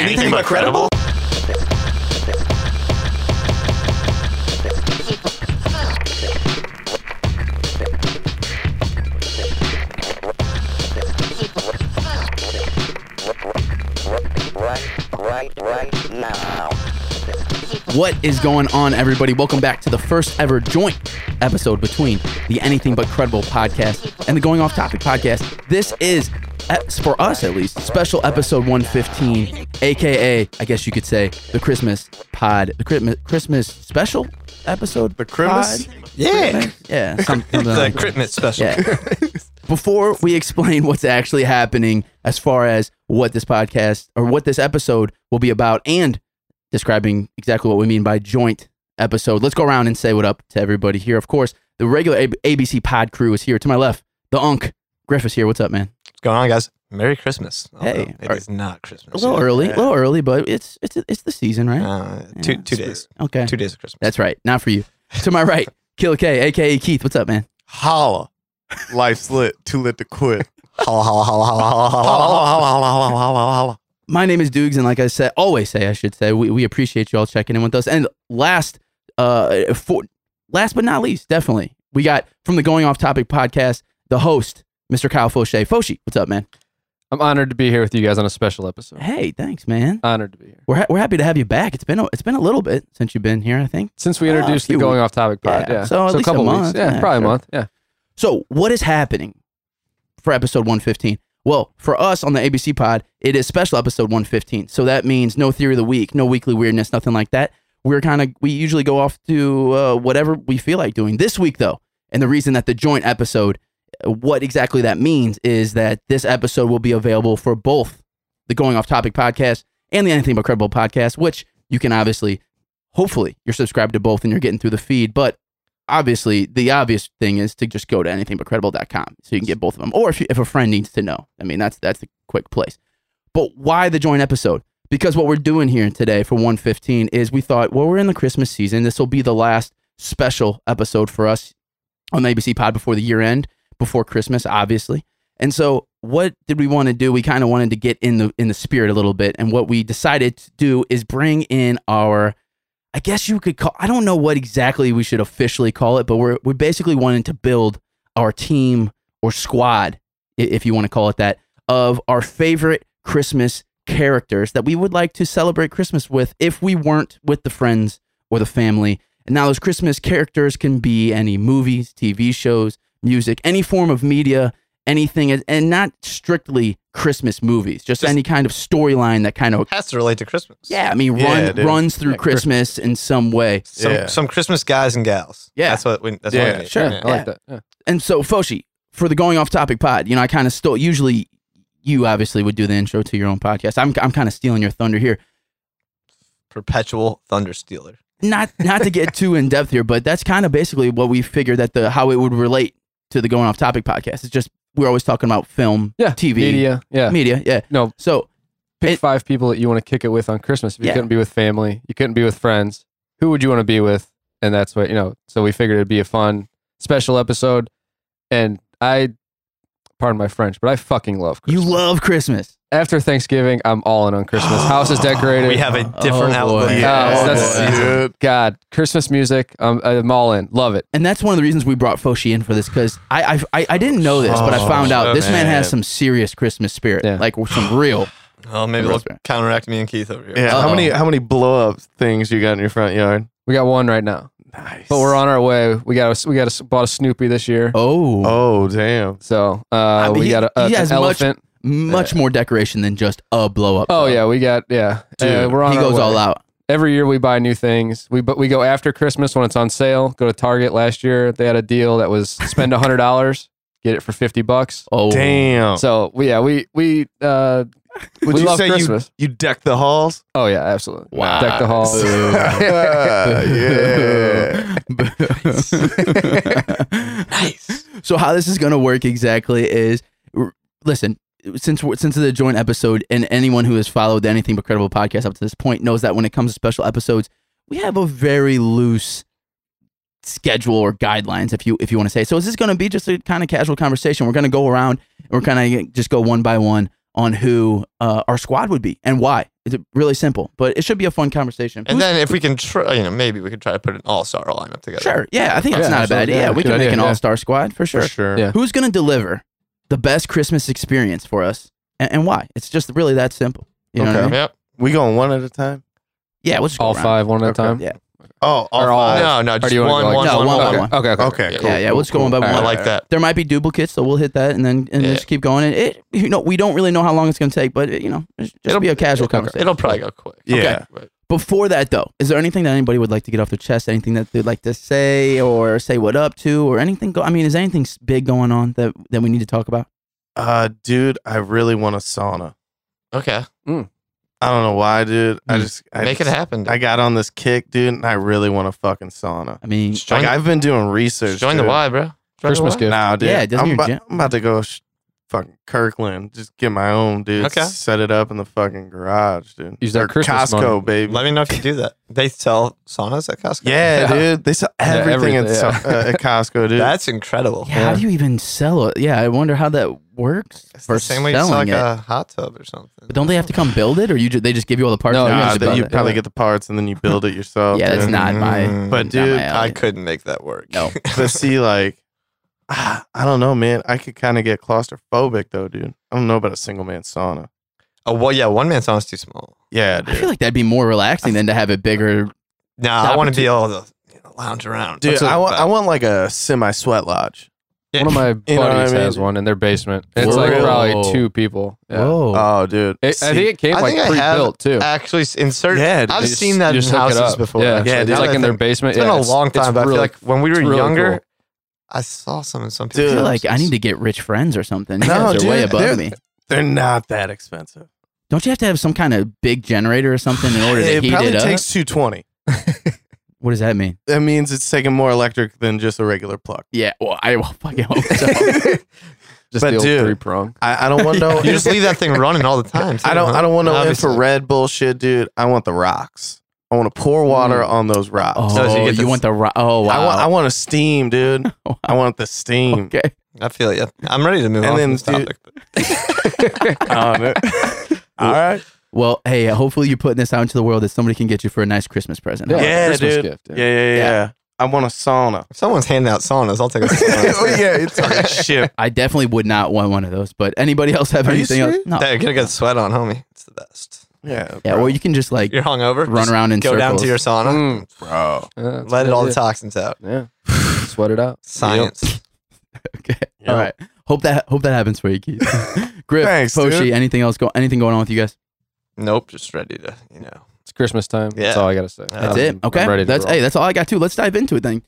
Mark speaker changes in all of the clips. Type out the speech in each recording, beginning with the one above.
Speaker 1: but credible? What is going on, everybody? Welcome back to the first ever joint episode between the Anything But Credible podcast and the Going Off Topic podcast. This is, eh, for us at least, special episode 115, aka, I guess you could say, the Christmas pod, the Christmas, Christmas special episode. The
Speaker 2: Christmas?
Speaker 3: Yeah.
Speaker 1: Yeah. some- something
Speaker 3: The
Speaker 1: like that.
Speaker 3: Christmas special.
Speaker 1: Yeah. Before we explain what's actually happening as far as what this podcast or what this episode will be about and describing exactly what we mean by joint episode, let's go around and say what up to everybody here. Of course, the regular A- ABC pod crew is here. To my left, the Unk. Griff is here. What's up, man?
Speaker 3: What's going on, guys? Merry Christmas.
Speaker 1: Hey,
Speaker 3: Although it
Speaker 1: are-
Speaker 3: is not Christmas.
Speaker 1: A little
Speaker 3: yet.
Speaker 1: early, a
Speaker 3: Yeah.
Speaker 1: little early, but it's it's it's the season, right?
Speaker 3: Uh, two two days.
Speaker 1: okay,
Speaker 3: Two days of Christmas.
Speaker 1: that's right. Not for you. To my right, Kill K, aka Keith. What's up, man?
Speaker 2: Holla. Life's lit. Too lit to quit.
Speaker 3: holla, holla, holla, holla, holla, holla, holla, holla, holla, holla, holla.
Speaker 1: my name is Dukes, and like I said, always say, I should say, we, we appreciate you all checking in with us. And last, uh, for last but not least, definitely, we got from the Going Off Topic podcast the host, Mr. Kyle Foshe. Foshe, what's up, man?
Speaker 4: I'm honored to be here with you guys on a special episode.
Speaker 1: Hey, thanks, man.
Speaker 4: Honored to be here.
Speaker 1: We're ha- we're happy to have you back. It's been a, it's been a little bit since you've been here, I think.
Speaker 4: Since we
Speaker 1: Ah, a
Speaker 4: introduced
Speaker 1: few
Speaker 4: the going off topic pod,
Speaker 1: Yeah,
Speaker 4: yeah.
Speaker 1: so at least a month,
Speaker 4: weeks. Yeah,
Speaker 1: yeah,
Speaker 4: probably
Speaker 1: sure.
Speaker 4: a month. Yeah.
Speaker 1: So, what is happening for episode 115? Well, for us on the ABC pod, it is special episode 115. So that means no theory of the week, no weekly weirdness, nothing like that. We're kind of, we usually go off to uh, whatever we feel like doing. This week, though, and the reason that the joint episode, uh, what exactly that means is that this episode will be available for both the Going Off Topic podcast and the Anything But Credible podcast, which you can obviously, hopefully, you're subscribed to both and you're getting through the feed. But obviously the obvious thing is to just go to anythingbutcredible.com so you can get both of them or if, you, if a friend needs to know i mean that's that's the quick place but why the joint episode because what we're doing here today for 115 is we thought well we're in the christmas season this will be the last special episode for us on the abc pod before the year end before christmas obviously and so what did we want to do we kind of wanted to get in the in the spirit a little bit and what we decided to do is bring in our I guess you could call I don't know what exactly we should officially call it, but we're we basically wanting to build our team or squad, i- if you want to call it that, of our favorite Christmas characters that we would like to celebrate Christmas with if we weren't with the friends or the family. And now those Christmas characters can be any movies, TV shows, music, any form of media, anything and not strictly Christmas movies, just,
Speaker 3: Just-
Speaker 1: any kind of storyline that kind of
Speaker 3: Has to relate to Christmas.
Speaker 1: yeah, I mean,
Speaker 2: Yeah,
Speaker 1: run,
Speaker 2: it is.
Speaker 1: runs through
Speaker 4: Yeah,
Speaker 1: Christmas in some way.
Speaker 3: Some
Speaker 2: Yeah.
Speaker 3: some Christmas guys and gals.
Speaker 1: Yeah.
Speaker 3: That's what we that's
Speaker 2: Yeah,
Speaker 3: what we need.
Speaker 1: sure.
Speaker 4: Yeah, I like that. Yeah.
Speaker 1: And so, Foshi, for the going off topic pod, you know, I kind of stole. Usually, you obviously would do the intro to your own podcast. I'm, I'm kind of stealing your thunder here.
Speaker 3: Perpetual thunder stealer.
Speaker 1: Not, not to get too in depth here, but that's kind of basically what we figured that the how it would relate to the going off topic podcast. It's just we're always talking about film,
Speaker 4: Yeah.
Speaker 1: TV,
Speaker 4: Media. Yeah.
Speaker 1: media, yeah.
Speaker 4: No,
Speaker 1: So
Speaker 4: pick
Speaker 1: It-
Speaker 4: five people that you want to kick it with on Christmas. If you
Speaker 1: Yeah.
Speaker 4: couldn't be with family, you couldn't be with friends, who would you want to be with? And that's what, you know, so we figured it'd be a fun special episode. And I, pardon my French, but I fucking love
Speaker 1: you
Speaker 4: Christmas.
Speaker 1: love Christmas.
Speaker 4: After Thanksgiving, I'm all in on Christmas. House is decorated.
Speaker 3: We have a
Speaker 1: Oh, boy.
Speaker 3: different outlook.
Speaker 4: Yeah,
Speaker 3: on
Speaker 4: that's-
Speaker 3: this season.
Speaker 2: dude.
Speaker 4: God, Christmas music. Um, I'm all in. Love it.
Speaker 1: And that's one of the reasons we brought Foshi in for this because I, I I I didn't know this, but I
Speaker 2: Oh,
Speaker 1: found out this man
Speaker 2: man.
Speaker 1: has some serious Christmas spirit,
Speaker 4: Yeah.
Speaker 1: like some real. Uh,
Speaker 3: Oh, maybe they'll
Speaker 1: Rosemary.
Speaker 3: counteract me and Keith over here.
Speaker 2: Yeah. How
Speaker 1: Uh-oh.
Speaker 2: many how many blow up things you got in your front yard?
Speaker 4: We got one right now,
Speaker 2: Nice.
Speaker 4: but we're on our way. We got a, we got a, bought a Snoopy this year,
Speaker 1: Oh,
Speaker 2: Oh damn.
Speaker 4: so uh,
Speaker 1: mean,
Speaker 4: we
Speaker 1: he-
Speaker 4: got a, a-
Speaker 1: he has
Speaker 4: an
Speaker 1: much-
Speaker 4: elephant.
Speaker 1: much more decoration than just a blow up.
Speaker 4: oh yeah, we got yeah.
Speaker 2: Dude,
Speaker 4: Uh, we're on.
Speaker 1: he
Speaker 4: our
Speaker 1: goes
Speaker 4: way.
Speaker 1: all out.
Speaker 4: Every year we buy new things. We but we go after Christmas when it's on sale. Go to Target last year. They had a deal that was spend hundred dollars, get it for fifty bucks.
Speaker 1: Oh,
Speaker 2: Damn.
Speaker 4: So we, yeah, we we uh,
Speaker 2: Would
Speaker 4: we
Speaker 2: you
Speaker 4: love
Speaker 2: say you,
Speaker 4: Christmas.
Speaker 2: you deck the halls?
Speaker 4: oh yeah, absolutely.
Speaker 1: Wow.
Speaker 4: Deck the hall.
Speaker 2: yeah.
Speaker 1: nice. So how this is gonna work exactly is, r- listen, since we're, since it's a joint episode, and anyone who has followed the Anything But Credible podcast up to this point knows that when it comes to special episodes, we have a very loose schedule or guidelines, if you if you want to say. So is this gonna be just a kind of casual conversation? We're gonna go around and we're kind of just go one by one on who uh, our squad would be and why. It's really simple, but it should be a fun conversation.
Speaker 3: And
Speaker 1: Who's-
Speaker 3: then if we can try, you know, maybe we could try to put an all star lineup together.
Speaker 1: sure, yeah, I think that's
Speaker 4: Yeah,
Speaker 1: not a bad
Speaker 4: absolutely.
Speaker 1: idea.
Speaker 4: Yeah,
Speaker 1: we
Speaker 4: good
Speaker 1: can make
Speaker 4: idea,
Speaker 1: an
Speaker 4: yeah.
Speaker 1: all-star squad for sure.
Speaker 2: For sure.
Speaker 4: Yeah.
Speaker 1: Who's going to deliver the best Christmas experience for us, and, and why? It's just really that simple. You know what I
Speaker 2: Okay.
Speaker 1: mean?
Speaker 3: Yep.
Speaker 2: We going one at a time?
Speaker 1: Yeah, we'll just go
Speaker 4: all
Speaker 1: around.
Speaker 4: five one at a
Speaker 2: Okay.
Speaker 4: time.
Speaker 1: Yeah.
Speaker 2: Oh, all
Speaker 4: Or all-
Speaker 2: five?
Speaker 3: No, no,
Speaker 4: Uh, Or
Speaker 3: just
Speaker 4: do you
Speaker 3: one,
Speaker 4: want
Speaker 3: one,
Speaker 4: to go like
Speaker 3: one,
Speaker 1: No, one,
Speaker 3: one.
Speaker 1: one.
Speaker 4: Okay. Okay.
Speaker 2: Okay.
Speaker 3: Yeah,
Speaker 2: cool,
Speaker 1: yeah,
Speaker 2: cool,
Speaker 1: let's go one by
Speaker 2: cool.
Speaker 1: one.
Speaker 3: I like that.
Speaker 1: There might be duplicates, so we'll hit that and then and
Speaker 3: Yeah.
Speaker 1: just keep going. And it, you know, we don't really know how long it's going to take, but it, you know, it's just
Speaker 3: It'll-
Speaker 1: be a casual
Speaker 4: okay.
Speaker 1: conversation.
Speaker 3: It'll probably go quick.
Speaker 2: Yeah.
Speaker 1: Okay.
Speaker 3: But-
Speaker 1: Before that, though, is there anything that anybody would like to get off their chest? Anything that they'd like to say or say what up to or anything? Go- I mean, is anything s- big going on that, that we need to talk about?
Speaker 2: Uh, dude, I really want a sauna.
Speaker 3: Okay.
Speaker 2: I don't know why, dude. I
Speaker 1: Mm.
Speaker 2: just I
Speaker 3: Make it
Speaker 2: just-
Speaker 3: happen.
Speaker 2: I got on this kick, dude, and I really want a fucking sauna.
Speaker 1: I mean,
Speaker 3: Just join,
Speaker 2: like I've been doing
Speaker 3: just
Speaker 2: research.
Speaker 3: join the
Speaker 2: dude.
Speaker 3: Y, bro. Join the
Speaker 4: Christmas
Speaker 3: Y.
Speaker 4: gift.
Speaker 2: Nah, dude.
Speaker 1: Yeah, doesn't
Speaker 2: I'm,
Speaker 1: your
Speaker 2: about,
Speaker 1: gym-
Speaker 2: I'm about to go sh- fucking Kirkland. Just get my own, dude.
Speaker 3: Okay.
Speaker 2: Set it up in the fucking garage, dude.
Speaker 4: Use that
Speaker 2: Or
Speaker 4: Christmas
Speaker 2: Costco,
Speaker 4: money.
Speaker 2: baby.
Speaker 3: Let me know if you do that. They sell saunas at Costco.
Speaker 2: yeah, dude. They sell
Speaker 4: Yeah,
Speaker 2: everything,
Speaker 4: everything,
Speaker 2: at,
Speaker 4: yeah.
Speaker 2: uh, at Costco, dude.
Speaker 3: That's incredible.
Speaker 1: yeah, how do you even sell it? Yeah, I wonder how that works
Speaker 3: It's
Speaker 1: for
Speaker 3: the same way you sell
Speaker 1: selling
Speaker 3: like
Speaker 1: it.
Speaker 3: a hot tub or something.
Speaker 1: but don't they have to come build it, or you ju- they just give you all the parts?
Speaker 4: No,
Speaker 1: and
Speaker 4: you
Speaker 2: nah,
Speaker 1: just
Speaker 4: just
Speaker 2: that
Speaker 1: build
Speaker 2: you
Speaker 1: it?
Speaker 2: probably get the parts and then you build it yourself.
Speaker 1: yeah, that's
Speaker 2: dude.
Speaker 1: not my.
Speaker 3: Mm.
Speaker 2: But
Speaker 1: not
Speaker 2: dude,
Speaker 1: my
Speaker 3: I
Speaker 1: alley.
Speaker 3: couldn't make that work.
Speaker 1: No.
Speaker 2: but see, like, ah, I don't know, man. I could kind of get claustrophobic though, dude. I don't know about a single man sauna.
Speaker 3: oh well, yeah, one man sauna's too small.
Speaker 2: Yeah,
Speaker 1: I feel
Speaker 2: dude.
Speaker 1: like that'd be more relaxing than to have it bigger.
Speaker 3: Nah, I want to be able to you know, lounge around.
Speaker 2: Dude,
Speaker 3: That's
Speaker 2: I
Speaker 3: a-
Speaker 2: want, I want like a semi sweat lodge.
Speaker 3: Yeah.
Speaker 4: One of my
Speaker 2: You know what I
Speaker 4: buddies
Speaker 2: mean?
Speaker 4: has one in their basement. It's like
Speaker 2: Whoa.
Speaker 4: probably two people. Yeah.
Speaker 1: Whoa,
Speaker 2: Oh, dude.
Speaker 4: It, I
Speaker 2: See,
Speaker 4: think it came
Speaker 3: I
Speaker 4: like
Speaker 3: think I have
Speaker 4: pre-built too.
Speaker 3: actually s- insert.
Speaker 2: Yeah, dude.
Speaker 3: I've
Speaker 4: You just-
Speaker 3: seen that
Speaker 4: you
Speaker 3: in
Speaker 4: just hook it
Speaker 3: houses
Speaker 4: up.
Speaker 3: before.
Speaker 4: Yeah,
Speaker 3: actually.
Speaker 2: Yeah, dude.
Speaker 4: it's
Speaker 3: Now
Speaker 4: like
Speaker 3: that I
Speaker 4: in their
Speaker 3: think-
Speaker 4: basement.
Speaker 3: It's been
Speaker 4: yeah,
Speaker 3: a long
Speaker 4: it's
Speaker 3: time, but I
Speaker 4: really-
Speaker 3: feel like when we were
Speaker 4: it's really
Speaker 3: younger,
Speaker 4: cool.
Speaker 3: I saw some in some
Speaker 1: I
Speaker 3: people's
Speaker 1: feel
Speaker 2: dude.
Speaker 1: like I need to get rich friends or something. You
Speaker 2: No,
Speaker 1: guys are
Speaker 2: dude,
Speaker 1: way above
Speaker 2: they're-
Speaker 1: me.
Speaker 2: They're not that expensive.
Speaker 1: Don't you have to have some kind of big generator or something in order to
Speaker 2: It
Speaker 1: heat
Speaker 2: probably
Speaker 1: it up?
Speaker 2: takes 220.
Speaker 1: what does that mean?
Speaker 2: That means it's taking more electric than just a regular plug.
Speaker 1: Yeah, well, I will fucking hope so.
Speaker 4: just
Speaker 2: But
Speaker 4: the old
Speaker 2: dude,
Speaker 4: three prong.
Speaker 2: I, I don't want no.
Speaker 3: You just leave that thing running all the time.
Speaker 2: I
Speaker 3: too,
Speaker 2: don't.
Speaker 3: huh?
Speaker 2: I don't want no
Speaker 3: Obviously.
Speaker 2: infrared bullshit, dude. I want the rocks. I want to pour water
Speaker 4: Mm.
Speaker 2: on those rocks.
Speaker 1: oh,
Speaker 3: so
Speaker 1: you,
Speaker 3: you get the-
Speaker 1: want the ro- oh wow.
Speaker 2: I want. I want to steam, dude.
Speaker 1: Wow.
Speaker 2: I want the steam.
Speaker 1: okay.
Speaker 3: I feel you. I'm ready to move
Speaker 2: And
Speaker 3: on
Speaker 2: then,
Speaker 3: from this
Speaker 2: dude-
Speaker 3: topic. but-
Speaker 2: I don't know. Oh, All right.
Speaker 1: Well, hey, hopefully you're putting this out into the world that somebody can get you for a nice Oh, Christmas present. huh?
Speaker 2: Yeah,
Speaker 4: Christmas
Speaker 2: dude.
Speaker 4: gift.
Speaker 2: Yeah, yeah, yeah. I want a sauna.
Speaker 3: If someone's handing out saunas, I'll take a sauna.
Speaker 2: yeah, it's like shit.
Speaker 1: I definitely would not want one of those. But anybody else have
Speaker 2: Are you
Speaker 1: anything else?
Speaker 2: serious?
Speaker 1: No.
Speaker 3: Hey, get a good sweat on, homie. It's the best.
Speaker 2: Yeah,
Speaker 1: yeah,
Speaker 2: bro.
Speaker 1: or you can just like
Speaker 3: You're hungover.
Speaker 1: run
Speaker 3: just
Speaker 1: around in
Speaker 3: Go
Speaker 1: circles.
Speaker 3: down to your sauna.
Speaker 4: Mm.
Speaker 2: bro.
Speaker 4: Yeah, that's
Speaker 3: Let
Speaker 4: a
Speaker 3: it
Speaker 4: good
Speaker 3: all the
Speaker 4: idea.
Speaker 3: toxins out.
Speaker 4: Yeah. Sweat it out.
Speaker 3: Science.
Speaker 1: okay.
Speaker 2: Yep.
Speaker 1: All right. Hope that hope that happens for you, Keith. Griff,
Speaker 2: Thanks,
Speaker 1: Foshi,
Speaker 2: dude.
Speaker 1: anything else go anything going on with you guys?
Speaker 3: Nope. Just ready to, you know.
Speaker 4: It's Christmas time.
Speaker 3: Yeah.
Speaker 4: That's all I gotta say.
Speaker 3: That's
Speaker 1: That's
Speaker 4: Um, I'm-
Speaker 1: it. Okay.
Speaker 4: I'm ready to
Speaker 1: that's
Speaker 4: roll.
Speaker 1: hey, that's all I got too. Let's dive into it then.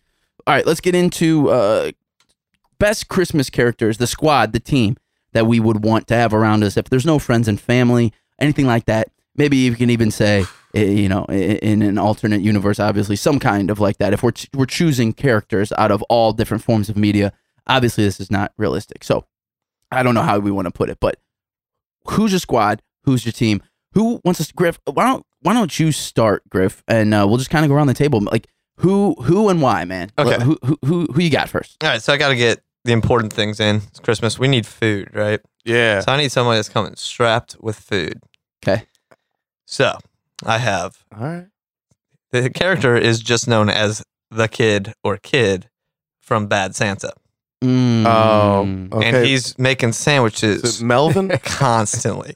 Speaker 1: All right, let's get into uh best Christmas characters, the squad, the team that we would want to have around us. If there's no friends and family, anything like that, maybe you can even say eh, you know, i- in an alternate universe, obviously, some kind of like that. If we're ch- we're choosing characters out of all different forms of media, obviously this is not realistic. So I don't know how we want to put it, but who's your squad? Who's your team? Who wants to Griff? Why don't Why don't you start, Griff? And uh, we'll just kind of go around the table, like who, who, and why, man.
Speaker 3: Okay.
Speaker 1: Who, who, who, who you got first?
Speaker 3: All right. So I got to get the important things in. It's Christmas. We need food, right?
Speaker 2: Yeah.
Speaker 3: So I need somebody that's coming strapped with food.
Speaker 1: 'Kay.
Speaker 3: So I have
Speaker 2: All right.
Speaker 3: the character is just known as the kid or kid from Bad Santa,
Speaker 1: Mm.
Speaker 2: Um, okay.
Speaker 3: and he's making
Speaker 2: Is
Speaker 3: sandwiches
Speaker 2: it Melvin.
Speaker 3: constantly.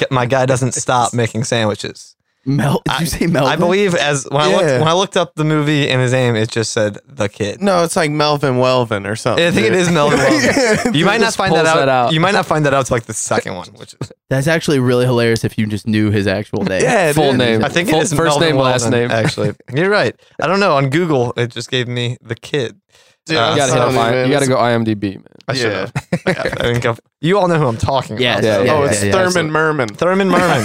Speaker 3: G- My guy doesn't stop making sandwiches.
Speaker 1: Mel. Did
Speaker 3: I-
Speaker 1: you say Mel?
Speaker 3: I believe as when, I,
Speaker 2: Yeah.
Speaker 3: looked, when I looked up the movie and his name, it just said the kid.
Speaker 2: no, it's like Melvin Welvin or something.
Speaker 3: I think it
Speaker 2: dude.
Speaker 3: is Melvin. Welvin.
Speaker 2: Yeah,
Speaker 3: You might not
Speaker 4: just
Speaker 3: find that
Speaker 4: pulls
Speaker 3: out,
Speaker 4: that out.
Speaker 3: You might not find that out till like the second one, which is,
Speaker 1: that's actually really hilarious if you just knew his actual name.
Speaker 2: Yeah,
Speaker 4: Full
Speaker 2: dude.
Speaker 4: name.
Speaker 3: I think
Speaker 4: Full-
Speaker 3: it is
Speaker 4: first
Speaker 3: Melvin
Speaker 4: name, last
Speaker 3: Welvin,
Speaker 4: name.
Speaker 3: Actually, you're right. I don't know. On Google, it just gave me the kid.
Speaker 2: Dude,
Speaker 3: Uh,
Speaker 4: You gotta, hit
Speaker 3: so-
Speaker 4: up I-
Speaker 2: man,
Speaker 4: you gotta
Speaker 2: it's-
Speaker 4: go IMDb, man.
Speaker 3: I should
Speaker 2: Yeah.
Speaker 3: have. I think I've- you all know who I'm talking
Speaker 1: Yes.
Speaker 3: about.
Speaker 4: Yeah,
Speaker 2: oh,
Speaker 4: yeah,
Speaker 2: it's
Speaker 1: yeah,
Speaker 2: Thurman Merman.
Speaker 3: Thurman Merman.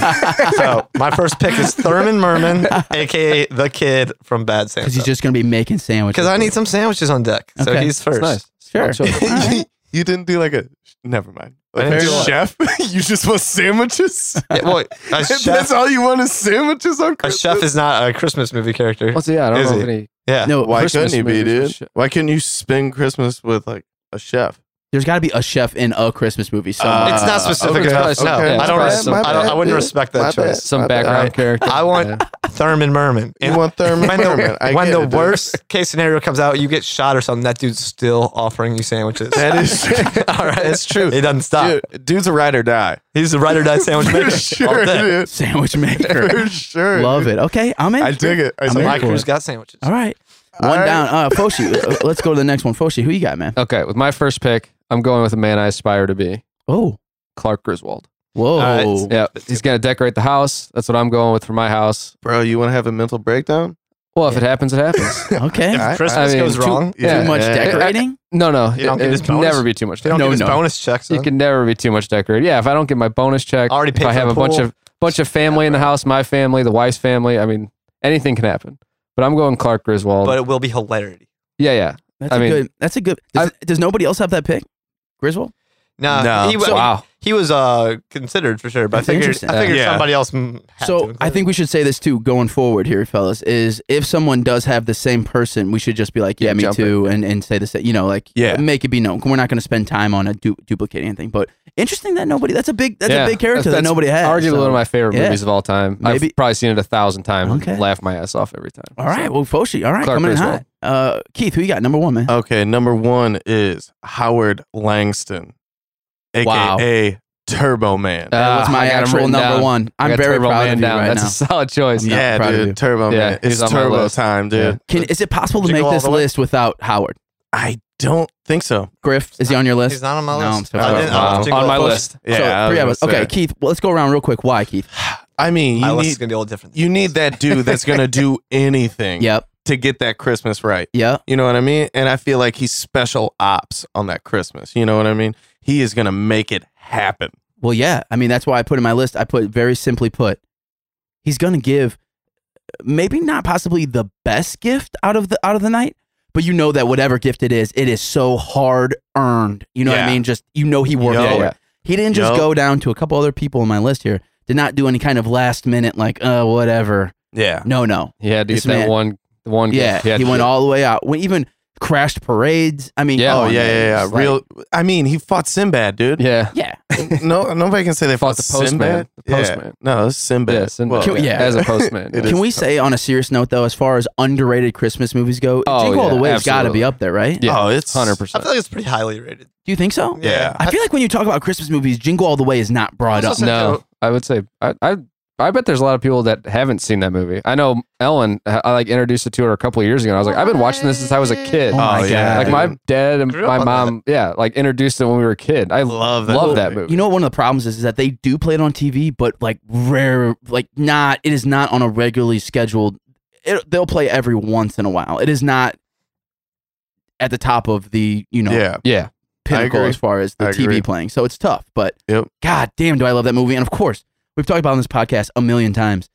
Speaker 3: so my first pick is Thurman Merman, aka the kid from Bad Santa.
Speaker 1: Because he's just gonna be making sandwiches.
Speaker 3: Because I need some sandwiches on deck, so
Speaker 1: Okay.
Speaker 3: he's first.
Speaker 4: It's nice.
Speaker 1: Sure.
Speaker 4: So-
Speaker 1: All right.
Speaker 2: you didn't do like a. Never mind.
Speaker 3: I didn't
Speaker 2: Like a
Speaker 3: do what?
Speaker 2: chef. you just want sandwiches.
Speaker 3: Yeah, well, a
Speaker 2: That's
Speaker 3: chef,
Speaker 2: all you want is sandwiches on
Speaker 3: a
Speaker 2: Christmas.
Speaker 3: chef is not a Christmas movie character.
Speaker 4: What's yeah? I don't
Speaker 3: Is
Speaker 4: know
Speaker 3: he?
Speaker 4: if any.
Speaker 3: Yeah.
Speaker 1: No.
Speaker 2: Why
Speaker 4: Christmas
Speaker 2: couldn't you be,
Speaker 4: movies and
Speaker 2: dude?
Speaker 4: shit.
Speaker 2: Why couldn't you spend Christmas with like a chef?
Speaker 1: There's got to be a chef in a Christmas movie somewhere.
Speaker 2: Uh,
Speaker 3: it's not specific.
Speaker 4: okay.
Speaker 3: to us.
Speaker 4: Okay.
Speaker 3: No,
Speaker 4: Okay.
Speaker 3: I don't.
Speaker 4: My
Speaker 3: res-
Speaker 4: bad,
Speaker 2: my
Speaker 3: I, don't I wouldn't
Speaker 2: bad.
Speaker 3: respect that
Speaker 2: My bad.
Speaker 3: choice.
Speaker 4: Some
Speaker 2: My bad.
Speaker 4: background character.
Speaker 3: I want
Speaker 4: Yeah.
Speaker 3: Thurman Merman.
Speaker 2: You want Thurman
Speaker 3: when the,
Speaker 2: Merman. I
Speaker 3: when
Speaker 2: get
Speaker 3: the
Speaker 2: it, dude.
Speaker 3: worst case scenario comes out, you get shot or something. That dude's still offering you sandwiches.
Speaker 2: That is-
Speaker 3: all right.
Speaker 2: that's true.
Speaker 3: It doesn't stop.
Speaker 2: Dude, dude's a ride or die.
Speaker 3: He's a ride or die sandwich maker.
Speaker 2: For
Speaker 3: all
Speaker 2: sure,
Speaker 3: day.
Speaker 2: dude.
Speaker 1: Sandwich maker.
Speaker 2: For sure.
Speaker 1: Love it. Okay, I'm in.
Speaker 2: I dig it. I
Speaker 1: I'm
Speaker 2: dig
Speaker 1: in
Speaker 3: My
Speaker 1: for
Speaker 3: crew's
Speaker 1: it.
Speaker 3: got sandwiches.
Speaker 1: All right.
Speaker 2: All
Speaker 1: One
Speaker 2: right.
Speaker 1: down. Uh, Foshi, uh, let's go to the next one. Foshi, who you got,
Speaker 3: Uh,
Speaker 1: man?
Speaker 4: Okay, with my first pick, I'm going with a man I aspire to be,
Speaker 1: Oh,
Speaker 4: Clark Griswold.
Speaker 3: uh,
Speaker 1: whoa.
Speaker 4: Yeah, he's gonna decorate the house. That's what I'm going with for my house.
Speaker 2: Bro, you want to have a mental breakdown?
Speaker 4: Well, if it happens, it happens.
Speaker 1: Okay.
Speaker 2: I-
Speaker 3: If Christmas
Speaker 4: I mean,
Speaker 3: goes
Speaker 4: two-
Speaker 3: wrong,
Speaker 1: Too much
Speaker 4: Yeah.
Speaker 1: decorating?
Speaker 4: No, no,
Speaker 3: You don't
Speaker 4: it,
Speaker 3: get his
Speaker 4: it can
Speaker 3: bonus?
Speaker 4: never be too much.
Speaker 3: they don't
Speaker 1: No,
Speaker 3: get his
Speaker 1: no.
Speaker 3: bonus checks.
Speaker 4: It
Speaker 3: huh?
Speaker 4: can never be too much decorated. Yeah, if I don't get my bonus check,
Speaker 3: I already
Speaker 4: if
Speaker 3: paid
Speaker 4: I
Speaker 3: for
Speaker 4: have
Speaker 3: the
Speaker 4: a bunch
Speaker 3: pool.
Speaker 4: of bunch of family in the house, my family, the wife's family. I mean, anything can happen. But I'm going Clark Griswold.
Speaker 3: but it will be hilarity.
Speaker 4: yeah, yeah.
Speaker 1: That's
Speaker 4: I
Speaker 1: a
Speaker 4: mean-
Speaker 1: good. That's a good. Does, does nobody else have that pick? Griswold?
Speaker 3: Nah,
Speaker 2: No.
Speaker 3: He,
Speaker 1: So-
Speaker 4: wow.
Speaker 3: he was uh, considered for sure, but
Speaker 1: That's
Speaker 3: I figured,
Speaker 1: interesting.
Speaker 3: I figured
Speaker 2: Yeah.
Speaker 3: somebody else. mm, had to
Speaker 1: So
Speaker 3: include
Speaker 1: I think we should say this too going forward here, fellas. Is if someone does have the same person, we should just be like, yeah,
Speaker 4: Yeah,
Speaker 1: me
Speaker 4: jump
Speaker 1: too, and, and say the same. You know, like
Speaker 2: Yeah.
Speaker 1: make it be known. We're not going to spend time on a du- duplicate anything. But interesting that nobody. That's a big. That's
Speaker 4: Yeah.
Speaker 1: a big character
Speaker 4: That's-
Speaker 1: that nobody has.
Speaker 4: Arguably
Speaker 1: so-
Speaker 4: one of my favorite
Speaker 1: yeah.
Speaker 4: movies of all time.
Speaker 1: Maybe-
Speaker 4: I've probably seen it a thousand times
Speaker 1: Okay.
Speaker 4: and laugh my ass off every time.
Speaker 1: All right.
Speaker 4: So,
Speaker 1: Well, Foshi. All right.
Speaker 4: Clark
Speaker 1: coming in hot.
Speaker 4: Griswold. Uh,
Speaker 1: Uh, Keith, who you got? Number one, man.
Speaker 2: Okay, number one is Howard Langston, aka
Speaker 4: Wow.
Speaker 2: Turbo Man.
Speaker 1: that was
Speaker 4: Ah,
Speaker 1: my
Speaker 4: I got him
Speaker 1: actual
Speaker 4: written
Speaker 1: number
Speaker 4: down.
Speaker 1: one.
Speaker 4: I
Speaker 1: I'm
Speaker 4: got
Speaker 1: very
Speaker 4: Turbo
Speaker 1: proud
Speaker 4: Man
Speaker 1: of you
Speaker 4: down.
Speaker 1: right
Speaker 4: That's
Speaker 1: now.
Speaker 4: a solid choice.
Speaker 1: Yeah.
Speaker 2: yeah,
Speaker 1: proud of you.
Speaker 2: dude, Turbo
Speaker 4: Yeah,
Speaker 2: Man. It's
Speaker 4: he's on my
Speaker 2: Turbo
Speaker 4: list.
Speaker 2: time, dude.
Speaker 1: Can, is it possible to
Speaker 3: Did you
Speaker 1: make
Speaker 3: go all
Speaker 1: this
Speaker 3: the way?
Speaker 1: list without Howard?
Speaker 2: I don't think so.
Speaker 1: Griff, is he on your list?
Speaker 3: he's not on my
Speaker 1: No, I'm
Speaker 3: list. Uh,
Speaker 1: so
Speaker 3: I
Speaker 1: sorry.
Speaker 3: didn't- I
Speaker 4: Wow.
Speaker 3: don't think
Speaker 4: Uh, on
Speaker 3: we'll-
Speaker 4: my
Speaker 3: we'll-
Speaker 4: list.
Speaker 2: Yeah, I
Speaker 1: so
Speaker 2: was
Speaker 1: three of
Speaker 2: gonna
Speaker 1: us. Okay,
Speaker 2: say.
Speaker 1: Keith. Well, let's go around real quick. Why, Keith?
Speaker 2: I mean,
Speaker 3: My
Speaker 2: you
Speaker 3: list is
Speaker 2: need
Speaker 3: gonna be a little different.
Speaker 2: you need that dude that's gonna do anything
Speaker 1: Yep.
Speaker 2: to get that Christmas right.
Speaker 1: Yep.
Speaker 2: You know what I mean? And I feel like he's special ops on that Christmas. You know what I mean? He is gonna make it happen.
Speaker 1: Well, yeah. I mean, that's why I put in my list. I put very simply put, he's going to give maybe not possibly the best gift out of the out of the night, but you know that whatever gift it is, it is so hard earned. You know what I
Speaker 2: Yeah.
Speaker 1: mean? Just you know he worked
Speaker 2: Yeah,
Speaker 1: for
Speaker 4: yeah.
Speaker 1: it. He didn't just
Speaker 2: Yup.
Speaker 1: go down to a couple other people on my list here. Did not do any kind of last minute like uh whatever.
Speaker 2: Yeah.
Speaker 1: No, no.
Speaker 4: He had to
Speaker 1: This
Speaker 4: get that
Speaker 1: man-
Speaker 4: one the one
Speaker 1: Yeah,
Speaker 4: gift. had
Speaker 1: he
Speaker 4: to
Speaker 1: went
Speaker 4: get-
Speaker 1: all the way out. When even crashed parades. I mean,
Speaker 4: Yeah.
Speaker 1: come
Speaker 2: Oh
Speaker 1: on,
Speaker 2: yeah,
Speaker 1: man.
Speaker 2: yeah, yeah.
Speaker 1: It's like-
Speaker 2: Real. I mean, he fought Sinbad, dude.
Speaker 4: Yeah.
Speaker 1: yeah.
Speaker 2: no, nobody can say they fought,
Speaker 4: Fought the postman.
Speaker 2: Sinbad.
Speaker 4: The postman.
Speaker 2: Yeah. No, it's Sinbad.
Speaker 4: Yeah, Sinbad.
Speaker 1: Can we- yeah.
Speaker 4: As a postman.
Speaker 2: It
Speaker 4: yeah.
Speaker 2: is.
Speaker 1: Can we say on a serious note though, as far as underrated Christmas movies go,
Speaker 4: Oh,
Speaker 1: Jingle All the
Speaker 4: yeah,
Speaker 1: Way's got to
Speaker 4: absolutely.
Speaker 1: be up there, right?
Speaker 4: Yeah.
Speaker 2: Oh, it's
Speaker 4: Hundred
Speaker 3: I
Speaker 4: percent.
Speaker 3: feel like it's pretty highly rated.
Speaker 1: Do you think so?
Speaker 2: Yeah.
Speaker 1: I feel like when you talk about Christmas movies, Jingle All the Way is not brought up.
Speaker 3: Also
Speaker 4: No, I would say I, I I bet there's a lot of people that haven't seen that movie. I know Ellen. uh, I I, like introduced it to her a couple of years ago. And I was like, I've been watching this since I was a kid.
Speaker 1: Oh my
Speaker 2: Oh, yeah.
Speaker 1: god!
Speaker 4: like my dad and
Speaker 3: Grew up
Speaker 4: my
Speaker 3: on
Speaker 4: mom, yeah, like introduced it when we were a kid. I
Speaker 2: love
Speaker 4: love that,
Speaker 2: that.
Speaker 4: love
Speaker 2: movie.
Speaker 4: that movie.
Speaker 1: you know, one of the problems is, is that they do play it on TV, but like rare, like not. It is not on a regularly scheduled. It, they'll play every once in a while. It is not at the top of the you know
Speaker 2: Yeah.
Speaker 4: yeah,
Speaker 1: pinnacle
Speaker 2: agree.
Speaker 1: as far as the
Speaker 2: I
Speaker 1: TV
Speaker 2: agree.
Speaker 1: playing. So it's tough, but
Speaker 2: Yep.
Speaker 1: god damn, do I love that movie. And of course, we've talked about it on this podcast a million times.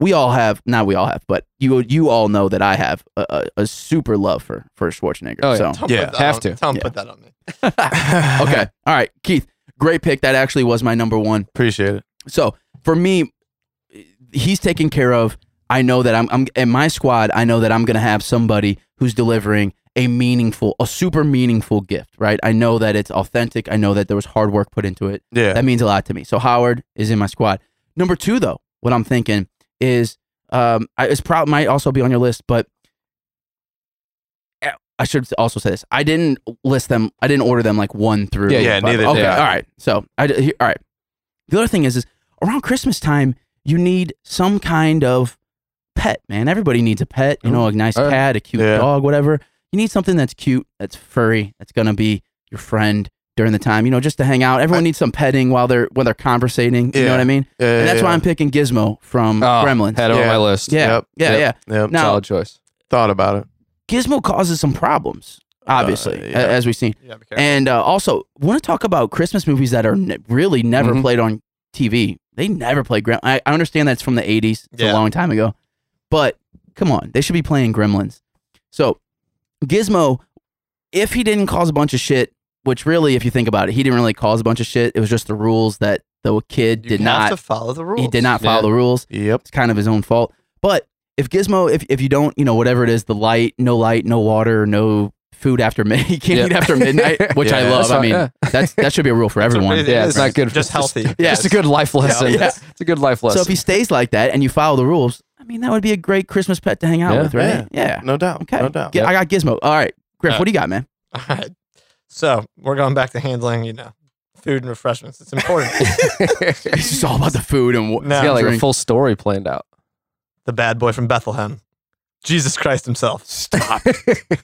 Speaker 1: We all have, not we all have, but you you all know that I have a, a, a super love for for Schwarzenegger.
Speaker 4: Oh, yeah.
Speaker 1: So
Speaker 3: Tell him
Speaker 2: Yeah.
Speaker 3: put that
Speaker 4: Have
Speaker 3: on-
Speaker 4: to.
Speaker 3: Tell him
Speaker 1: Yeah.
Speaker 3: put that on me.
Speaker 1: okay, all right, Keith, great pick. That actually was my number one.
Speaker 2: Appreciate it.
Speaker 1: So for me, he's taken care of. I know that I'm, I'm in my squad. I know that I'm going to have somebody who's delivering a meaningful, a super meaningful gift, right? I know that it's authentic. I know that there was hard work put into it.
Speaker 2: Yeah.
Speaker 1: That means a lot to me. So Howard is in my squad. Number two, though, what I'm thinking is, um, I, it's probably might also be on your list, but eh, I should also say this: I didn't list them. I didn't order them like one through.
Speaker 4: Yeah,
Speaker 2: yeah,
Speaker 1: five.
Speaker 2: neither did
Speaker 1: Okay,
Speaker 2: I.
Speaker 1: all right. So I d- here- all right. The other thing is, is around Christmas time, you need some kind of pet, man. Everybody needs a pet. You know, a nice
Speaker 4: all right.
Speaker 1: cat, a cute
Speaker 2: Oh, Yeah.
Speaker 1: dog, whatever. You need something that's cute, that's furry, that's gonna be your friend during the time. You know, just to hang out. Everyone needs some petting while they're when they're conversating. You know
Speaker 2: Yeah.
Speaker 1: what I mean?
Speaker 2: Yeah,
Speaker 1: and that's
Speaker 2: yeah.
Speaker 1: why I'm picking Gizmo from
Speaker 4: Oh,
Speaker 1: um, Gremlins.
Speaker 4: had it on
Speaker 2: Yeah.
Speaker 4: my list.
Speaker 1: yeah,
Speaker 2: Yep,
Speaker 1: yeah,
Speaker 4: yep.
Speaker 2: Yep.
Speaker 1: yeah. Now,
Speaker 4: solid choice.
Speaker 2: Thought about it.
Speaker 1: Gizmo causes some problems, obviously,
Speaker 2: Uh,
Speaker 1: a-
Speaker 2: yeah.
Speaker 1: as we've seen.
Speaker 3: Yeah, be careful.
Speaker 1: And uh, also, want to talk about Christmas movies that are ne- really never
Speaker 3: Mm-hmm.
Speaker 1: played on TV. They never play Gremlins. I, I understand that's from the 80s. It's a
Speaker 3: Yeah.
Speaker 1: long time ago. But come on, they should be playing Gremlins. So, Gizmo, if he didn't cause a bunch of shit, which really, if you think about it, he didn't really cause a bunch of shit. It was just the rules that the kid
Speaker 3: You
Speaker 1: did
Speaker 3: have
Speaker 1: not.
Speaker 3: to follow the rules.
Speaker 1: He did not follow
Speaker 4: Yeah.
Speaker 1: the rules.
Speaker 2: Yep.
Speaker 1: It's kind of his own fault. But if Gizmo, if, if you don't, you know, whatever it is, the light, no light, no water, no food after mid. You can't
Speaker 4: Yeah.
Speaker 1: eat after midnight, which I
Speaker 2: Yeah,
Speaker 1: love.
Speaker 4: that's
Speaker 1: I
Speaker 4: fine,
Speaker 1: mean,
Speaker 4: yeah.
Speaker 1: that's that should be a rule for everyone.
Speaker 3: It
Speaker 4: Yeah,
Speaker 3: is
Speaker 4: it's not good for-
Speaker 3: Just healthy.
Speaker 1: Yeah.
Speaker 4: It's a good life lesson.
Speaker 1: Yeah.
Speaker 4: It's a good life
Speaker 1: So
Speaker 4: lesson.
Speaker 1: if he stays like that and you follow the rules, I mean, that would be a great Christmas pet to hang out
Speaker 4: Yeah.
Speaker 1: with, right? Yeah.
Speaker 2: No doubt.
Speaker 1: Okay.
Speaker 2: No doubt.
Speaker 1: Gi- I got Gizmo. All right, Griff,
Speaker 3: Uh,
Speaker 1: what do you got, man?
Speaker 3: All right. So we're going back to handling, you know, food and refreshments. It's important.
Speaker 1: This is all about the food and what.
Speaker 3: No.
Speaker 4: He's got like a
Speaker 1: drink.
Speaker 4: full story planned out.
Speaker 3: the bad boy from Bethlehem, Jesus Christ himself.
Speaker 1: Stop.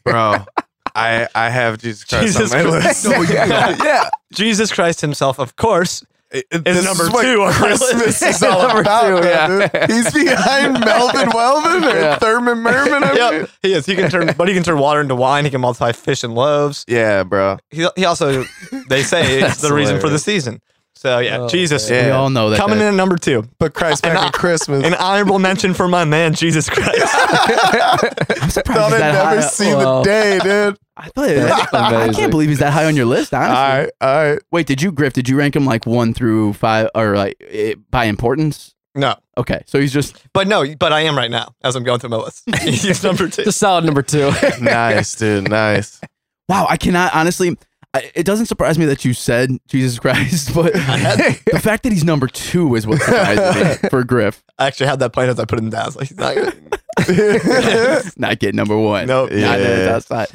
Speaker 2: Bro, I I have Jesus Christ
Speaker 3: Jesus
Speaker 2: on my
Speaker 3: Christ.
Speaker 2: list.
Speaker 3: No, you don't.
Speaker 2: yeah.
Speaker 3: Jesus Christ himself, of course,
Speaker 2: It- it-
Speaker 3: is
Speaker 2: this
Speaker 3: number
Speaker 2: is what
Speaker 3: two on my
Speaker 2: Christmas
Speaker 3: list.
Speaker 2: is all
Speaker 4: Number
Speaker 2: about.
Speaker 4: two,
Speaker 2: man,
Speaker 4: yeah.
Speaker 2: dude. He's behind Melvin Welvin or
Speaker 4: Yeah.
Speaker 2: Thurman Merman. I mean.
Speaker 3: yep, he is. He can turn, but he can turn water into wine. He can multiply fish and loaves.
Speaker 2: Yeah, bro.
Speaker 3: He, he also, they say, it's
Speaker 4: That's
Speaker 3: the reason for the
Speaker 4: hilarious.
Speaker 3: season. So yeah,
Speaker 4: Oh,
Speaker 3: Jesus
Speaker 1: We
Speaker 2: Yeah.
Speaker 1: all know that.
Speaker 3: coming
Speaker 1: that-
Speaker 3: in at number two.
Speaker 2: Put Christ back at Christmas.
Speaker 3: An honorable mention for my man Jesus Christ.
Speaker 1: I'm surprised
Speaker 2: Thought
Speaker 1: he's
Speaker 2: I'd
Speaker 1: that high.
Speaker 2: never
Speaker 1: up.
Speaker 2: see
Speaker 4: Wow.
Speaker 2: the day, dude.
Speaker 1: I thought it- I
Speaker 4: amazing.
Speaker 1: can't believe he's that high on your list.
Speaker 2: All
Speaker 1: Honestly.
Speaker 2: right, all right.
Speaker 1: Wait, did you Griff? Did you rank him like one through five, or like it, by importance?
Speaker 3: no,
Speaker 1: Okay, so he's just
Speaker 3: but no, but I am right now as I'm going through my list. He's number two.
Speaker 4: It's a solid number two.
Speaker 2: Nice, dude. Nice.
Speaker 1: wow. I cannot honestly. I, it doesn't surprise me that you said Jesus Christ, but the fact that he's number two is what surprised me for Griff.
Speaker 3: I actually had that point as I put him down. I was like, he's not gonna-
Speaker 1: Not getting number one.
Speaker 3: Nope.
Speaker 1: not
Speaker 2: Yeah.
Speaker 1: yeah. outside.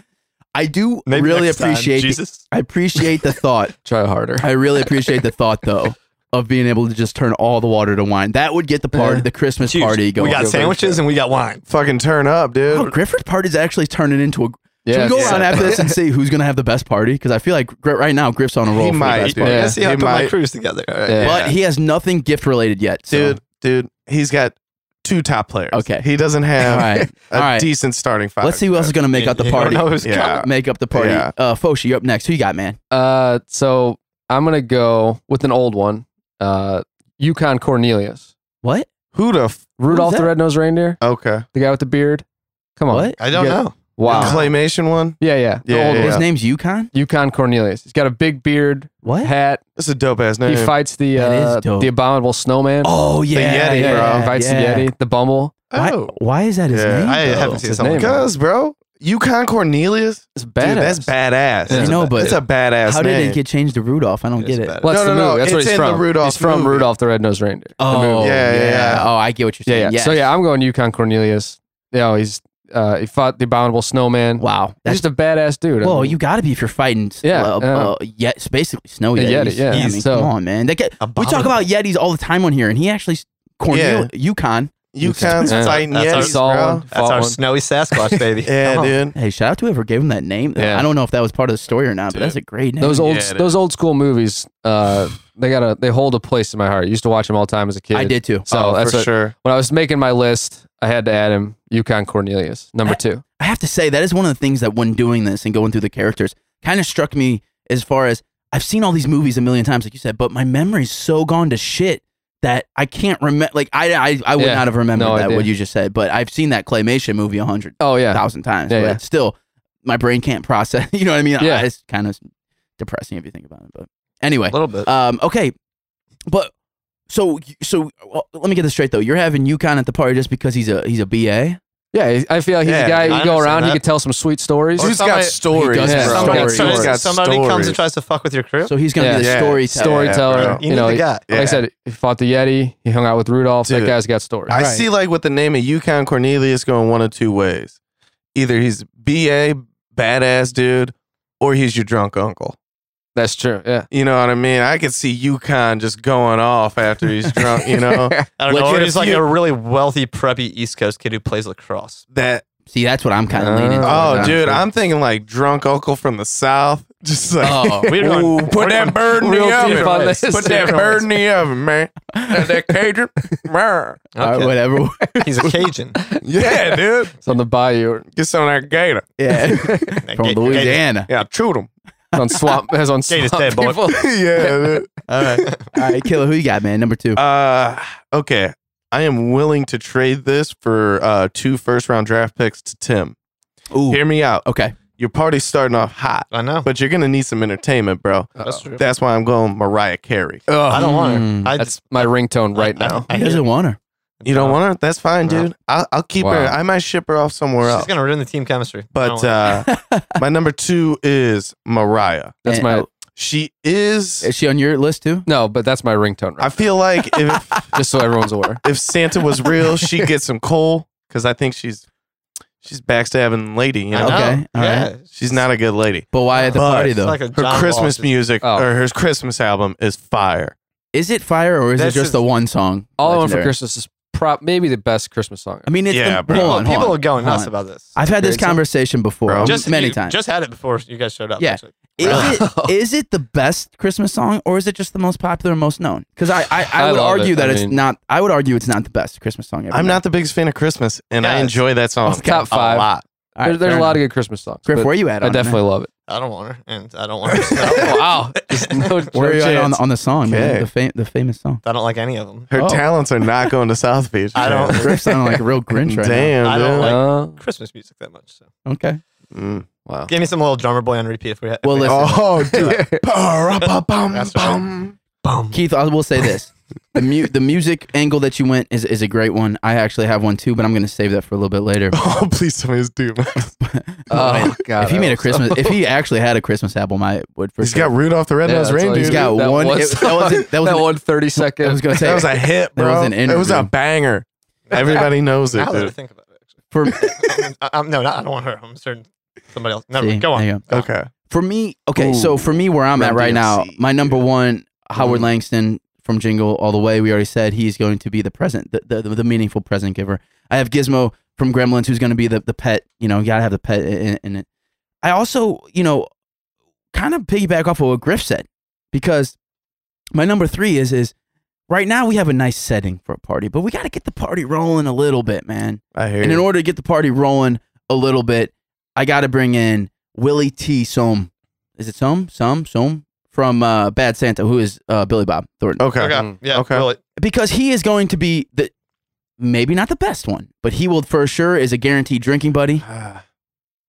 Speaker 1: I do
Speaker 3: Maybe
Speaker 1: really
Speaker 3: next time,
Speaker 1: appreciate. the-
Speaker 3: Jesus.
Speaker 1: I appreciate the thought.
Speaker 4: Try harder.
Speaker 1: I really appreciate the thought though of being able to just turn all the water to wine. That would get the party,
Speaker 4: Yeah.
Speaker 1: the Christmas
Speaker 3: Huge.
Speaker 1: party going.
Speaker 3: We got
Speaker 4: Go
Speaker 3: sandwiches and we got wine.
Speaker 2: Fucking turn up,
Speaker 1: Oh,
Speaker 2: dude.
Speaker 1: Griffith's party's actually turning into a. Should
Speaker 4: Yeah,
Speaker 1: we go
Speaker 4: yeah.
Speaker 1: around after this and see who's gonna have the best party? Because I feel like Gri- right now Griff's on a roll.
Speaker 2: He
Speaker 1: for the
Speaker 2: might,
Speaker 1: best
Speaker 2: dude.
Speaker 1: party.
Speaker 4: Yeah.
Speaker 3: Yeah, see, I
Speaker 2: He
Speaker 3: put my
Speaker 2: might.
Speaker 3: crews together. All right.
Speaker 4: Yeah.
Speaker 1: but he has nothing gift related yet, so.
Speaker 2: Dude, dude, he's got two top players.
Speaker 1: Okay.
Speaker 2: He doesn't have
Speaker 1: All right.
Speaker 2: a
Speaker 1: All right.
Speaker 2: decent starting five.
Speaker 1: Let's see who else is gonna make up the
Speaker 3: You don't
Speaker 1: party.
Speaker 3: know who's
Speaker 2: Yeah.
Speaker 3: coming.
Speaker 1: Make up the party.
Speaker 2: Yeah.
Speaker 1: Uh, Foshi, you're up next. Who you got, man?
Speaker 4: Uh, so I'm gonna go with an old one. Uh, Yukon Cornelius,
Speaker 1: What?
Speaker 2: Who the f-
Speaker 4: Rudolph the
Speaker 1: that?
Speaker 4: Red-Nosed Reindeer,
Speaker 2: okay
Speaker 4: the guy with the beard. Come on.
Speaker 1: What?
Speaker 3: I don't
Speaker 4: Yeah.
Speaker 3: know.
Speaker 4: Wow.
Speaker 2: claymation one?
Speaker 4: yeah, yeah. The
Speaker 2: Yeah,
Speaker 4: old
Speaker 2: yeah,
Speaker 4: one.
Speaker 1: His name's Yukon.
Speaker 4: Yukon Cornelius. He's got a big beard,
Speaker 1: What?
Speaker 4: hat.
Speaker 2: That's a dope ass name.
Speaker 4: He fights the
Speaker 1: That is
Speaker 4: uh,
Speaker 1: dope.
Speaker 4: the abominable snowman.
Speaker 1: oh yeah,
Speaker 2: Yeti,
Speaker 1: yeah,
Speaker 2: bro.
Speaker 4: Invites
Speaker 1: yeah.
Speaker 4: the Yeti, the Bumble.
Speaker 1: Why,
Speaker 2: oh,
Speaker 1: why is that his
Speaker 2: Yeah,
Speaker 1: name?
Speaker 3: I
Speaker 1: though?
Speaker 3: haven't seen
Speaker 4: His
Speaker 3: something
Speaker 4: name.
Speaker 3: like that.
Speaker 2: cuz bro, Yukon Cornelius.
Speaker 4: It's badass.
Speaker 2: Dude, that's badass.
Speaker 4: Yeah.
Speaker 1: I
Speaker 2: That's
Speaker 1: know,
Speaker 2: a,
Speaker 1: but
Speaker 2: it's a badass
Speaker 1: How
Speaker 2: name.
Speaker 1: did it get changed to Rudolph? I don't get it.
Speaker 3: It's bad.
Speaker 4: Well, that's
Speaker 2: No,
Speaker 4: the
Speaker 2: no,
Speaker 4: movie.
Speaker 2: no,
Speaker 4: That's where
Speaker 2: it's
Speaker 4: he's
Speaker 2: in the
Speaker 4: from.
Speaker 2: Rudolph
Speaker 4: he's from
Speaker 2: movie.
Speaker 4: Rudolph the Red-Nosed Reindeer. the
Speaker 1: Oh
Speaker 4: movie.
Speaker 2: Yeah, yeah, yeah.
Speaker 1: Oh, I get what you're
Speaker 4: Yeah,
Speaker 1: saying.
Speaker 4: yeah.
Speaker 1: Yes.
Speaker 4: So yeah, I'm going Yukon Cornelius. You know, he's uh, he fought the abominable snowman.
Speaker 1: Wow.
Speaker 4: He's
Speaker 1: That's
Speaker 4: just a badass dude. I
Speaker 1: well,
Speaker 4: mean,
Speaker 1: you got to be if you're fighting.
Speaker 4: Yeah,
Speaker 1: Uh,
Speaker 4: yeah.
Speaker 1: uh, yet it's basically snow
Speaker 4: A
Speaker 1: yetis.
Speaker 4: Yeti, yeah.
Speaker 1: I mean,
Speaker 4: He's so-
Speaker 1: come on, man. They get, we talk
Speaker 3: Abominable.
Speaker 1: about yetis all the time on here, and he actually Cornel Yukon.
Speaker 2: Yukon's
Speaker 4: Yeah.
Speaker 2: fighting
Speaker 3: That's our-
Speaker 2: Yetis,
Speaker 4: He saw
Speaker 2: bro.
Speaker 4: one,
Speaker 3: That's
Speaker 4: fought
Speaker 3: our
Speaker 4: one.
Speaker 3: snowy Sasquatch baby.
Speaker 2: Yeah,
Speaker 1: Oh.
Speaker 3: Come on.
Speaker 2: dude.
Speaker 1: Hey, shout out to whoever gave him that name.
Speaker 4: Yeah.
Speaker 1: I don't know if that was part of the story or not, but
Speaker 2: Dude.
Speaker 1: that's a great name.
Speaker 4: those old
Speaker 2: Yeah, it
Speaker 4: those old school movies. Uh, they got a they hold a place in my heart. I used to watch them all the time as a kid.
Speaker 1: I did too.
Speaker 4: So
Speaker 2: oh,
Speaker 4: that's
Speaker 2: for
Speaker 4: what,
Speaker 2: sure.
Speaker 4: when I was making my list, I had to add him. Yukon Cornelius, number two.
Speaker 1: I have to say that is one of the things that when doing this and going through the characters kind of struck me as far as I've seen all these movies a million times, like you said, but my memory's so gone to shit that I can't remember. Like I, I, I would
Speaker 4: Yeah,
Speaker 1: not have remembered
Speaker 4: no
Speaker 1: that
Speaker 4: idea.
Speaker 1: what you just said, but I've seen that claymation movie a hundred
Speaker 4: Oh yeah,
Speaker 1: thousand times.
Speaker 4: Yeah,
Speaker 1: but
Speaker 4: yeah.
Speaker 1: still, my brain can't process. You know what I mean?
Speaker 4: Yeah.
Speaker 1: it's kind of depressing if you think about it. But anyway,
Speaker 3: A little bit.
Speaker 1: um, okay, but so so well, let me get this straight though. You're having Yukon at the party just because he's a he's a BA.
Speaker 4: yeah. I feel like he's
Speaker 2: Yeah,
Speaker 4: a guy
Speaker 3: I
Speaker 4: you go
Speaker 3: understand
Speaker 4: around, he
Speaker 3: that.
Speaker 4: could tell some sweet stories.
Speaker 3: Or
Speaker 2: Dude's
Speaker 3: somebody-
Speaker 2: got
Speaker 3: he
Speaker 2: stories,
Speaker 1: does have
Speaker 2: bro.
Speaker 1: stories.
Speaker 2: He's got
Speaker 3: somebody,
Speaker 2: stories.
Speaker 3: somebody comes and tries to fuck with your crew.
Speaker 1: So he's gonna be the
Speaker 4: Yeah.
Speaker 1: storyteller.
Speaker 4: Storyteller.
Speaker 2: Yeah, bro.
Speaker 3: you,
Speaker 4: you
Speaker 3: need
Speaker 4: know,
Speaker 3: the
Speaker 4: he-
Speaker 3: guy.
Speaker 4: Like I said, he fought the Yeti. He hung out with Rudolph. that
Speaker 2: Dude.
Speaker 4: guy's got stories.
Speaker 2: I
Speaker 1: Right.
Speaker 2: see like with the name of Yukon Cornelius going one of two ways. Either he's BA badass dude or he's your drunk uncle.
Speaker 4: That's true. Yeah.
Speaker 2: You know what I mean? I could see Yukon just going off after he's drunk, you know?
Speaker 3: I don't
Speaker 2: Like,
Speaker 3: know. Or
Speaker 2: if
Speaker 3: he's like
Speaker 2: you-
Speaker 3: a really wealthy, preppy East Coast kid who plays lacrosse.
Speaker 2: That
Speaker 1: See, that's what I'm kind of leaning.
Speaker 4: Oh,
Speaker 2: oh
Speaker 1: towards,
Speaker 2: dude,
Speaker 1: honestly.
Speaker 2: I'm thinking like drunk uncle from the south. Just like
Speaker 1: Oh,
Speaker 3: We're going-
Speaker 2: Ooh,
Speaker 3: we're
Speaker 2: put that
Speaker 3: going
Speaker 2: bird in
Speaker 4: real
Speaker 2: the
Speaker 4: deep on
Speaker 2: oven.
Speaker 4: this.
Speaker 2: Put that bird in the oven, man. That, that Cajun. Brr.
Speaker 1: All right,
Speaker 3: Okay.
Speaker 1: whatever.
Speaker 3: He's a Cajun.
Speaker 2: yeah, dude.
Speaker 4: It's on the bayou. or-
Speaker 2: Get some of that gator.
Speaker 1: Yeah, from
Speaker 3: Ga-
Speaker 1: Louisiana.
Speaker 2: Yeah, shoot him.
Speaker 4: It's on swamp. It's on
Speaker 3: Gator's dead,
Speaker 4: swamp
Speaker 3: boy.
Speaker 4: people.
Speaker 2: yeah, dude.
Speaker 1: All right, all right, killer. Who you got, man? Number two.
Speaker 2: Uh, okay. I am willing to trade this for uh, two first round draft picks to Tim.
Speaker 1: Ooh,
Speaker 2: Hear me out.
Speaker 1: okay.
Speaker 2: Your party's starting off hot,
Speaker 3: I know.
Speaker 2: but you're going to need some entertainment, bro.
Speaker 3: That's true.
Speaker 2: That's why I'm going Mariah Carey.
Speaker 3: I don't want her.
Speaker 1: Mm.
Speaker 3: I,
Speaker 4: That's my ringtone right now.
Speaker 3: I, I,
Speaker 1: He
Speaker 3: hate
Speaker 1: doesn't
Speaker 3: it.
Speaker 1: want her.
Speaker 2: You don't want her? That's fine,
Speaker 3: No.
Speaker 2: dude. I'll, I'll keep her.
Speaker 4: Wow.
Speaker 2: I might ship her off somewhere
Speaker 3: She's
Speaker 2: else.
Speaker 3: gonna ruin the team chemistry.
Speaker 2: but uh, my number two is Mariah.
Speaker 4: That's
Speaker 1: And- uh,
Speaker 4: my
Speaker 2: She is.
Speaker 1: Is she on your list too?
Speaker 4: no, but that's my ringtone.
Speaker 2: I
Speaker 4: Right?
Speaker 2: feel like if
Speaker 4: Just so everyone's aware.
Speaker 2: if Santa was real, she'd get some coal because I think she's she's backstabbing lady. You know,
Speaker 1: know. Okay, all
Speaker 3: yeah.
Speaker 2: she's not a good lady.
Speaker 1: But why at the
Speaker 2: But-
Speaker 1: party
Speaker 2: It's
Speaker 1: though?
Speaker 3: like a
Speaker 2: Her
Speaker 3: John
Speaker 2: Christmas
Speaker 3: Walsh.
Speaker 2: music
Speaker 4: Oh.
Speaker 2: or her Christmas album is fire.
Speaker 1: is it fire or is
Speaker 3: This
Speaker 1: it just
Speaker 3: is-
Speaker 1: the one song?
Speaker 4: All I want for
Speaker 1: Legendary.
Speaker 4: Christmas is prop maybe the best Christmas song.
Speaker 1: I mean, it's
Speaker 2: Yeah,
Speaker 1: the,
Speaker 2: bro.
Speaker 1: hold
Speaker 3: People,
Speaker 1: on, hold
Speaker 3: people
Speaker 1: on,
Speaker 3: are going
Speaker 1: hold
Speaker 3: nuts
Speaker 1: on.
Speaker 3: about this.
Speaker 1: I've had this
Speaker 4: Great song.
Speaker 1: conversation before,
Speaker 2: Bro.
Speaker 3: just
Speaker 1: many
Speaker 3: you
Speaker 1: times.
Speaker 3: Just had it before you guys showed up.
Speaker 1: Yeah.
Speaker 3: actually.
Speaker 1: is, it,
Speaker 4: Wow.
Speaker 1: is it the best Christmas song or is it just the most popular, and most known? Because I, I, I,
Speaker 4: I
Speaker 1: would
Speaker 4: love
Speaker 1: argue
Speaker 4: it.
Speaker 1: that
Speaker 4: I
Speaker 1: it's
Speaker 4: mean-
Speaker 1: not. I would argue it's not the best Christmas song ever.
Speaker 2: I'm not the biggest fan of Christmas, and I
Speaker 3: Guys.
Speaker 2: enjoy that song
Speaker 4: Okay. Top
Speaker 2: a
Speaker 4: five.
Speaker 2: lot.
Speaker 1: All right,
Speaker 4: There- there's
Speaker 1: fair
Speaker 4: a lot of
Speaker 1: enough.
Speaker 4: good Christmas songs.
Speaker 1: Griff,
Speaker 4: but
Speaker 1: where you at?
Speaker 4: I
Speaker 1: On it, man?
Speaker 4: definitely love it.
Speaker 3: I don't want her, and I don't want her.
Speaker 4: wow. Just no,
Speaker 1: Where
Speaker 4: no
Speaker 1: are you at on,
Speaker 4: chance.
Speaker 1: on the song,
Speaker 2: Okay.
Speaker 1: man? The, fam- the famous song.
Speaker 3: I don't like any of them.
Speaker 2: Her
Speaker 1: Oh.
Speaker 2: talents are not going to South Beach.
Speaker 3: I
Speaker 2: man.
Speaker 3: don't-
Speaker 1: Griff sounding like a real Grinch right
Speaker 2: Damn,
Speaker 3: I don't
Speaker 2: dude.
Speaker 3: like-
Speaker 4: Uh,
Speaker 1: oh
Speaker 3: Christmas music that much. So.
Speaker 1: now. Okay.
Speaker 2: Mm, wow.
Speaker 3: Give me some little drummer boy on repeat if we had.
Speaker 1: Well, uh,
Speaker 3: if we-
Speaker 1: listen.
Speaker 2: Oh, dude.
Speaker 3: That's right.
Speaker 2: Ba-ra-ba-bum-bum.
Speaker 3: Bum.
Speaker 1: Keith, I will say this: the mu- the music angle that you went is is a great one. I actually have one too, but I'm going to save that for a little bit later.
Speaker 2: Oh, please tell me it's Doom.
Speaker 4: oh, God.
Speaker 1: if he
Speaker 4: I
Speaker 1: made a
Speaker 4: hope so.
Speaker 1: Christmas, if he actually had a Christmas album, I would for
Speaker 2: He's
Speaker 1: sure.
Speaker 2: got Rudolph the
Speaker 4: Yeah,
Speaker 2: Red-Nosed
Speaker 4: that's all
Speaker 2: Reindeer.
Speaker 4: he's
Speaker 1: He's got
Speaker 4: that
Speaker 1: one-
Speaker 4: One,
Speaker 1: it- that wasn't- that was
Speaker 4: that
Speaker 1: an-
Speaker 4: one 30
Speaker 1: I
Speaker 4: second.
Speaker 1: was going to say
Speaker 2: That was a hit,
Speaker 1: There
Speaker 2: bro.
Speaker 1: was an
Speaker 2: it was a
Speaker 1: interview.
Speaker 2: banger. Everybody knows it,
Speaker 3: Now that I
Speaker 2: dude.
Speaker 3: think about it, actually.
Speaker 1: for
Speaker 3: I, I'm, no, not, I don't want her. I'm certain somebody else. Never
Speaker 1: See,
Speaker 3: mind. Go on.
Speaker 1: there you go.
Speaker 2: Okay.
Speaker 1: for me. Okay,
Speaker 2: Ooh.
Speaker 1: so for me, where I'm at
Speaker 2: Run
Speaker 1: right now,
Speaker 2: DMC,
Speaker 1: my number
Speaker 2: dude.
Speaker 1: one, Howard
Speaker 2: Mm.
Speaker 1: Langston from Jingle All the Way. We already said he's going to be the present, the the, the meaningful present giver. I have Gizmo from Gremlins, who's going to be the the pet. You know, you gotta have the pet in, in it. I also, you know, kind of piggyback off of what Griff said because my number three is is right now we have a nice setting for a party, but we got to get the party rolling a little bit, man.
Speaker 2: I hear
Speaker 1: And in
Speaker 2: you.
Speaker 1: order to get the party rolling a little bit, I got to bring in Willie T. Soam. Is it Soam? Soam? Soam? From uh, Bad Santa, who is uh, Billy Bob Thornton.
Speaker 2: Okay.
Speaker 3: Okay.
Speaker 4: Mm.
Speaker 3: Yeah.
Speaker 2: Okay.
Speaker 3: Really.
Speaker 1: Because he is going to be the, maybe not the best one, but he will for sure is a guaranteed drinking buddy.
Speaker 2: Ah,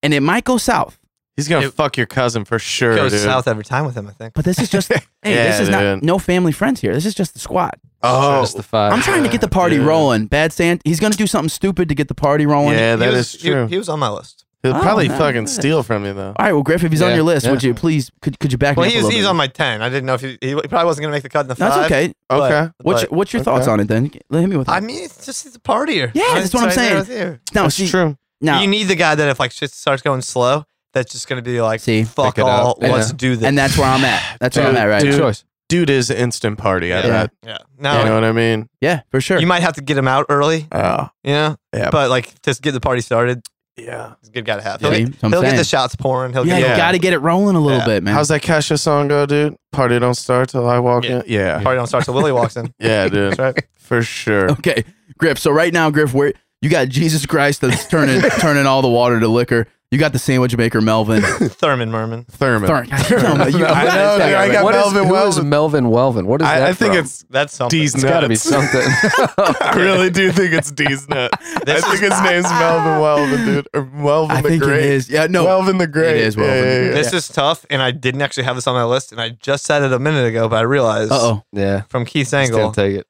Speaker 1: And it might go south,
Speaker 2: He's gonna
Speaker 3: It-
Speaker 2: fuck your cousin for sure,
Speaker 3: goes
Speaker 2: dude.
Speaker 3: south every time with him, I think.
Speaker 1: but this is just, hey, this
Speaker 2: Yeah,
Speaker 1: is
Speaker 2: dude.
Speaker 1: not, no family friends here. This is just the squad.
Speaker 2: Oh,
Speaker 4: Just the five.
Speaker 1: I'm trying to get the party
Speaker 2: dude.
Speaker 1: rolling. Bad Santa, he's going to do something stupid to get the party rolling.
Speaker 2: yeah,
Speaker 3: he
Speaker 2: that
Speaker 3: was,
Speaker 2: is true.
Speaker 3: He, he was on my list.
Speaker 2: He'll
Speaker 1: Oh,
Speaker 2: probably
Speaker 1: no,
Speaker 2: fucking
Speaker 1: good.
Speaker 2: steal from you though.
Speaker 1: All right, well, Griff, if he's on
Speaker 4: Yeah,
Speaker 1: your list,
Speaker 4: yeah.
Speaker 1: would you please, could, could you back
Speaker 3: Well,
Speaker 1: me up
Speaker 3: he's,
Speaker 1: a little
Speaker 3: he's
Speaker 1: bit?
Speaker 3: on my 10. I didn't know if he, he probably wasn't going to make the cut in the
Speaker 1: That's
Speaker 3: five.
Speaker 1: okay.
Speaker 3: but-
Speaker 2: Okay.
Speaker 1: What's your,
Speaker 3: but-
Speaker 1: what's your
Speaker 2: okay.
Speaker 1: thoughts on it then? Let hit me with
Speaker 3: I
Speaker 1: it.
Speaker 3: mean, it's just he's a partier.
Speaker 1: Yeah, that's what I'm
Speaker 3: right there
Speaker 1: saying.
Speaker 3: with you.
Speaker 1: Now,
Speaker 2: That's
Speaker 1: see,
Speaker 2: true.
Speaker 1: now,
Speaker 3: you need the guy that if like shit starts going slow, that's just going to be like,
Speaker 1: See?
Speaker 3: fuck
Speaker 4: Pick it
Speaker 3: all,
Speaker 4: up. Yeah.
Speaker 3: let's do this.
Speaker 1: and that's where I'm at. That's where I'm at right
Speaker 4: Good
Speaker 1: now.
Speaker 4: choice.
Speaker 2: Dude is an instant party at
Speaker 3: Yeah.
Speaker 2: that.
Speaker 3: yeah.
Speaker 2: You know
Speaker 3: Now
Speaker 2: what I mean?
Speaker 1: Yeah, for sure.
Speaker 3: you might have to get him out early,
Speaker 2: Oh,
Speaker 3: you know,
Speaker 2: yeah.
Speaker 3: but like just get the party started.
Speaker 2: yeah.
Speaker 3: It's a good guy to have.
Speaker 1: See?
Speaker 3: He'll, get,
Speaker 1: So I'm
Speaker 3: he'll get
Speaker 1: saying.
Speaker 3: the shots pouring. He'll
Speaker 1: yeah,
Speaker 3: get
Speaker 1: you
Speaker 2: yeah.
Speaker 1: got to get it rolling a little
Speaker 3: Yeah.
Speaker 1: bit, man.
Speaker 2: How's that Kesha song go, dude? Party don't start till I walk
Speaker 3: Yeah.
Speaker 2: in. Yeah. Oh,
Speaker 3: party don't start till Willie walks in.
Speaker 2: Yeah, dude.
Speaker 3: That's right.
Speaker 2: For sure.
Speaker 1: okay, Griff. So right now, Griff, where you got Jesus Christ that's turning turning all the water to liquor. You got the sandwich maker Melvin.
Speaker 3: Thurman Merman.
Speaker 2: Thurman.
Speaker 1: Darn, God, you don't know, you-
Speaker 2: I know, dude. I got
Speaker 4: What is,
Speaker 2: Melvin
Speaker 4: who is
Speaker 2: Welvin.
Speaker 4: Melvin Welvin? What is that
Speaker 2: I, I think
Speaker 4: from?
Speaker 2: it's
Speaker 3: That's something.
Speaker 2: D's
Speaker 4: It's got to be
Speaker 2: nuts.
Speaker 4: something.
Speaker 2: I really do think it's D's nut. I
Speaker 3: This
Speaker 2: think his name's Melvin Welvin, dude. Or Welvin
Speaker 1: I
Speaker 2: the
Speaker 1: think
Speaker 2: Great.
Speaker 1: it is. Yeah, no.
Speaker 2: Welvin the Great.
Speaker 1: is
Speaker 2: Yeah,
Speaker 1: Welvin the
Speaker 2: yeah,
Speaker 1: Great.
Speaker 2: yeah.
Speaker 3: This is tough, and I didn't actually have this on my list, and I just said it a minute ago, but I realized
Speaker 1: uh oh.
Speaker 4: yeah.
Speaker 3: from Keith's
Speaker 4: Just
Speaker 3: angle,
Speaker 4: gonna take it.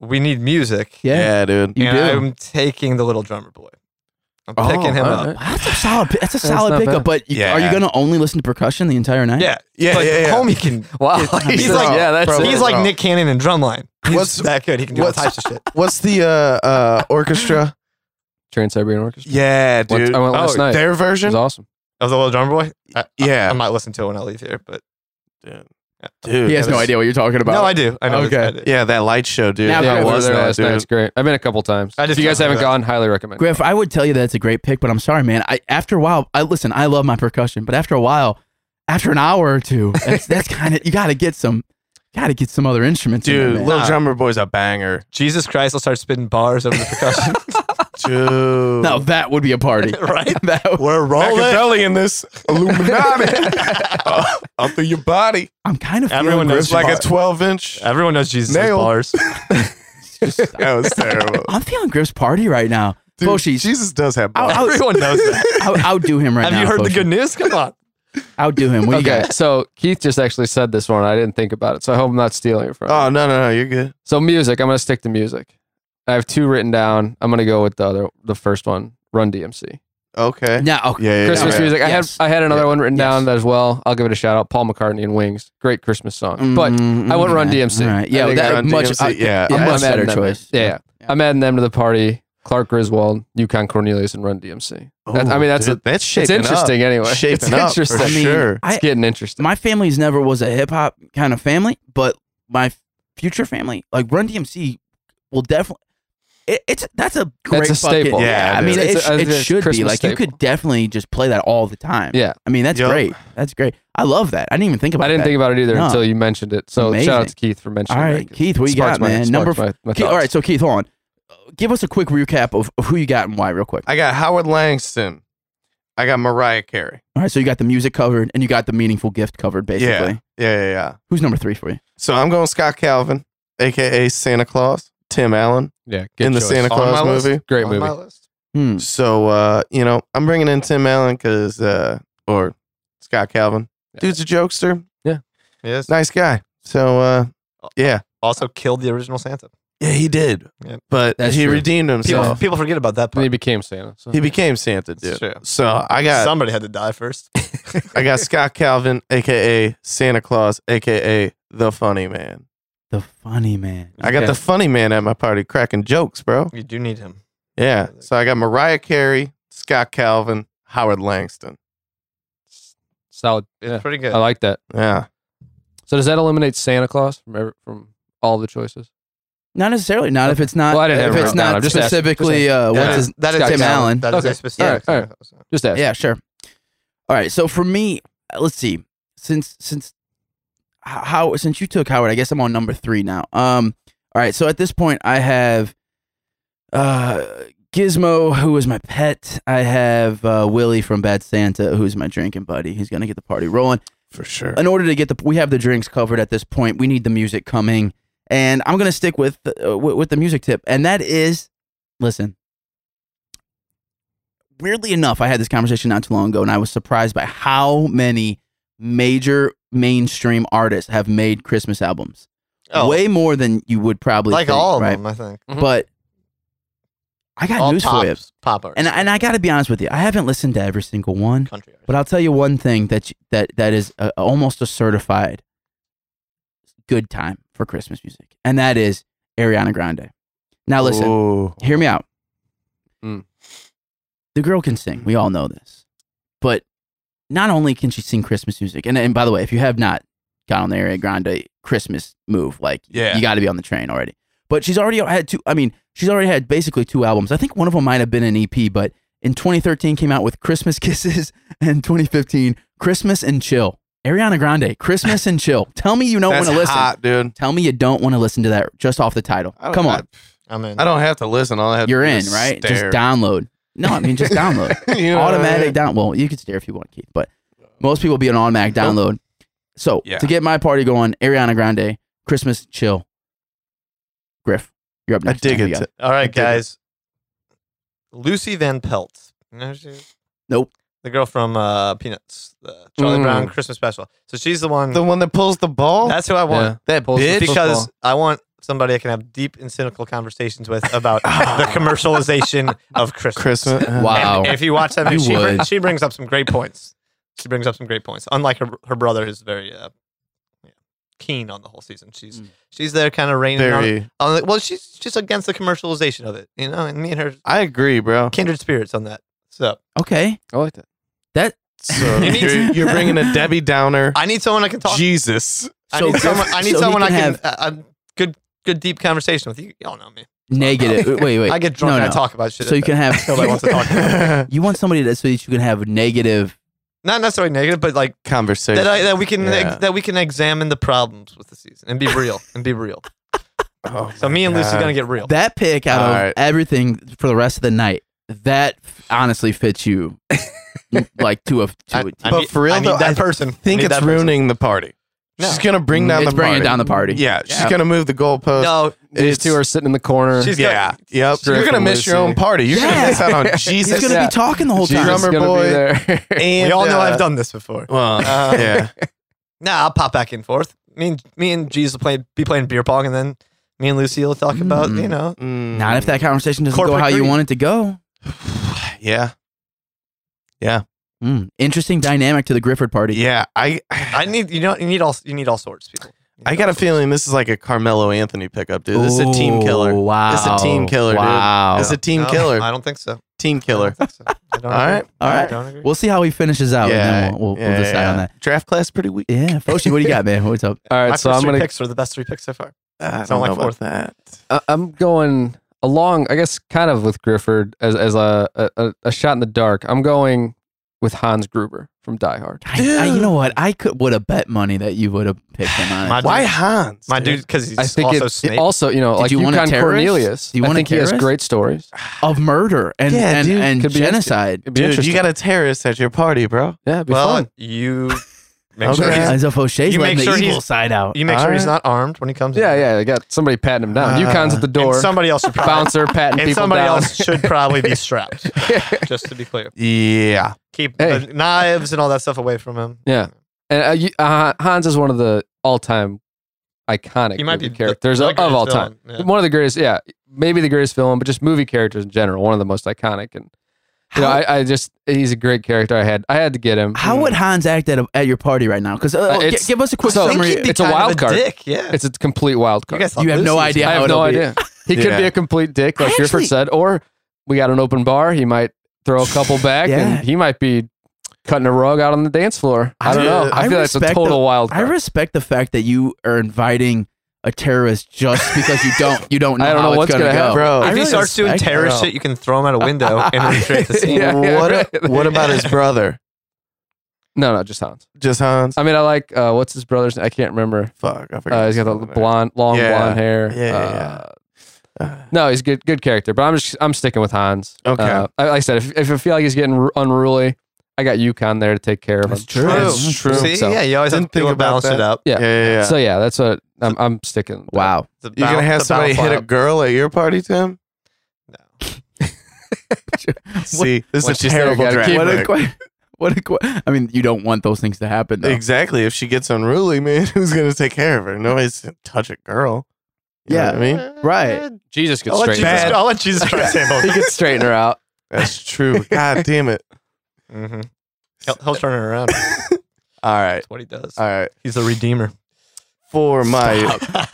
Speaker 3: we need music.
Speaker 1: Yeah.
Speaker 2: dude.
Speaker 1: You
Speaker 3: and
Speaker 1: do.
Speaker 3: I'm taking the little drummer boy. I'm
Speaker 2: Oh,
Speaker 3: picking
Speaker 1: uh,
Speaker 3: him
Speaker 2: all
Speaker 3: up.
Speaker 2: right.
Speaker 1: Wow, that's a solid. pi- That's a
Speaker 4: That's
Speaker 1: solid
Speaker 4: not
Speaker 1: pickup.
Speaker 4: bad.
Speaker 1: But you,
Speaker 2: Yeah.
Speaker 1: are you going to only listen to percussion the entire night?
Speaker 3: Yeah,
Speaker 2: Yeah,
Speaker 3: but
Speaker 2: yeah, yeah.
Speaker 3: homie can.
Speaker 4: Wow.
Speaker 3: he's
Speaker 4: Bro,
Speaker 3: like-
Speaker 4: yeah, that's
Speaker 2: bro,
Speaker 4: it.
Speaker 3: He's
Speaker 2: bro.
Speaker 3: like Nick Cannon in drumline. He's
Speaker 2: What's-
Speaker 3: that good? He can do all
Speaker 2: what's-
Speaker 3: types of shit.
Speaker 2: What's the uh, uh, orchestra?
Speaker 4: Trans Siberian Orchestra.
Speaker 2: Yeah,
Speaker 4: Went-
Speaker 2: dude.
Speaker 4: I went last
Speaker 2: oh,
Speaker 4: night.
Speaker 2: Their
Speaker 4: It was
Speaker 2: version?
Speaker 4: awesome.
Speaker 3: Of the little drummer boy. I, I, I
Speaker 2: Yeah.
Speaker 3: might listen to it when I leave here, but
Speaker 2: Dude.
Speaker 1: He has no
Speaker 2: that's-
Speaker 1: idea what you're talking about.
Speaker 3: no, I do. I know.
Speaker 1: Okay.
Speaker 3: I, do.
Speaker 2: Yeah, that light show, dude.
Speaker 1: Now,
Speaker 4: yeah,
Speaker 1: Griff,
Speaker 4: I
Speaker 2: that
Speaker 4: was
Speaker 2: was
Speaker 4: there
Speaker 2: that,
Speaker 4: last
Speaker 2: dude.
Speaker 4: night. It's great. I've been a couple times.
Speaker 3: I just
Speaker 4: if you guys
Speaker 3: don't
Speaker 4: haven't
Speaker 3: know that.
Speaker 4: gone, highly recommend.
Speaker 1: Griff, I would tell you that's a great pick, but I'm sorry, man. I after a while, I listen. I love my percussion, but after a while, after an hour or two, that's, that's kind of you got to get some, got to get some other instruments. in there,
Speaker 2: Dude,
Speaker 1: man.
Speaker 2: Little Drummer Boy's a banger.
Speaker 3: Jesus Christ, I'll start spitting bars over the percussion.
Speaker 2: Dude.
Speaker 1: no, that would be a party,
Speaker 3: Right?
Speaker 1: That would-
Speaker 2: We're rolling. Machiavelli in this Illuminati. Up through your body.
Speaker 1: I'm kind of feeling
Speaker 3: Everyone knows
Speaker 1: Griff's
Speaker 2: It's like
Speaker 1: bar-
Speaker 2: a 12 inch.
Speaker 3: Everyone knows Jesus
Speaker 2: Nail.
Speaker 3: bars.
Speaker 1: just-
Speaker 2: That was terrible.
Speaker 1: I'm feeling Griff's party right now.
Speaker 2: Dude,
Speaker 1: Foshis.
Speaker 2: Jesus does have
Speaker 1: I'll-
Speaker 2: balls.
Speaker 1: I'i'll-
Speaker 3: Everyone knows that.
Speaker 1: I'll, outdo him right
Speaker 3: Have
Speaker 1: now.
Speaker 3: you heard the
Speaker 1: Foshi.
Speaker 3: good news? Come on.
Speaker 1: Outdo him. What do you
Speaker 4: okay,
Speaker 1: got?
Speaker 4: so Keith just actually said this one. I didn't think about it, so I hope I'm not stealing it from. you.
Speaker 2: Oh, no, no, no. You're good.
Speaker 4: So music, I'm gonna stick to music. I have two written down. I'm gonna go with the other, the first one, Run DMC.
Speaker 2: Okay.
Speaker 1: Now, okay.
Speaker 2: Yeah, yeah,
Speaker 4: Christmas
Speaker 2: yeah.
Speaker 4: music. I
Speaker 1: Yes.
Speaker 4: had I had another one written
Speaker 1: Yes.
Speaker 4: down as well. I'll give it a shout out. Paul MCartney and Wings. Great Christmas song. But
Speaker 1: Mm,
Speaker 4: I wouldn't run
Speaker 1: okay.
Speaker 4: DMC.
Speaker 1: All right. Yeah,
Speaker 4: I think
Speaker 1: that
Speaker 2: Run
Speaker 1: much.
Speaker 2: DMC,
Speaker 1: I-
Speaker 2: yeah.
Speaker 1: a
Speaker 4: I'm
Speaker 1: much better
Speaker 4: adding them.
Speaker 1: choice.
Speaker 4: Yeah, yeah. I'm adding them to the party. Clark Griswold, Yukon Cornelius, and Run DMC. That- I mean, that's a,
Speaker 2: that's
Speaker 4: it's
Speaker 2: shaping
Speaker 4: interesting
Speaker 2: Up.
Speaker 4: anyway.
Speaker 2: Shaping
Speaker 4: it's
Speaker 2: up
Speaker 4: interesting.
Speaker 2: for
Speaker 1: I mean,
Speaker 2: sure.
Speaker 1: I-
Speaker 4: It's getting interesting.
Speaker 1: my family's never was a hip hop kind of family, but my f- future family, like Run DMC, will definitely. It, it's that's a great fucking-
Speaker 4: a staple.
Speaker 2: Yeah,
Speaker 1: I
Speaker 2: it
Speaker 1: mean,
Speaker 4: is.
Speaker 1: it,
Speaker 4: It's a-
Speaker 1: it
Speaker 4: it's a
Speaker 1: should be
Speaker 4: Christmas
Speaker 1: like you could
Speaker 4: staple.
Speaker 1: definitely just play that all the time.
Speaker 4: yeah,
Speaker 1: I mean that's
Speaker 2: Yup.
Speaker 1: great. That's great. I love that. I didn't even think about.
Speaker 4: I didn't
Speaker 1: that.
Speaker 4: think about it either
Speaker 1: No.
Speaker 4: until you mentioned it. So
Speaker 1: Amazing.
Speaker 4: shout out to Keith for mentioning.
Speaker 1: All
Speaker 4: that.
Speaker 1: right, Keith, what you
Speaker 4: Sparked
Speaker 1: got,
Speaker 4: my-
Speaker 1: man?
Speaker 4: sparked
Speaker 1: Number
Speaker 4: my- my
Speaker 1: Keith, all
Speaker 4: thoughts.
Speaker 1: right, so Keith, hold on. Give us a quick recap of, of who you got and why, real quick.
Speaker 2: I got Howard Langston. I got Mariah Carey.
Speaker 1: All right, so you got the music covered and you got the meaningful gift covered, basically.
Speaker 2: Yeah, yeah, yeah.
Speaker 1: Who's number three for you?
Speaker 2: So I'm going Scott Calvin, aka Santa Claus, Tim Allen
Speaker 4: yeah, good
Speaker 2: in the
Speaker 4: choice.
Speaker 2: Santa Claus movie.
Speaker 4: Great
Speaker 3: On
Speaker 4: movie.
Speaker 3: my list.
Speaker 1: Hmm.
Speaker 2: So uh, you know, I'm bringing in Tim Allen because uh, or Scott Calvin. Dude's a jokester,
Speaker 3: Yes.
Speaker 2: nice guy. So uh, yeah,
Speaker 3: Also killed the original Santa.
Speaker 2: yeah, he did,
Speaker 3: Yeah.
Speaker 2: but
Speaker 1: That's
Speaker 2: he
Speaker 1: true.
Speaker 2: redeemed
Speaker 3: People,
Speaker 2: himself.
Speaker 3: people forget about that
Speaker 4: And he
Speaker 3: part.
Speaker 4: became Santa. So.
Speaker 2: He became Santa,
Speaker 3: That's
Speaker 2: dude.
Speaker 3: true.
Speaker 2: So I got
Speaker 3: Somebody had to die first.
Speaker 2: I got Scott Calvin, aka Santa Claus, aka the funny man.
Speaker 1: The funny man.
Speaker 2: I got
Speaker 4: Okay.
Speaker 2: the funny man at my party cracking jokes, bro.
Speaker 3: you do need him.
Speaker 2: Yeah. So I got Mariah Carey, Scott Calvin, Howard Langston.
Speaker 4: Solid. Yeah,
Speaker 3: Pretty good.
Speaker 4: I like that.
Speaker 2: Yeah.
Speaker 4: So does that eliminate Santa Claus from every, from all the choices?
Speaker 1: Not necessarily. Not if it's not.
Speaker 4: Well, I didn't have
Speaker 1: if
Speaker 4: it
Speaker 1: it's
Speaker 4: written down.
Speaker 1: not
Speaker 4: I'm just asking.
Speaker 1: specifically. Uh,
Speaker 3: That
Speaker 1: what's
Speaker 3: is-
Speaker 1: his?
Speaker 3: that is
Speaker 1: Tim
Speaker 3: a-
Speaker 1: Allen.
Speaker 3: That is
Speaker 4: Okay.
Speaker 3: a specific.
Speaker 4: All right, all Just ask.
Speaker 1: Yeah, sure. All right. So for me, uh, let's see. Since since h- how since you took Howard, I guess I'm on number three now. Um. All right. So at this point, I have uh Gizmo, who is my pet. I have uh, Willie from Bad Santa, who's my drinking buddy. He's gonna get the party rolling.
Speaker 2: For sure.
Speaker 1: in order to get the we have the drinks covered at this point we need the music coming and i'm gonna stick with uh, with, with the music tip and that is listen weirdly enough i had this conversation not too long ago and i was surprised by how many major mainstream artists have made christmas albums
Speaker 3: Oh,
Speaker 1: way more than you would probably
Speaker 3: like
Speaker 1: think,
Speaker 3: all of
Speaker 1: right?
Speaker 3: them, I think.
Speaker 1: but i got
Speaker 3: All
Speaker 1: news for you
Speaker 3: pop, pop artists.
Speaker 1: and, and i gotta be honest with you i haven't listened to every single one
Speaker 3: country artists.
Speaker 1: but I'll tell you one thing that you- that that is a, almost a certified good time for Christmas music, and that is Ariana Grande. Now listen, hear me out.
Speaker 4: Mm.
Speaker 1: The girl can sing. We all know this, but not only can she sing Christmas music, and and by the way, if you have not got on the Ariana Grande Christmas move, like
Speaker 2: Yeah.
Speaker 1: you got to be on the train already. But she's already had two. I mean, she's already had basically two albums. I think one of them might have been an EP, but in 2013 came out with Christmas Kisses, and 2015 Christmas and Chill. Ariana Grande, Christmas and Chill. Tell me you don't want
Speaker 2: That's
Speaker 1: to listen.
Speaker 2: hot, dude.
Speaker 1: Tell me you don't want to listen to that just off the title.
Speaker 2: I don't-
Speaker 1: Come on,
Speaker 3: I'm in.
Speaker 2: I, I don't have to listen. All I have
Speaker 1: you're
Speaker 2: to do
Speaker 1: in,
Speaker 2: is
Speaker 1: right?
Speaker 2: Stare.
Speaker 1: Just download. No, I mean just download.
Speaker 2: You know what I
Speaker 1: automatic
Speaker 2: mean?
Speaker 1: down. Well, you could stare if you want, Keith, but most people be an automatic download. So
Speaker 2: Yeah.
Speaker 1: to get my party going, Ariana Grande, Christmas Chill. Griff, you're up
Speaker 2: I
Speaker 1: next.
Speaker 2: dig
Speaker 1: What we
Speaker 2: it.
Speaker 1: got?
Speaker 3: All
Speaker 2: I
Speaker 3: right,
Speaker 2: dig it.
Speaker 3: guys. Lucy Van Pelt. You know who she is?
Speaker 1: Nope.
Speaker 3: The girl from uh, Peanuts, the Charlie
Speaker 4: Mm.
Speaker 3: Brown Christmas special. So she's the one.
Speaker 2: The one that pulls the ball?
Speaker 3: that's who I want.
Speaker 2: that
Speaker 4: Pulls the
Speaker 2: bitch.
Speaker 4: football.
Speaker 3: Because I want somebody I can have deep and cynical conversations with about the commercialization of Christmas.
Speaker 2: Christmas. uh,
Speaker 1: Wow.
Speaker 3: And if you watch that,
Speaker 1: You
Speaker 3: she, br-
Speaker 1: would.
Speaker 3: she brings up some great points. She brings up some great points. Unlike her, her brother, who's very uh, yeah, keen on the whole season. She's
Speaker 1: Mm.
Speaker 3: she's there, kind of raining on,
Speaker 2: Very.
Speaker 3: on the- Well, she's she's against the commercialization of it, you know. And me and her
Speaker 2: I agree, bro.
Speaker 3: kindred spirits on that. So
Speaker 1: Okay.
Speaker 4: I like that.
Speaker 2: So
Speaker 1: You need-
Speaker 2: you're, you're bringing a Debbie Downer.
Speaker 3: I need someone I can talk.
Speaker 2: Jesus.
Speaker 3: I
Speaker 1: So
Speaker 3: need
Speaker 1: Griff-
Speaker 3: someone. I need
Speaker 1: so he
Speaker 3: someone
Speaker 1: can
Speaker 3: I can.
Speaker 1: have
Speaker 3: uh, uh, good good deep conversation with you. You all know me.
Speaker 1: negative. Wait, wait.
Speaker 3: I get drunk
Speaker 1: No,
Speaker 3: and
Speaker 1: no.
Speaker 3: I talk about shit.
Speaker 1: So you can have
Speaker 3: Nobody wants to talk about it.
Speaker 1: you want somebody that so that you can have negative.
Speaker 3: Not necessarily negative, but like
Speaker 2: Conversation.
Speaker 3: that. I, that we can
Speaker 2: Yeah.
Speaker 3: that we can examine the problems with the season and be real and be real.
Speaker 2: Oh
Speaker 3: So
Speaker 2: my
Speaker 3: me and Lucy
Speaker 2: God.
Speaker 3: gonna get real.
Speaker 1: That pick out of
Speaker 2: All right.
Speaker 1: everything for the rest of the night. That honestly fits you, like to a. To
Speaker 3: I-
Speaker 1: a
Speaker 3: I
Speaker 2: But
Speaker 3: need-
Speaker 2: for real
Speaker 3: I need
Speaker 2: though,
Speaker 3: that
Speaker 2: I
Speaker 3: person. I
Speaker 2: think
Speaker 3: need
Speaker 2: it's
Speaker 3: that person.
Speaker 2: ruining the party.
Speaker 3: No.
Speaker 2: She's gonna bring down
Speaker 1: it's
Speaker 2: the
Speaker 1: bringing
Speaker 2: party.
Speaker 1: down the party.
Speaker 2: Yeah, she's
Speaker 1: Yeah.
Speaker 2: gonna move the goalpost.
Speaker 3: No,
Speaker 4: These
Speaker 2: It's-
Speaker 4: two are sitting in the corner.
Speaker 3: She's-
Speaker 2: yeah, yep.
Speaker 4: Griff
Speaker 2: You're gonna
Speaker 4: and
Speaker 2: miss your
Speaker 4: Lucy.
Speaker 2: own party. You're
Speaker 1: Yeah.
Speaker 2: gonna miss out on
Speaker 1: He's
Speaker 2: Jesus.
Speaker 1: gonna
Speaker 4: Yeah.
Speaker 1: be talking the whole
Speaker 4: Jesus
Speaker 1: time.
Speaker 4: is
Speaker 2: drummer
Speaker 4: gonna
Speaker 2: boy.
Speaker 4: Be there.
Speaker 2: And,
Speaker 3: we all know
Speaker 2: uh,
Speaker 3: I've done this before.
Speaker 2: Well,
Speaker 3: Um,
Speaker 2: Uh, yeah,
Speaker 3: Nah, I'll pop back and forth. Me and me and G's will play be playing beer pong, and then me and Lucy will talk about,
Speaker 1: Mm.
Speaker 3: you know,
Speaker 2: Mm,
Speaker 1: Not if that conversation doesn't go
Speaker 3: Corporate
Speaker 1: how you
Speaker 3: greed.
Speaker 1: want it to go.
Speaker 2: Yeah.
Speaker 1: Mm. Interesting dynamic to the Grifford party.
Speaker 2: Yeah. I. I
Speaker 3: I need you know you need all you need all sorts of people. You
Speaker 2: I
Speaker 3: need
Speaker 2: got
Speaker 3: all
Speaker 2: a feeling this is like a Carmelo Anthony pickup, dude. This is a team
Speaker 1: Ooh,
Speaker 2: killer.
Speaker 1: Wow.
Speaker 2: This is a team killer, dude.
Speaker 1: Wow.
Speaker 2: This is a team
Speaker 3: sorts. No,
Speaker 2: killer.
Speaker 3: I don't think so.
Speaker 2: Team killer.
Speaker 3: I don't think so. I don't
Speaker 2: All right.
Speaker 3: agree.
Speaker 1: All
Speaker 3: I
Speaker 1: right.
Speaker 3: don't agree.
Speaker 1: We'll see how he finishes out.
Speaker 2: Yeah.
Speaker 1: And then we'll, we'll,
Speaker 2: Yeah,
Speaker 1: we'll decide
Speaker 2: yeah.
Speaker 1: on that.
Speaker 2: Draft class pretty weak.
Speaker 1: Yeah. Foshi, what do you got, man? What's up?
Speaker 4: All
Speaker 3: My
Speaker 4: right, so
Speaker 3: first
Speaker 4: I'm
Speaker 3: three
Speaker 4: gonna
Speaker 3: picks are the best three picks so far.
Speaker 2: I don't
Speaker 3: Sound like
Speaker 2: know about
Speaker 3: fourth.
Speaker 2: that.
Speaker 4: I- I'm going along, I guess, kind of with Grifford as as a a- a, a shot in the dark. I'm going with Hans Gruber from Die Hard.
Speaker 1: I, I, you know what? I could would have bet money that you would have picked him on. it.
Speaker 3: My
Speaker 2: Why Hans?
Speaker 3: My dude, because he's
Speaker 4: I think
Speaker 3: also
Speaker 4: it,
Speaker 3: Snape.
Speaker 4: it also, you know,
Speaker 1: Did
Speaker 4: like
Speaker 1: you want a
Speaker 4: UConn
Speaker 1: terrorist?
Speaker 4: Cornelius.
Speaker 1: Do you
Speaker 4: I
Speaker 1: want a
Speaker 4: think he has
Speaker 1: terrorist?
Speaker 4: great stories.
Speaker 3: Ah,
Speaker 1: of murder and
Speaker 2: Yeah,
Speaker 1: and,
Speaker 2: dude.
Speaker 1: and
Speaker 4: Could be
Speaker 1: genocide.
Speaker 4: It'd be
Speaker 2: Dude, you
Speaker 4: interesting.
Speaker 2: got a terrorist at your party, bro.
Speaker 4: yeah, it'd be
Speaker 3: well, uh,
Speaker 4: fun.
Speaker 3: you make
Speaker 2: Okay.
Speaker 3: sure he's,
Speaker 1: As if O'Shea's
Speaker 3: You
Speaker 1: letting
Speaker 3: make
Speaker 1: the
Speaker 3: sure
Speaker 1: evil
Speaker 3: he's-
Speaker 1: side out.
Speaker 3: you make sure he's
Speaker 2: All
Speaker 3: not armed when he comes.
Speaker 4: Yeah,
Speaker 3: in.
Speaker 4: yeah, I got somebody patting him down.
Speaker 2: Uh,
Speaker 4: UConn's at the
Speaker 3: And
Speaker 4: door.
Speaker 3: somebody else should probably,
Speaker 4: bouncer patting
Speaker 3: and
Speaker 4: people
Speaker 3: somebody
Speaker 4: down.
Speaker 3: else should probably be strapped. just to be clear,
Speaker 2: Yeah.
Speaker 3: keep
Speaker 4: Hey.
Speaker 3: the knives and all that stuff away from him.
Speaker 4: Yeah. And uh, you, uh, Hans is one of the all-time iconic
Speaker 3: You might
Speaker 4: movie
Speaker 3: be the-
Speaker 4: characters
Speaker 3: the
Speaker 4: of, of all
Speaker 3: greatest
Speaker 4: time.
Speaker 3: villain, yeah.
Speaker 4: One of the greatest, yeah, maybe the greatest villain, but just movie characters in general. One of the most iconic. And you know,
Speaker 1: How-
Speaker 4: I, I just he's a great character. I had I had to get him.
Speaker 1: How would Hans act at, a, at your party right now? Because uh,
Speaker 4: Uh,
Speaker 1: g-
Speaker 4: it's-
Speaker 1: give us a quick
Speaker 4: so-
Speaker 3: I think
Speaker 1: summary.
Speaker 3: he'd be
Speaker 4: It's a
Speaker 3: kind of
Speaker 4: wild card.
Speaker 3: Dick, yeah.
Speaker 4: It's a complete wild
Speaker 3: You
Speaker 4: card.
Speaker 3: guys thought
Speaker 1: You have
Speaker 3: Lucy
Speaker 1: no
Speaker 3: was-
Speaker 1: idea how
Speaker 4: I have
Speaker 1: it'll
Speaker 4: no
Speaker 1: be.
Speaker 4: idea. He could
Speaker 2: Yeah.
Speaker 4: be a complete dick,
Speaker 1: I
Speaker 4: like
Speaker 1: actually-
Speaker 4: Grifford said, or we got an open bar. He might throw a couple back,
Speaker 1: Yeah.
Speaker 4: and he might be cutting a rug out on the dance floor. I don't
Speaker 2: Dude,
Speaker 4: know. I,
Speaker 1: I
Speaker 4: feel that's a
Speaker 1: respect
Speaker 4: total
Speaker 1: the-
Speaker 4: wild
Speaker 1: I
Speaker 4: card.
Speaker 1: respect the fact that you are inviting a terrorist just because you don't you don't know,
Speaker 4: I don't
Speaker 1: how
Speaker 4: know
Speaker 1: it's
Speaker 4: what's
Speaker 1: gonna,
Speaker 4: gonna
Speaker 1: go.
Speaker 4: happen.
Speaker 2: Bro,
Speaker 3: If he
Speaker 1: really
Speaker 3: starts doing
Speaker 1: respect
Speaker 3: terrorist
Speaker 1: that.
Speaker 3: shit, you can throw him out a window
Speaker 4: Oh,
Speaker 3: and recreate the scene.
Speaker 4: Yeah, yeah,
Speaker 2: what,
Speaker 4: right.
Speaker 2: what about his brother?
Speaker 4: no, no, just Hans.
Speaker 2: Just Hans?
Speaker 4: I mean, I like uh, what's his brother's? name? I can't remember.
Speaker 2: Fuck. I forgot.
Speaker 4: Uh, he's got the
Speaker 2: his brother.
Speaker 4: blonde, long
Speaker 2: Yeah.
Speaker 4: blonde hair.
Speaker 2: Yeah, yeah,
Speaker 4: Uh,
Speaker 2: Uh,
Speaker 4: no, he's good, good character. But I'm just, I'm sticking with Hans.
Speaker 2: Okay.
Speaker 4: Uh, I, like I said, if, if I feel like he's getting ru- unruly, I got UConn there to take care of
Speaker 1: That's
Speaker 4: him.
Speaker 1: true.
Speaker 2: That's
Speaker 1: Yeah.
Speaker 2: true.
Speaker 3: See,
Speaker 4: So-
Speaker 3: yeah, you always
Speaker 2: Didn't
Speaker 3: have to
Speaker 2: think
Speaker 3: people
Speaker 2: about
Speaker 3: balance
Speaker 2: that.
Speaker 3: it out.
Speaker 4: Yeah.
Speaker 2: yeah, yeah, yeah.
Speaker 4: So yeah, that's what I'm, I'm sticking. with that.
Speaker 1: Wow.
Speaker 3: The
Speaker 2: You're going to
Speaker 3: balance-
Speaker 2: have
Speaker 3: the
Speaker 2: somebody
Speaker 3: balance
Speaker 2: hit a
Speaker 3: out.
Speaker 2: girl at your party, Tim?
Speaker 3: No.
Speaker 2: See, this
Speaker 4: what's
Speaker 2: is a
Speaker 4: your
Speaker 2: terrible
Speaker 4: hair gotta
Speaker 2: draft.
Speaker 4: keep
Speaker 1: What a
Speaker 2: pick.
Speaker 1: que- what a que- I mean, you don't want those things to happen though.
Speaker 2: Exactly. If she gets unruly, man, who's going to take care of her? Nobody's going to touch a girl. You know
Speaker 1: Yeah.
Speaker 2: what I mean?
Speaker 1: Right.
Speaker 4: Jesus could
Speaker 3: I'll let,
Speaker 4: straighten
Speaker 3: Jesus,
Speaker 4: her
Speaker 3: I'll let Jesus Christ handle
Speaker 4: out. He
Speaker 3: it.
Speaker 4: could straighten her out.
Speaker 2: That's true. God damn it.
Speaker 3: Mm-hmm. He'll, he'll turn it around. That's
Speaker 2: All right.
Speaker 3: what he does.
Speaker 2: All right.
Speaker 3: Uh, He's the redeemer.
Speaker 2: For my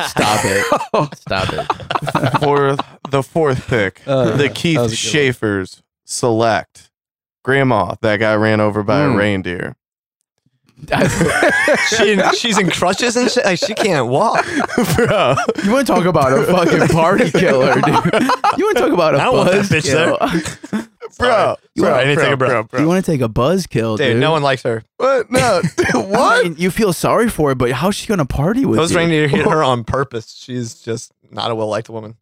Speaker 1: Stop it. Stop it.
Speaker 2: fourth, the fourth pick,
Speaker 4: Oh,
Speaker 2: the
Speaker 4: yeah. That
Speaker 2: Keith
Speaker 4: was a good one.
Speaker 2: Schaefer's select grandma that got ran over by a
Speaker 4: Mm.
Speaker 2: reindeer.
Speaker 3: she, she's in crutches and shit. Like, she can't walk.
Speaker 2: Bro,
Speaker 1: you want to talk about a fucking party killer, dude? You want to talk about a
Speaker 3: I don't want that
Speaker 1: buzz
Speaker 3: bitch
Speaker 1: kill?
Speaker 2: bro,
Speaker 3: You
Speaker 2: bro,
Speaker 3: want anything
Speaker 2: bro,
Speaker 3: about-
Speaker 2: bro,
Speaker 1: You
Speaker 2: bro.
Speaker 1: want to take a buzz kill,
Speaker 3: Dude,
Speaker 1: dude?
Speaker 3: no one likes her.
Speaker 2: What? No,
Speaker 1: I
Speaker 2: what?
Speaker 1: mean, you feel sorry for her, but how's she gonna party with
Speaker 3: Those
Speaker 1: you?
Speaker 3: reindeer hit her on purpose. She's just not a well liked woman.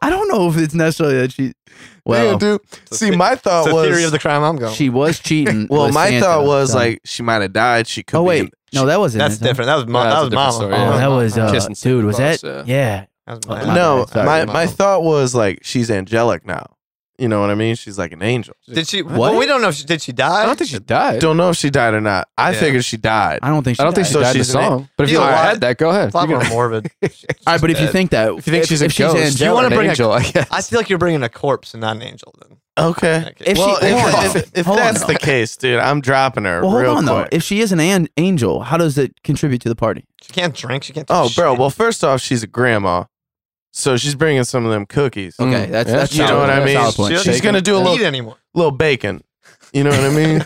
Speaker 1: I don't know if it's necessarily that she.
Speaker 2: Yeah,
Speaker 1: Well,
Speaker 2: dude. See,
Speaker 3: the-
Speaker 2: my
Speaker 3: It's
Speaker 2: thought
Speaker 3: the theory
Speaker 2: was.
Speaker 3: of the crime I'm going.
Speaker 1: she was cheating.
Speaker 2: Well,
Speaker 1: with
Speaker 2: my
Speaker 1: Santa,
Speaker 2: thought was
Speaker 1: so-
Speaker 2: like she might have died. She could.
Speaker 1: Oh
Speaker 2: be-
Speaker 1: wait, no, that wasn't.
Speaker 3: That's
Speaker 1: it, no.
Speaker 3: different. That was mom.
Speaker 4: That's
Speaker 3: that
Speaker 4: a
Speaker 3: was
Speaker 4: different
Speaker 3: mama.
Speaker 4: story,
Speaker 1: Oh,
Speaker 4: yeah.
Speaker 1: that was
Speaker 3: mama.
Speaker 1: uh,
Speaker 4: Kissing Santa
Speaker 1: dude. Was
Speaker 4: Claus,
Speaker 1: that? Yeah.
Speaker 3: That was
Speaker 1: My
Speaker 3: mama.
Speaker 2: no,
Speaker 1: bad, sorry,
Speaker 2: my
Speaker 1: my
Speaker 2: my thought was like she's angelic now. You know what I mean? She's like an angel.
Speaker 3: Did she?
Speaker 1: What?
Speaker 3: Well, we don't know if she did. She die.
Speaker 4: I don't think she died.
Speaker 2: Don't know if she died or not. I
Speaker 3: Yeah.
Speaker 2: figured she died.
Speaker 1: I don't think. She
Speaker 4: I don't think
Speaker 1: died.
Speaker 4: she
Speaker 2: So
Speaker 4: died in the
Speaker 2: she's an a-
Speaker 4: song. but if you
Speaker 3: Yeah,
Speaker 4: want to
Speaker 3: why-
Speaker 4: add that, go ahead.
Speaker 3: It's a lot
Speaker 4: You
Speaker 3: more
Speaker 4: can-
Speaker 3: morbid.
Speaker 1: All right, but if you
Speaker 3: dead.
Speaker 1: think that, if
Speaker 4: you think she's a
Speaker 1: if
Speaker 4: ghost,
Speaker 1: angelic,
Speaker 4: do you
Speaker 3: wanna
Speaker 4: an
Speaker 3: bring a-
Speaker 4: angel, I guess.
Speaker 3: I feel like you're bringing a corpse and not an angel. Then.
Speaker 2: Okay.
Speaker 3: Okay.
Speaker 1: If
Speaker 2: well,
Speaker 1: she- hold
Speaker 2: Eh, if,
Speaker 1: on.
Speaker 2: if, if
Speaker 1: Hold on,
Speaker 2: that's
Speaker 1: though.
Speaker 2: the case, dude, I'm dropping her
Speaker 1: well, hold
Speaker 2: real
Speaker 1: on though.
Speaker 2: quick.
Speaker 1: If she is an an- angel, how does it contribute to the party?
Speaker 3: she can't drink. She can't. do
Speaker 2: oh, bro.
Speaker 3: shit.
Speaker 2: Well, first off, she's a grandma, so she's bringing some of them cookies.
Speaker 4: Mm.
Speaker 1: Okay, that's
Speaker 4: Yeah,
Speaker 1: that's
Speaker 2: you know
Speaker 1: solid.
Speaker 2: what I
Speaker 1: That's
Speaker 2: mean?
Speaker 1: solid point.
Speaker 3: She's
Speaker 2: She's gonna do a
Speaker 3: Don't eat
Speaker 2: little,
Speaker 3: anymore.
Speaker 2: little bacon. You know what I mean?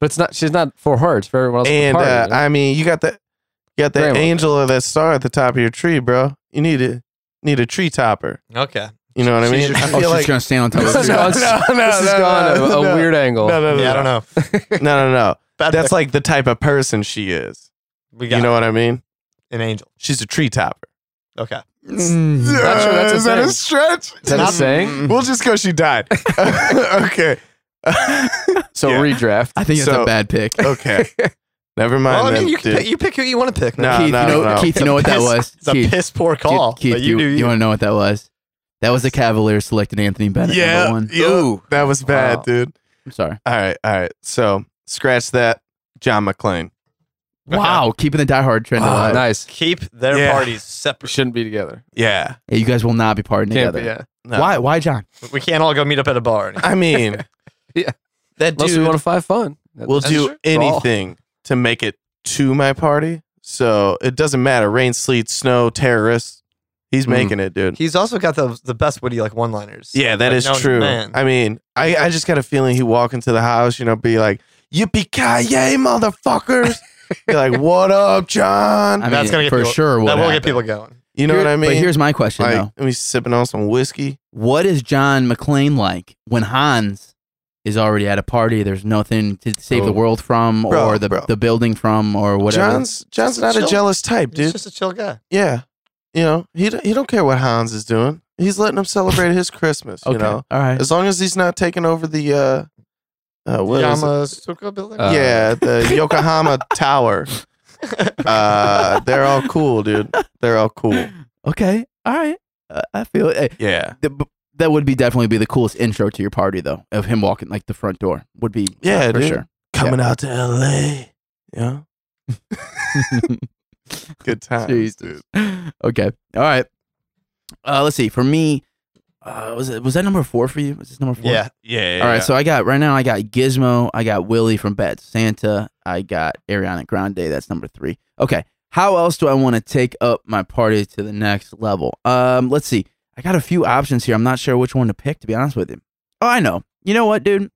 Speaker 4: But it's not. She's not for her. It's for everyone else. at the
Speaker 2: and
Speaker 4: party,
Speaker 2: uh,
Speaker 4: you know?
Speaker 2: I mean, you got that, you got that
Speaker 4: Grandma.
Speaker 2: angel or that star at the top of your tree, bro. You need a need a tree topper.
Speaker 3: Okay.
Speaker 2: You know what I
Speaker 3: She's your-
Speaker 2: mean? I
Speaker 1: Oh,
Speaker 2: feel
Speaker 1: she's
Speaker 2: like
Speaker 1: gonna stand on top of
Speaker 4: This
Speaker 1: the
Speaker 4: is
Speaker 1: tree.
Speaker 4: gone- this is gone a, a
Speaker 2: no,
Speaker 4: weird angle.
Speaker 2: No, no, no,
Speaker 3: Yeah, I
Speaker 2: no,
Speaker 3: don't know.
Speaker 2: no, no, no.
Speaker 3: Bad
Speaker 2: That's
Speaker 3: pick.
Speaker 2: like the type of person she is.
Speaker 3: we got
Speaker 2: You know what I mean?
Speaker 3: an angel.
Speaker 2: She's a tree topper.
Speaker 3: Okay. Uh,
Speaker 1: Mm.
Speaker 4: Not sure that's a
Speaker 2: is that
Speaker 4: thing.
Speaker 2: a stretch?
Speaker 4: Is that a
Speaker 3: Not-
Speaker 4: saying?
Speaker 2: We'll just go. She died. okay.
Speaker 4: So
Speaker 2: Yeah.
Speaker 4: redraft.
Speaker 1: I think that's
Speaker 2: So-
Speaker 1: a bad pick.
Speaker 2: Okay. Never mind.
Speaker 3: Well, I mean,
Speaker 2: then,
Speaker 3: you, can
Speaker 2: dude.
Speaker 3: pick, you pick who you want to pick.
Speaker 2: No,
Speaker 1: Keith,
Speaker 2: no,
Speaker 1: you know,
Speaker 2: no.
Speaker 1: Keith, you know what that was?
Speaker 3: It's a
Speaker 1: Keith,
Speaker 3: piss poor
Speaker 1: Keith,
Speaker 3: call.
Speaker 1: Keith,
Speaker 3: but you, do you.
Speaker 1: want to know what that was? That was the Cavaliers selected Anthony Bennett.
Speaker 2: yeah,
Speaker 1: number one.
Speaker 2: yeah, that was bad,
Speaker 4: Wow.
Speaker 2: dude.
Speaker 1: I'm sorry.
Speaker 2: All right, all right. So scratch that, John McClane.
Speaker 1: Wow, keeping the Die Hard trend
Speaker 2: Wow,
Speaker 1: alive.
Speaker 4: nice.
Speaker 3: Keep their
Speaker 2: Yeah.
Speaker 3: parties separate.
Speaker 4: Shouldn't be together.
Speaker 2: Yeah.
Speaker 1: Yeah, you guys will not be partying
Speaker 4: Can't
Speaker 1: together.
Speaker 4: be, yeah.
Speaker 2: No.
Speaker 1: Why? Why, John?
Speaker 3: We can't all go meet up at a bar.
Speaker 2: I mean,
Speaker 4: Yeah.
Speaker 2: That
Speaker 4: Unless
Speaker 2: dude
Speaker 4: we want to find fun. That's-
Speaker 2: will
Speaker 4: that's
Speaker 2: do
Speaker 4: true.
Speaker 2: anything to make it to my party. So it doesn't matter. Rain, sleet, snow, terrorists. He's
Speaker 4: Mm.
Speaker 2: making it, dude.
Speaker 3: He's also got the the best witty like one liners.
Speaker 2: Yeah, that is true. I mean, I, I just got a feeling he walk into the house, you know, be like, "Yippee ki yay, motherfuckers!" be like, "What up, John?"
Speaker 1: I mean,
Speaker 3: That's gonna get
Speaker 1: for
Speaker 3: people-
Speaker 1: sure.
Speaker 3: that
Speaker 1: what
Speaker 3: will
Speaker 1: happened.
Speaker 3: get people going.
Speaker 2: You know
Speaker 1: Here-
Speaker 2: what I mean?
Speaker 1: But here's my question
Speaker 2: like,
Speaker 1: though:
Speaker 2: and we sipping on some whiskey.
Speaker 1: What is John McClane like when Hans is already at a party? There's nothing to save
Speaker 4: Oh.
Speaker 1: the world from,
Speaker 2: Bro,
Speaker 1: or the
Speaker 2: bro.
Speaker 1: the building from, or whatever.
Speaker 2: John's John's
Speaker 3: Just
Speaker 2: not a
Speaker 3: chill.
Speaker 2: jealous type,
Speaker 3: He's
Speaker 2: dude.
Speaker 3: just a chill guy.
Speaker 2: yeah, you know, he don't- he don't care what Hans is doing. He's letting him celebrate his Christmas.
Speaker 1: okay.
Speaker 2: You know,
Speaker 1: All right.
Speaker 2: as long as he's not taking over the uh, uh what is it?
Speaker 3: Yama Stuka building.
Speaker 4: Uh,
Speaker 2: yeah, the Yokohama Tower. Uh, they're all cool, dude. They're all cool.
Speaker 1: okay. All right. Uh, I feel eh,
Speaker 2: Yeah.
Speaker 1: the- b- that would be definitely be the coolest intro to your party though. Of him walking like the front door would be
Speaker 2: Yeah,
Speaker 1: for
Speaker 2: dude.
Speaker 1: sure.
Speaker 2: coming out to LA. Yeah. Good time.
Speaker 1: Jesus. Okay. All right. Uh, let's see. For me, uh, was it was that number four for you? Was this number four?
Speaker 3: yeah.
Speaker 2: Yeah.
Speaker 1: All right, so I got right now. I got Gizmo. I got Willie from Bad Santa. I got Ariana Grande. That's number three. Okay, how else do I want to take up my party to the next level? Um, let's see. I got a few options here. I'm not sure which one to pick. To be honest with you. Oh, I know. You know what, dude?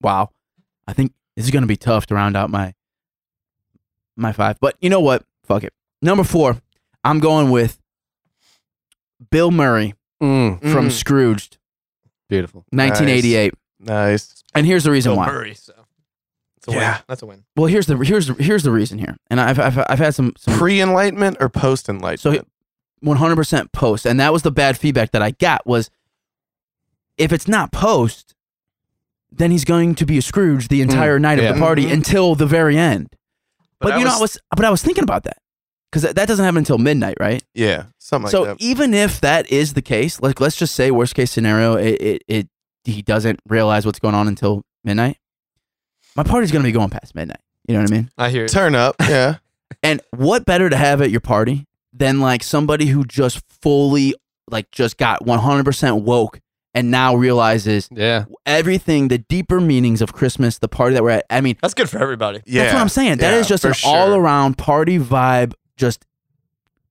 Speaker 1: Wow, I think this is gonna be tough to round out my my five. But you know what? Fuck it. Number four, I'm going with Bill Murray
Speaker 4: Mm,
Speaker 1: from
Speaker 2: Mm.
Speaker 1: Scrooged,
Speaker 4: beautiful.
Speaker 1: 1988.
Speaker 2: nice.
Speaker 1: And here's the reason
Speaker 3: Bill
Speaker 1: why.
Speaker 3: Murray, so. It's a
Speaker 2: Yeah.
Speaker 3: win. That's a win.
Speaker 1: Well, here's the here's the, here's the reason here, and I've I've, I've had some, some
Speaker 2: Pre enlightenment or post
Speaker 1: so
Speaker 2: enlightenment?
Speaker 1: 100 percent post, and that was the bad feedback that I got was if it's not post, then he's going to be a Scrooge
Speaker 2: Mm,
Speaker 1: the entire night
Speaker 4: yeah.
Speaker 1: of the party
Speaker 2: Mhm.
Speaker 1: until the very end. But,
Speaker 2: I
Speaker 1: you know, I was but I was thinking about that because that, that doesn't happen until midnight, right?
Speaker 2: yeah, something
Speaker 1: so
Speaker 2: like that.
Speaker 1: even if that is the case, like let's just say worst case scenario, it, it it he doesn't realize what's going on until midnight. My party's gonna be going past midnight. You know what I mean?
Speaker 3: I hear. you.
Speaker 2: Turn up. Yeah.
Speaker 1: And what better to have at your party than like somebody who just fully like just got 100% woke and now realizes
Speaker 4: Yeah.
Speaker 1: everything the deeper meanings of Christmas, the party that we're at. I mean,
Speaker 3: That's good for everybody.
Speaker 2: Yeah.
Speaker 1: that's what I'm saying. That
Speaker 2: yeah,
Speaker 1: is just
Speaker 2: for
Speaker 1: an
Speaker 2: sure.
Speaker 1: all-around party vibe just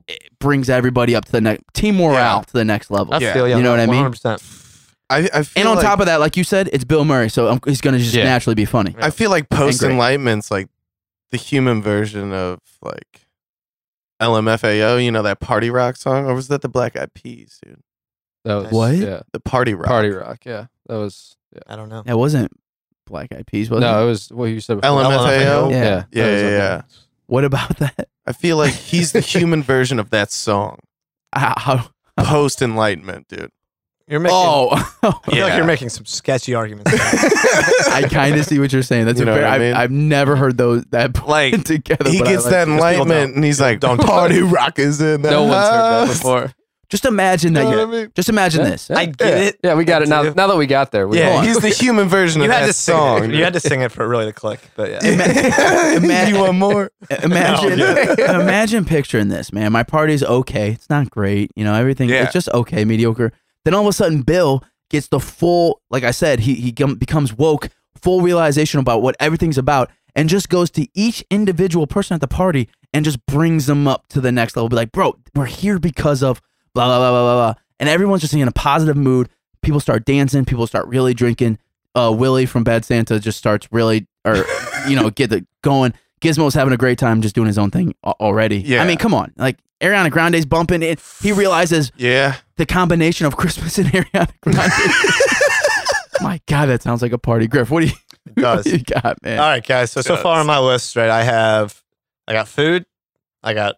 Speaker 1: it brings everybody up to the next team morale
Speaker 2: Yeah.
Speaker 1: to the next level.
Speaker 3: I
Speaker 2: Yeah.
Speaker 3: feel you.
Speaker 1: You know what I mean?
Speaker 3: 100%.
Speaker 2: I, I feel
Speaker 1: and on
Speaker 2: like,
Speaker 1: top of that, like you said, it's Bill Murray, so um, he's going to just
Speaker 4: Yeah.
Speaker 1: naturally be funny.
Speaker 2: I feel like post enlightenment's like the human version of like LMFAO, you know, that party rock song? Or was that the Black Eyed Peas, dude?
Speaker 4: That was
Speaker 1: What?
Speaker 4: Yeah.
Speaker 2: The party rock.
Speaker 4: Party rock. Yeah. That was. Yeah.
Speaker 3: I don't know.
Speaker 1: It wasn't Black Eyed Peas, was
Speaker 4: No,
Speaker 1: it?
Speaker 4: it was what you said. Before.
Speaker 2: LMFAO?
Speaker 1: Yeah.
Speaker 4: Yeah.
Speaker 2: Yeah,
Speaker 4: That was
Speaker 2: yeah,
Speaker 4: okay.
Speaker 2: yeah.
Speaker 1: What about that?
Speaker 2: I feel like he's the human version of that song.
Speaker 1: How? how
Speaker 2: Post enlightenment, dude.
Speaker 3: You're making.
Speaker 1: oh,
Speaker 3: I feel like
Speaker 2: Yeah.
Speaker 3: you're making some sketchy arguments.
Speaker 1: I kind of see what you're saying. That's
Speaker 2: You
Speaker 1: a
Speaker 2: know
Speaker 1: fair.
Speaker 2: what I
Speaker 1: I
Speaker 2: mean?
Speaker 1: have I've never heard those that put
Speaker 2: like
Speaker 1: together.
Speaker 2: he
Speaker 1: but I
Speaker 2: gets
Speaker 1: like
Speaker 2: that
Speaker 1: it.
Speaker 2: enlightenment and he's like,
Speaker 3: Don't.
Speaker 2: party rock is in the
Speaker 4: No one's heard that
Speaker 2: house."
Speaker 4: before.
Speaker 1: Just imagine that.
Speaker 2: You know
Speaker 1: you-
Speaker 2: what I mean?
Speaker 1: Just imagine
Speaker 4: Yeah.
Speaker 1: this.
Speaker 4: Yeah.
Speaker 3: I get it.
Speaker 4: Yeah, we got it now.
Speaker 3: Too.
Speaker 4: Now that we got there, we
Speaker 1: Hold
Speaker 2: Yeah,
Speaker 1: on.
Speaker 2: he's the human version
Speaker 3: You
Speaker 2: of
Speaker 3: had to
Speaker 2: that
Speaker 3: sing
Speaker 2: song.
Speaker 3: it. You had to sing it for it really to click. But yeah.
Speaker 1: Ima-
Speaker 2: you want more?
Speaker 1: Imagine,
Speaker 3: No,
Speaker 1: imagine picturing this, man. My party's okay. It's not great. You know, everything.
Speaker 2: Yeah.
Speaker 1: It's just okay, mediocre. Then all of a sudden, Bill gets the full. Like I said, he he gum- becomes woke, full realization about what everything's about, and just goes to each individual person at the party and just brings them up to the next level. Be like, bro, we're here because of blah blah blah blah blah, blah. and everyone's just in a positive mood. People start dancing. People start really drinking. Uh, Willie from Bad Santa just starts really, or you know, get the going. Gizmo's having a great time just doing his own thing al- already.
Speaker 2: Yeah.
Speaker 1: I mean, come on. Like Ariana Grande's bumping it. He realizes
Speaker 2: Yeah.
Speaker 1: the combination of Christmas and Ariana Grande. My God, that sounds like a party. Griff, what do you, what
Speaker 3: does.
Speaker 1: do you got, man?
Speaker 3: All right, guys. So so far on my list, right? I have, I got food, I got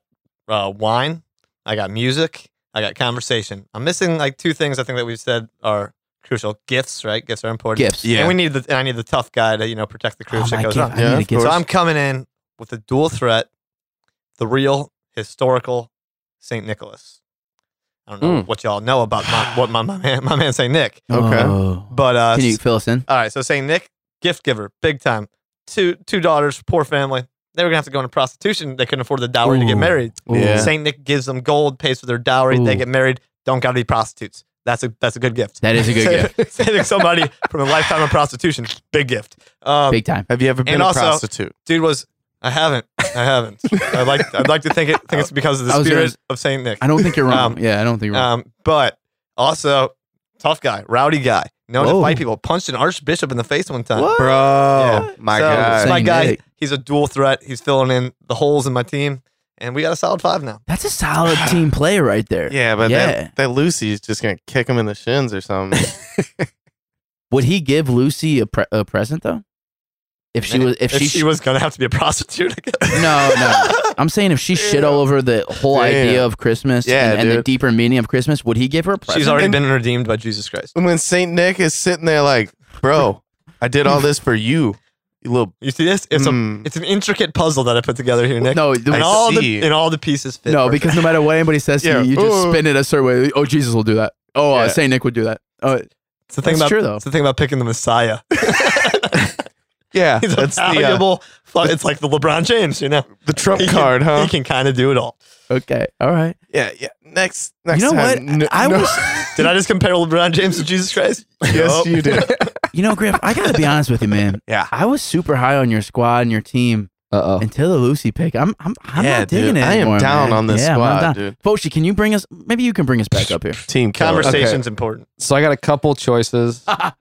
Speaker 3: uh, wine, I got music, I got conversation. I'm missing like two things. I think that we've said are crucial. Gifts, right? Gifts are important.
Speaker 1: Gifts.
Speaker 2: Yeah.
Speaker 3: And we need the and I need the tough guy to you know protect the crew
Speaker 1: Oh
Speaker 3: if shit
Speaker 1: my
Speaker 3: goes
Speaker 1: God,
Speaker 3: on.
Speaker 1: I
Speaker 2: Yeah,
Speaker 1: need a
Speaker 2: of
Speaker 1: gift.
Speaker 2: course.
Speaker 3: So I'm coming in with a dual threat, the real historical Saint Nicholas. I don't
Speaker 1: Hmm.
Speaker 3: know what y'all know about my, what my, my man my man Saint Nick,
Speaker 2: Okay.
Speaker 1: Oh.
Speaker 3: but uh,
Speaker 1: Can you fill us in?
Speaker 3: all right, so Saint Nick, gift giver, big time. Two two daughters, poor family. they were gonna have to go into prostitution. They couldn't afford the dowry to get
Speaker 1: Ooh.
Speaker 3: married.
Speaker 2: Yeah.
Speaker 3: Saint Nick gives them gold, pays for their dowry. They
Speaker 1: Ooh.
Speaker 3: get married. Don't gotta be prostitutes. That's a that's a good gift.
Speaker 1: That is a good gift.
Speaker 3: Saving somebody from a lifetime of prostitution, big gift. Um,
Speaker 1: Big time.
Speaker 2: Have you ever been
Speaker 3: also-
Speaker 2: a prostitute?
Speaker 3: dude was I haven't. I haven't. I like I'd like to think it think it's because of
Speaker 1: I
Speaker 3: the
Speaker 1: was
Speaker 3: spirit
Speaker 1: gonna-
Speaker 3: of Saint Nick.
Speaker 1: I don't think you're wrong.
Speaker 3: Um,
Speaker 1: yeah, I don't think you're wrong.
Speaker 3: Um, but also tough guy, rowdy guy, known
Speaker 1: Whoa.
Speaker 3: to fight people. Punched an archbishop in the face one time.
Speaker 1: What?
Speaker 2: Bro,
Speaker 3: Yeah.
Speaker 2: my
Speaker 3: so,
Speaker 2: God.
Speaker 3: it's uh, my
Speaker 1: Saint
Speaker 3: guy.
Speaker 1: Nick.
Speaker 3: He's a dual threat. He's filling in the holes in my team, and we got a solid five now.
Speaker 1: That's a solid team play right there.
Speaker 2: yeah, but
Speaker 1: Yeah.
Speaker 2: That, that Lucy's just going to kick him in the shins or something.
Speaker 1: Would he give Lucy a, pre- a present though? If she was, if,
Speaker 3: If
Speaker 1: she,
Speaker 3: she, was gonna have to be a prostitute again.
Speaker 1: no, no. I'm saying if she shit all over the whole
Speaker 2: Damn.
Speaker 1: idea of Christmas
Speaker 2: Yeah,
Speaker 1: and, and the
Speaker 2: dude.
Speaker 1: deeper meaning of Christmas, would he give her a present?
Speaker 3: She's already
Speaker 2: And-
Speaker 3: been redeemed by Jesus Christ.
Speaker 2: when Saint Nick is sitting there like, bro, I did all this for you, you little.
Speaker 3: You see this? It's a
Speaker 2: Mm.
Speaker 3: it's an intricate puzzle that I put together here, Nick.
Speaker 1: no, the-
Speaker 3: and all
Speaker 2: see.
Speaker 3: the and all the pieces fit.
Speaker 1: no,
Speaker 3: perfectly.
Speaker 1: because no matter what anybody says to
Speaker 2: Yeah.
Speaker 1: you, you just
Speaker 2: Ooh.
Speaker 1: spin it a certain way. Oh, Jesus will do that. Oh, uh,
Speaker 2: Yeah.
Speaker 1: Saint Nick would do that. Oh,
Speaker 3: it's the thing
Speaker 1: that's
Speaker 3: about
Speaker 1: true, though.
Speaker 3: it's the thing about picking the Messiah.
Speaker 2: yeah,
Speaker 3: He's a
Speaker 2: that's the, uh,
Speaker 3: valuable. fu- it's like the LeBron James, you
Speaker 1: Uh-huh.
Speaker 3: know.
Speaker 2: the Trump
Speaker 3: He can-
Speaker 2: card, huh?
Speaker 3: He can kind of do it all.
Speaker 1: okay, all right.
Speaker 2: Yeah, yeah. Next, next.
Speaker 1: know
Speaker 2: time,
Speaker 1: what? I
Speaker 2: was.
Speaker 3: Did I just compare LeBron James to Jesus Christ?
Speaker 2: yes,
Speaker 3: Yup.
Speaker 2: you did.
Speaker 1: You know, Griff, I gotta be honest with you, man.
Speaker 2: Yeah.
Speaker 1: I was super high on your squad and your team
Speaker 4: Uh oh.
Speaker 1: until the Lucy pick. I'm, I'm, I'm
Speaker 2: yeah,
Speaker 1: not digging
Speaker 2: dude.
Speaker 1: it.
Speaker 2: I am
Speaker 1: anymore,
Speaker 2: down
Speaker 1: man.
Speaker 2: on this
Speaker 1: Yeah, I'm not
Speaker 2: squad,
Speaker 1: down.
Speaker 2: dude.
Speaker 1: Foshi, can you bring us? Maybe you can bring us back up here.
Speaker 2: Team killer.
Speaker 3: Conversation's important.
Speaker 4: So I got a couple choices. uh,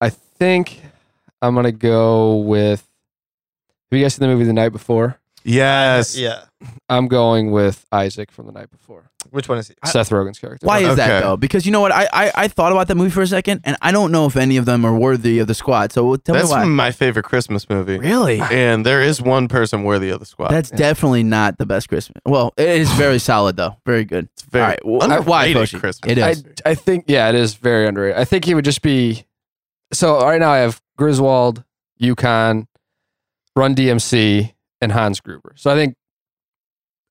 Speaker 4: I think I'm gonna go with. Have you guys seen the movie The Night Before?
Speaker 2: Uh, Yes.
Speaker 3: Yeah.
Speaker 4: I'm going with Isaac from The Night Before.
Speaker 3: Which one is he?
Speaker 4: Seth Rogen's character.
Speaker 1: Why is that
Speaker 2: Okay.
Speaker 1: though? Because you know what? I, I I thought about that movie for a second, and I don't know if any of them are worthy of the squad. So tell
Speaker 2: That's
Speaker 1: me why.
Speaker 2: my favorite Christmas movie.
Speaker 1: really?
Speaker 2: And there is one person worthy of the squad.
Speaker 1: That's definitely not the best Christmas. Well, it is very solid though. Very good.
Speaker 2: It's very
Speaker 1: All right. Well, I- why,
Speaker 2: underrated
Speaker 1: Koshi?
Speaker 2: Christmas.
Speaker 1: It
Speaker 4: I,
Speaker 1: is.
Speaker 4: I think yeah, it is very underrated. I think he would just be. So right now I have Griswold, Yukon, Run DMC, and Hans Gruber. So I think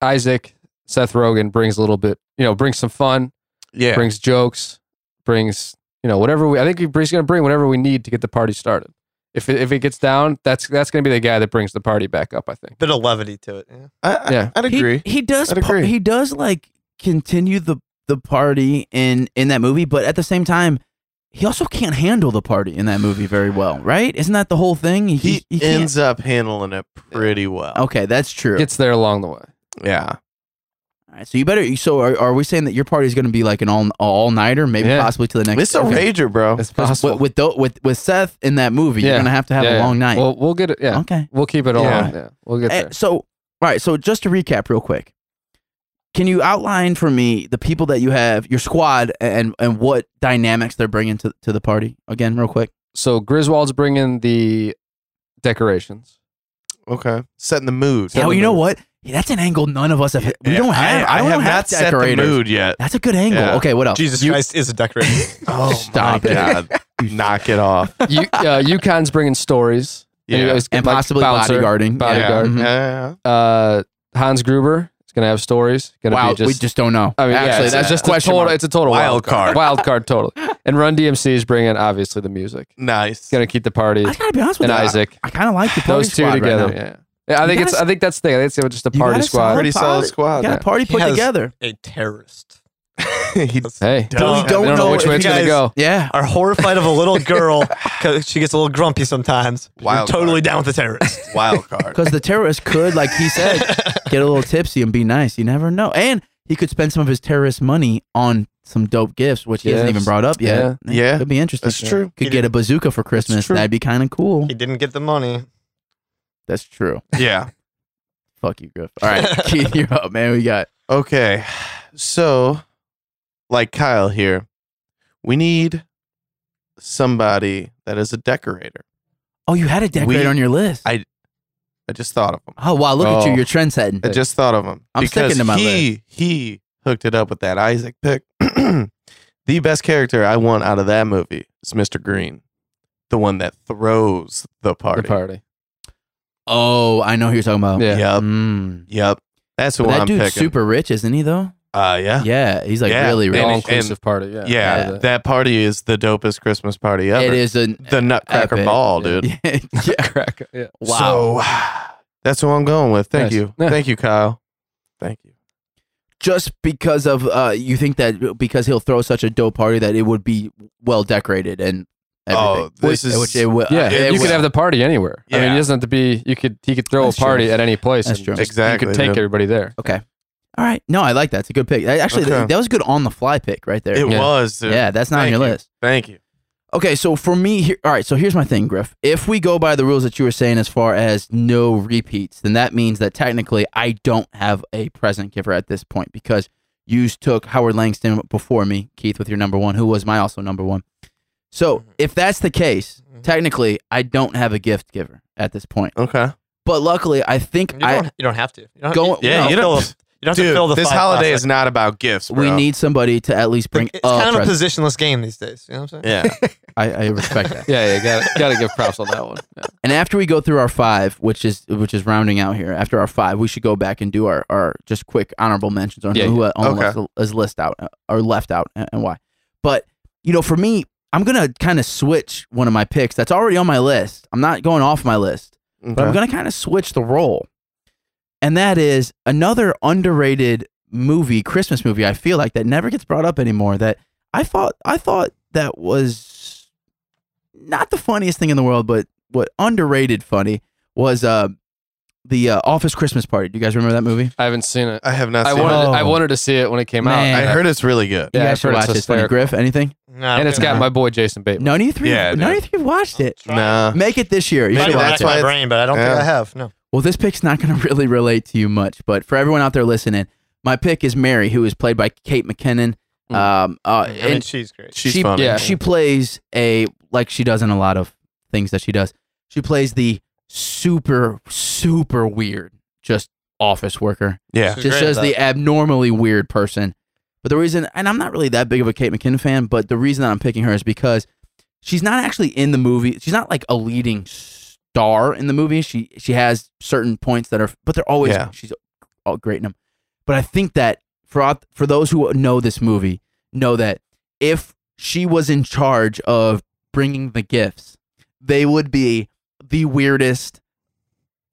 Speaker 4: Isaac, Seth Rogen brings a little bit, you know, brings some fun,
Speaker 2: Yeah.
Speaker 4: brings jokes, brings you know whatever we. I think he's going to bring whatever we need to get the party started. If it, if it gets down, that's that's going to be the guy that brings the party back up. I think.
Speaker 3: Bit of levity to it. Yeah.
Speaker 2: I, I,
Speaker 4: Yeah.
Speaker 2: I'd
Speaker 1: He-
Speaker 2: agree.
Speaker 1: He, does.
Speaker 2: I'd
Speaker 1: par-
Speaker 2: agree.
Speaker 1: he does like continue the the party in in that movie, but at the same time, he also can't handle the party in that movie very well, right? Isn't that the whole thing? He,
Speaker 2: He,
Speaker 1: he, he can't-
Speaker 2: ends up handling it pretty well.
Speaker 1: Okay, that's true.
Speaker 4: Gets there along the way.
Speaker 2: Yeah.
Speaker 1: All right, so you better. So are, are we saying that your party is going to be like an all all nighter, maybe
Speaker 4: Yeah.
Speaker 1: possibly to the next?
Speaker 2: It's a
Speaker 1: okay.
Speaker 2: rager, bro.
Speaker 4: It's
Speaker 1: Because
Speaker 4: possible.
Speaker 1: With with, tho- with with Seth in that movie, you're
Speaker 4: Yeah.
Speaker 1: going to have to have
Speaker 4: Yeah,
Speaker 1: a
Speaker 4: yeah.
Speaker 1: long night.
Speaker 4: Well, we'll get it. Yeah,
Speaker 1: okay.
Speaker 4: we'll keep it along.
Speaker 2: Yeah.
Speaker 4: Yeah, we'll get
Speaker 1: Eh,
Speaker 4: there.
Speaker 1: so all right. So just to recap, real quick, can you outline for me the people that you have, your squad, and and what dynamics they're bringing to to the party again, real quick?
Speaker 4: so Griswold's bringing the decorations.
Speaker 2: Okay. Setting the mood.
Speaker 1: Oh, you know what? Yeah, that's an angle none of us have. hit. We
Speaker 2: Yeah,
Speaker 1: don't have. I,
Speaker 2: I,
Speaker 1: don't
Speaker 2: have,
Speaker 1: have
Speaker 2: not set the
Speaker 1: decorators.
Speaker 2: mood yet.
Speaker 1: That's a good angle.
Speaker 2: Yeah.
Speaker 1: Okay, what else?
Speaker 3: Jesus Christ is a decorator.
Speaker 2: Oh
Speaker 1: Stop
Speaker 2: my
Speaker 1: it.
Speaker 2: God. Knock it off.
Speaker 4: You, uh, Yukon's bringing stories. And he
Speaker 2: Yeah.
Speaker 4: goes,
Speaker 1: and
Speaker 4: like,
Speaker 1: possibly
Speaker 4: bouncer.
Speaker 1: bodyguarding.
Speaker 4: Bodyguard.
Speaker 1: Yeah. Mhm.
Speaker 2: Yeah.
Speaker 4: Uh, Hans Gruber is gonna have stories. Gonna
Speaker 1: Wow,
Speaker 4: be just,
Speaker 1: we just uh, don't know.
Speaker 4: I mean,
Speaker 2: Actually,
Speaker 4: actually,
Speaker 2: that's
Speaker 4: that's just a
Speaker 1: question
Speaker 4: total.
Speaker 1: mark.
Speaker 4: It's a total
Speaker 2: Wild card.
Speaker 4: Wild card, totally. And Run DMC is bringing obviously the music.
Speaker 2: Nice.
Speaker 4: It's gonna keep the party
Speaker 1: I gotta be honest with
Speaker 4: and
Speaker 1: you. I-
Speaker 4: Isaac.
Speaker 1: I, kind of like the party
Speaker 4: Those two
Speaker 1: squad
Speaker 4: together.
Speaker 1: Right now.
Speaker 4: yeah. Yeah, I
Speaker 1: You
Speaker 4: think
Speaker 1: got
Speaker 4: it's.
Speaker 1: a-
Speaker 4: I think that's the thing. I think it's just a
Speaker 1: You
Speaker 4: party
Speaker 1: got a
Speaker 4: squad.
Speaker 2: Pretty solid squad.
Speaker 1: You got a party
Speaker 3: He
Speaker 1: put
Speaker 3: has-
Speaker 1: together.
Speaker 3: a terrorist. Don't-
Speaker 2: He-
Speaker 4: Hey,
Speaker 1: But
Speaker 3: we don't
Speaker 4: I don't know which
Speaker 1: if
Speaker 4: way
Speaker 1: you
Speaker 4: it's gonna
Speaker 3: guys-
Speaker 4: go.
Speaker 1: Yeah.
Speaker 3: Are horrified of a little girl because she gets a little grumpy sometimes. Wow.
Speaker 2: Wild
Speaker 3: Totally
Speaker 2: card.
Speaker 3: down with the terrorist.
Speaker 2: wild card.
Speaker 1: Because the terrorist could, like he said, get a little tipsy and be nice. You never know. And he could spend some of his terrorist money on some dope gifts, which he hasn't
Speaker 4: Yes.
Speaker 1: even brought up yet.
Speaker 2: Yeah. Yeah.
Speaker 1: Could be interesting.
Speaker 2: That's true.
Speaker 1: Could get a bazooka for Christmas.
Speaker 2: true.
Speaker 1: That'd be kind of cool.
Speaker 3: He didn't get the money.
Speaker 1: That's true.
Speaker 2: Yeah.
Speaker 1: Fuck you, Griff. All right. Keith, you're up, man. We got.
Speaker 2: Okay. So, like Kyle here, we need somebody that is a decorator.
Speaker 1: Oh, you had a decorator
Speaker 2: We-
Speaker 1: on your list.
Speaker 2: I- I just thought of him.
Speaker 1: oh, wow. Look at
Speaker 4: Oh.
Speaker 1: you. You're trendsetting.
Speaker 2: I just thought of him.
Speaker 1: I'm sticking
Speaker 2: because
Speaker 1: to my
Speaker 2: he, He hooked it up with that Isaac pick. the best character I want out of that movie is Mr. Green, the one that throws the
Speaker 4: The
Speaker 2: party.
Speaker 4: party.
Speaker 1: oh, I know who you're talking about.
Speaker 4: Yeah.
Speaker 2: Yep.
Speaker 1: Mm.
Speaker 2: Yep. That's who
Speaker 1: But
Speaker 2: I'm
Speaker 1: that dude's
Speaker 2: picking.
Speaker 1: super rich, isn't he? Though
Speaker 2: Uh, yeah.
Speaker 1: Yeah, he's like
Speaker 2: Yeah,
Speaker 1: really,
Speaker 2: And-
Speaker 4: all
Speaker 1: really.
Speaker 2: and-
Speaker 4: inclusive party. Yeah.
Speaker 2: Yeah,
Speaker 4: Yeah.
Speaker 2: that party is the dopest Christmas party ever.
Speaker 1: It is an
Speaker 2: the Nutcracker
Speaker 1: epic.
Speaker 2: Ball,
Speaker 4: Yeah.
Speaker 2: dude.
Speaker 1: yeah,
Speaker 4: Crack. Yeah.
Speaker 1: wow.
Speaker 2: So that's who I'm going with. Thank
Speaker 4: Nice.
Speaker 2: you,
Speaker 4: Yeah.
Speaker 2: thank you, Kyle. Thank you.
Speaker 1: Just because of uh, you think that because he'll throw such a dope party that it would be well decorated and everything.
Speaker 2: Oh, this
Speaker 1: Which-
Speaker 2: is-
Speaker 1: which it will.
Speaker 4: Yeah,
Speaker 1: Uh, it
Speaker 4: you
Speaker 1: will.
Speaker 4: could have the party anywhere. I mean,
Speaker 2: Yeah.
Speaker 4: it doesn't have to be. You could he could throw
Speaker 1: That's
Speaker 4: a party
Speaker 1: true.
Speaker 4: at any place.
Speaker 1: That's
Speaker 4: and
Speaker 1: true.
Speaker 4: just-
Speaker 2: Exactly,
Speaker 4: You could take
Speaker 2: yeah.
Speaker 4: everybody there.
Speaker 1: All right, no, I like that. It's a good pick. That- Actually,
Speaker 2: Okay.
Speaker 1: that, that was a good on the fly pick right there.
Speaker 2: It
Speaker 4: Yeah.
Speaker 2: was, dude.
Speaker 1: yeah, that's not on
Speaker 2: Thank
Speaker 1: your
Speaker 2: you.
Speaker 1: list.
Speaker 2: Thank you.
Speaker 1: Okay, so for me, here, all right. So here's my thing, Griff. If we go by the rules that you were saying as far as no repeats, then that means that technically I don't have a present giver at this point because you took Howard Langston before me, Keith, with your number one, who was my also number one. So
Speaker 3: Mm-hmm.
Speaker 1: if that's the case, technically I don't have a gift giver at this point.
Speaker 2: Okay.
Speaker 1: But luckily, I think
Speaker 3: You
Speaker 1: I
Speaker 3: don't, you don't have to. You don't,
Speaker 1: Go-
Speaker 3: you,
Speaker 1: Yeah,
Speaker 2: you
Speaker 3: fill
Speaker 2: don't-
Speaker 3: the- you don't have to
Speaker 2: Dude,
Speaker 3: fill the
Speaker 2: this
Speaker 3: five
Speaker 2: holiday
Speaker 3: spots.
Speaker 2: is not about gifts.
Speaker 1: we
Speaker 2: bro.
Speaker 1: need somebody to at least bring
Speaker 3: It's
Speaker 1: a
Speaker 3: kind of a
Speaker 1: present.
Speaker 3: positionless game these days. You know what I'm saying?
Speaker 2: Yeah.
Speaker 1: I, I respect that.
Speaker 4: Yeah, yeah. Got got to give props on that one. Yeah.
Speaker 1: And after we go through our five, which is which is rounding out here, after our five, we should go back and do our, our just quick honorable mentions on
Speaker 4: Yeah,
Speaker 1: who uh on
Speaker 2: Okay.
Speaker 1: left, is list out uh, or left out and, and why. But you know, for me, I'm gonna kind of switch one of my picks that's already on my list. I'm not going off my list, but I'm
Speaker 2: Okay.
Speaker 1: gonna kind of switch the role, and that is another underrated movie, Christmas movie. I feel like that never gets brought up anymore. That I thought I thought that was not the funniest thing in the world, but what underrated funny was uh the uh, Office Christmas Party. Do you guys remember that movie?
Speaker 4: I haven't seen it.
Speaker 2: I have not.
Speaker 4: I
Speaker 2: seen
Speaker 4: wanted
Speaker 2: it.
Speaker 4: I wanted to see it when it came
Speaker 1: Man.
Speaker 4: out.
Speaker 2: I heard it's really good.
Speaker 1: You
Speaker 4: Yeah,
Speaker 1: guys
Speaker 4: I've
Speaker 1: should
Speaker 4: heard
Speaker 1: watch
Speaker 4: it's
Speaker 1: this. Funny
Speaker 4: hysterical.
Speaker 1: Griff, anything?
Speaker 3: No,
Speaker 4: and it's got
Speaker 1: Uh-huh.
Speaker 4: my boy Jason Bateman.
Speaker 1: None of you three,
Speaker 2: Yeah, dude.
Speaker 1: none of you three watched it.
Speaker 2: Nah.
Speaker 1: Make it this year. You
Speaker 3: Maybe
Speaker 1: should watch
Speaker 3: that's
Speaker 2: that's
Speaker 1: it.
Speaker 2: why
Speaker 3: my
Speaker 2: it's-
Speaker 3: brain, but I don't
Speaker 2: Yeah.
Speaker 3: think I have. No.
Speaker 4: Uh,
Speaker 1: Well, this pick's not going to really relate to you much, but for everyone out there listening, my pick is Mary, who is played by Kate McKinnon.
Speaker 4: Mm.
Speaker 1: Um,
Speaker 3: I
Speaker 1: uh, and
Speaker 3: mean, she's great.
Speaker 2: She's
Speaker 1: she,
Speaker 2: funny.
Speaker 4: yeah,
Speaker 1: she plays a like she does in a lot of things that she does. She plays the super super weird, just office worker.
Speaker 2: Yeah.
Speaker 3: She's
Speaker 1: Just
Speaker 3: great at
Speaker 1: shows the abnormally weird person. But the reason, and I'm not really that big of a Kate McKinnon fan, but the reason that I'm picking her is because she's not actually in the movie. She's not like a leading star in the movie. She she has certain points that are, but they're always
Speaker 2: Yeah.
Speaker 1: she's all great in them. But I think that for for those who know this movie, know that if she was in charge of bringing the gifts, they would be the weirdest,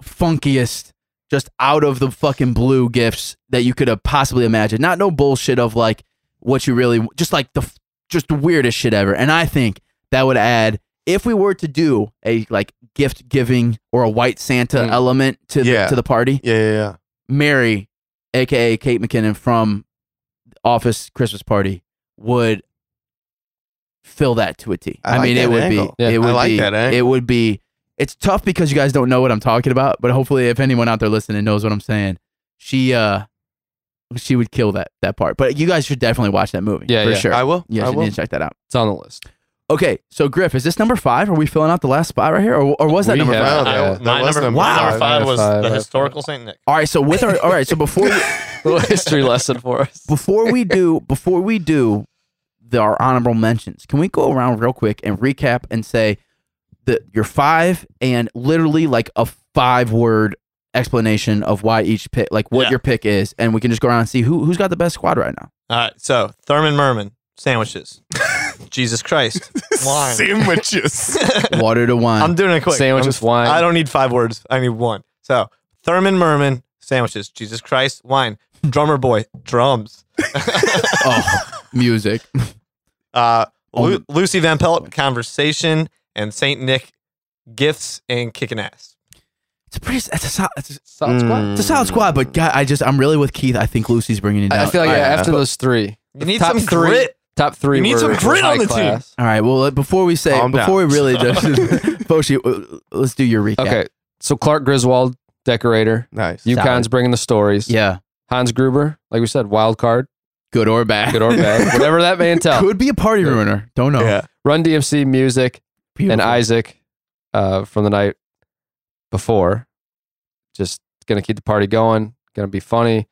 Speaker 1: funkiest, just out of the fucking blue gifts that you could have possibly imagined. Not no bullshit of like what you really just like the f- just the weirdest shit ever. And I think that would add if we were to do a like gift giving or a white Santa
Speaker 4: Mm.
Speaker 1: element to
Speaker 2: Yeah.
Speaker 1: the, to the party,
Speaker 2: Yeah. Yeah. yeah.
Speaker 1: Mary, aka Kate McKinnon from Office Christmas Party, would fill that to a T.
Speaker 2: I
Speaker 1: I
Speaker 2: like
Speaker 1: mean,
Speaker 2: that
Speaker 1: it would
Speaker 2: angle.
Speaker 1: be.
Speaker 4: Yeah,
Speaker 1: it would
Speaker 2: I like
Speaker 1: be,
Speaker 2: that angle.
Speaker 1: It would be. It's tough because you guys don't know what I'm talking about, but hopefully, if anyone out there listening knows what I'm saying, she uh, she would kill that that part. But you guys should definitely watch that movie.
Speaker 4: Yeah,
Speaker 1: for
Speaker 4: yeah.
Speaker 1: sure.
Speaker 2: I will.
Speaker 1: yeah,
Speaker 2: I
Speaker 1: you
Speaker 2: will.
Speaker 1: need to check that out.
Speaker 4: It's on the list.
Speaker 1: Okay, so Griff, is this number five? Are we filling out the last spot right here, or, or was that
Speaker 4: We
Speaker 1: number
Speaker 4: have-
Speaker 1: five?
Speaker 2: Wow,
Speaker 3: I-
Speaker 2: that- that
Speaker 3: my
Speaker 2: was
Speaker 3: number,
Speaker 2: number
Speaker 3: my
Speaker 2: five.
Speaker 3: number five was
Speaker 4: Five,
Speaker 3: the
Speaker 4: five.
Speaker 3: historical Saint Nick.
Speaker 1: All right, so with our all right, so before we,
Speaker 4: Little history lesson for us.
Speaker 1: before we do before we do the, our honorable mentions can we go around real quick and recap and say that your five and literally like a five word explanation of why each pick like what
Speaker 3: Yeah.
Speaker 1: your pick is and we can just go around and see who, who's got the best squad right now
Speaker 3: All right, so Thurman Merman sandwiches. Jesus Christ, wine.
Speaker 2: Sandwiches.
Speaker 1: water to wine
Speaker 3: I'm doing it quick.
Speaker 4: Sandwich
Speaker 3: I'm-
Speaker 4: with wine.
Speaker 3: I don't need five words. I need one. So Thurman Merman sandwiches. Jesus Christ, wine. Drummer boy, drums.
Speaker 1: oh music
Speaker 3: Uh,
Speaker 1: On
Speaker 3: Lu- Lucy Van Pelt, conversation, and Saint Nick, gifts and kicking ass.
Speaker 1: it's a pretty it's a, sol- it's a,
Speaker 4: Solid squad.
Speaker 2: Mm,
Speaker 1: it's a solid squad but God, i just i'm really with keith i think lucy's bringing it
Speaker 4: I
Speaker 1: down
Speaker 4: I feel like
Speaker 2: Yeah.
Speaker 4: yeah, after those three,
Speaker 3: You need
Speaker 4: top
Speaker 3: some
Speaker 4: three.
Speaker 3: grit.
Speaker 4: top three.
Speaker 3: You need
Speaker 4: were,
Speaker 3: some grit
Speaker 4: were
Speaker 3: on the
Speaker 4: high
Speaker 3: team.
Speaker 4: class.
Speaker 1: all right well uh, before we say
Speaker 2: Calm down.
Speaker 1: before we really just Boshi, uh, let's do your recap
Speaker 4: Okay, so Clark Griswold, decorator.
Speaker 2: nice.
Speaker 1: You-
Speaker 4: UConn's bringing the stories.
Speaker 1: yeah
Speaker 4: Hans Gruber, like we said, wild card,
Speaker 1: good or bad
Speaker 4: good or bad, whatever that may entail.
Speaker 1: Could be a party ruiner. Don't know.
Speaker 2: Yeah.
Speaker 4: Run DMC music
Speaker 1: Beautiful.
Speaker 4: and Isaac uh, from the night before. Just gonna keep the party going. Gonna be funny.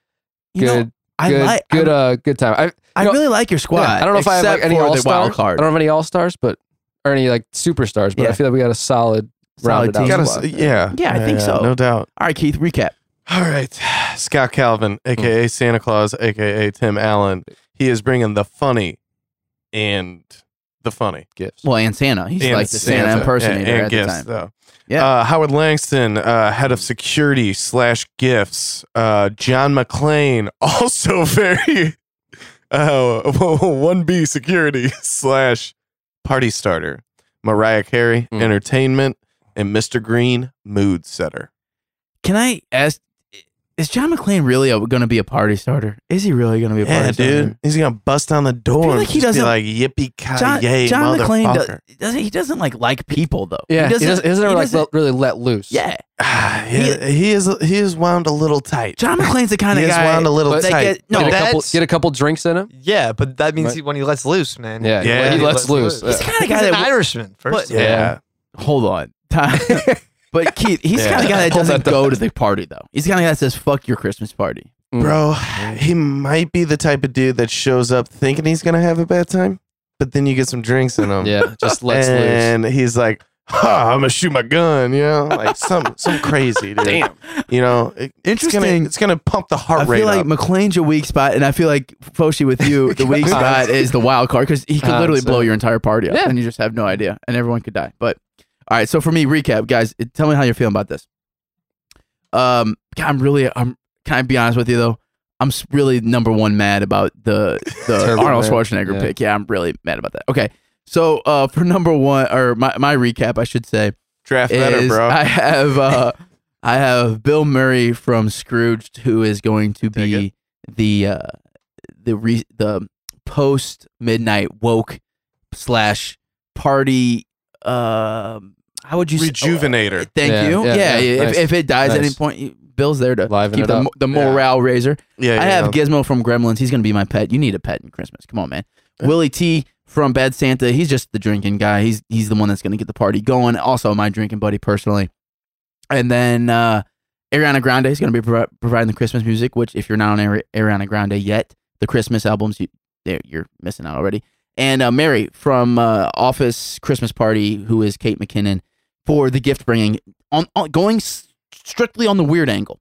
Speaker 1: You
Speaker 4: good,
Speaker 1: know, I
Speaker 4: good,
Speaker 1: like.
Speaker 4: good.
Speaker 1: I,
Speaker 4: uh, good time. I,
Speaker 1: I
Speaker 4: you know,
Speaker 1: really like your squad.
Speaker 4: yeah, I don't know if I have like,
Speaker 1: except
Speaker 4: any
Speaker 1: for
Speaker 4: all
Speaker 1: the wild
Speaker 4: stars. I
Speaker 1: card.
Speaker 4: don't have any all stars, but or any like superstars. But I
Speaker 1: Yeah.
Speaker 4: feel like we got a solid,
Speaker 1: Solid
Speaker 4: rounded out
Speaker 1: team.
Speaker 2: Gotta
Speaker 4: squad.
Speaker 2: s- yeah.
Speaker 1: Yeah, I think so.
Speaker 2: No doubt.
Speaker 1: All right, Keith, recap.
Speaker 2: All right. Scott Calvin, aka Santa Claus, aka Tim Allen. He is bringing the funny and the funny.
Speaker 4: Gifts.
Speaker 1: Well, and Santa. He's
Speaker 2: and
Speaker 1: like the Santa, impersonator
Speaker 2: and, and
Speaker 1: at
Speaker 2: gifts,
Speaker 1: the time.
Speaker 2: though.
Speaker 1: Yeah. Hmm.
Speaker 2: Uh, Howard Langston, uh, head of security slash gifts. Uh, John McClain, also very uh, one B security slash party starter. Mariah Carey,
Speaker 4: Mm.
Speaker 2: entertainment, and Mr. Green, mood setter.
Speaker 1: Can I ask? Is John McClane really going to be a party starter? Is he really going to be a party
Speaker 2: Yeah,
Speaker 1: starter?
Speaker 2: dude, he's gonna bust down the door.
Speaker 1: like
Speaker 2: and
Speaker 1: he
Speaker 2: just
Speaker 1: doesn't-
Speaker 2: be like yippee
Speaker 1: John,
Speaker 2: ki yay,
Speaker 1: John McClane
Speaker 2: motherfucker.
Speaker 1: does, doesn't. He doesn't like like people though.
Speaker 4: Yeah,
Speaker 1: he doesn't.
Speaker 4: isn't
Speaker 1: he
Speaker 4: like
Speaker 1: doesn't-
Speaker 4: let- really let loose?
Speaker 1: yeah,
Speaker 2: Ah, he, he is he is wound a little tight.
Speaker 1: John McClane's the kind
Speaker 2: he
Speaker 1: of
Speaker 2: is
Speaker 1: guy.
Speaker 2: wound a little
Speaker 4: But
Speaker 1: that
Speaker 2: tight.
Speaker 1: get-
Speaker 4: Get,
Speaker 1: no,
Speaker 4: a couple,
Speaker 3: that's-
Speaker 4: get a couple drinks in him.
Speaker 3: Yeah, but that means
Speaker 4: Right.
Speaker 3: he, when he lets loose, man.
Speaker 4: Yeah,
Speaker 2: Yeah.
Speaker 4: he
Speaker 2: He
Speaker 4: lets loose.
Speaker 1: he's the kind of
Speaker 3: He's
Speaker 1: guy
Speaker 3: an
Speaker 1: that.
Speaker 3: Irishman first.
Speaker 1: But-
Speaker 3: of all.
Speaker 2: yeah.
Speaker 1: hold on, Tom. but Keith, he's the kind of guy that
Speaker 4: Hold
Speaker 1: doesn't
Speaker 4: on,
Speaker 1: go to the party though. He's the kind of guy that says "fuck your Christmas party."
Speaker 4: Mm.
Speaker 2: Bro, he might be the type of dude that shows up thinking he's gonna have a bad time, but then you get some drinks in him.
Speaker 4: Yeah, just lets loose.
Speaker 2: and he's like, ha, I'm gonna shoot my gun, you know? Like some some crazy dude.
Speaker 4: Damn.
Speaker 2: You know, it- it's gonna
Speaker 1: Interesting.
Speaker 2: it's gonna pump the heart
Speaker 1: I
Speaker 2: rate
Speaker 1: feel like
Speaker 2: up.
Speaker 1: McClane's a weak spot, and I feel like Foshi with you, the weak spot is the wild card because he could
Speaker 4: Uh,
Speaker 1: literally
Speaker 4: so-
Speaker 1: blow your entire party up,
Speaker 4: Yeah.
Speaker 1: and you just have no idea, and everyone could die. But all right, so for me, recap, guys, it- tell me how you're feeling about this. Um, God, I'm really, I'm. Can I be honest with you though? I'm s- really number one mad about the the
Speaker 4: Terrible,
Speaker 1: Arnold
Speaker 4: man.
Speaker 1: Schwarzenegger
Speaker 4: Yeah.
Speaker 1: pick. Yeah, I'm really mad about that. Okay, so uh, for number one or my my recap, I should say
Speaker 2: Draft better,
Speaker 1: is
Speaker 2: bro.
Speaker 1: I have uh, I have Bill Murray from Scrooged, who is going to be the uh, the re- the post midnight woke slash party. Um, how would you say-
Speaker 2: Rejuvenator.
Speaker 1: Thank
Speaker 4: Yeah,
Speaker 1: you.
Speaker 4: yeah,
Speaker 1: Yeah,
Speaker 4: yeah,
Speaker 1: if,
Speaker 4: nice.
Speaker 1: if it dies at any
Speaker 4: Nice.
Speaker 1: point, you- Bill's there to
Speaker 4: Liven
Speaker 1: keep
Speaker 4: it
Speaker 1: the,
Speaker 4: up.
Speaker 1: mo- the
Speaker 2: Yeah.
Speaker 1: morale raiser.
Speaker 2: yeah,
Speaker 1: I
Speaker 2: yeah.
Speaker 1: have Gizmo from Gremlins. He's going to be my pet. You need a pet in Christmas. Come on, man. Willie T from Bad Santa. He's just the drinking guy. He's he's the one that's going to get the party going. Also, my drinking buddy personally. And then uh, Ariana Grande is going to be provi- providing the Christmas music. Which, if you're not on Ari- Ariana Grande yet, the Christmas albums you there you're missing out already. And uh, Mary from uh, Office Christmas Party, who is Kate McKinnon, for the gift bringing on, on going s- strictly on the weird angle,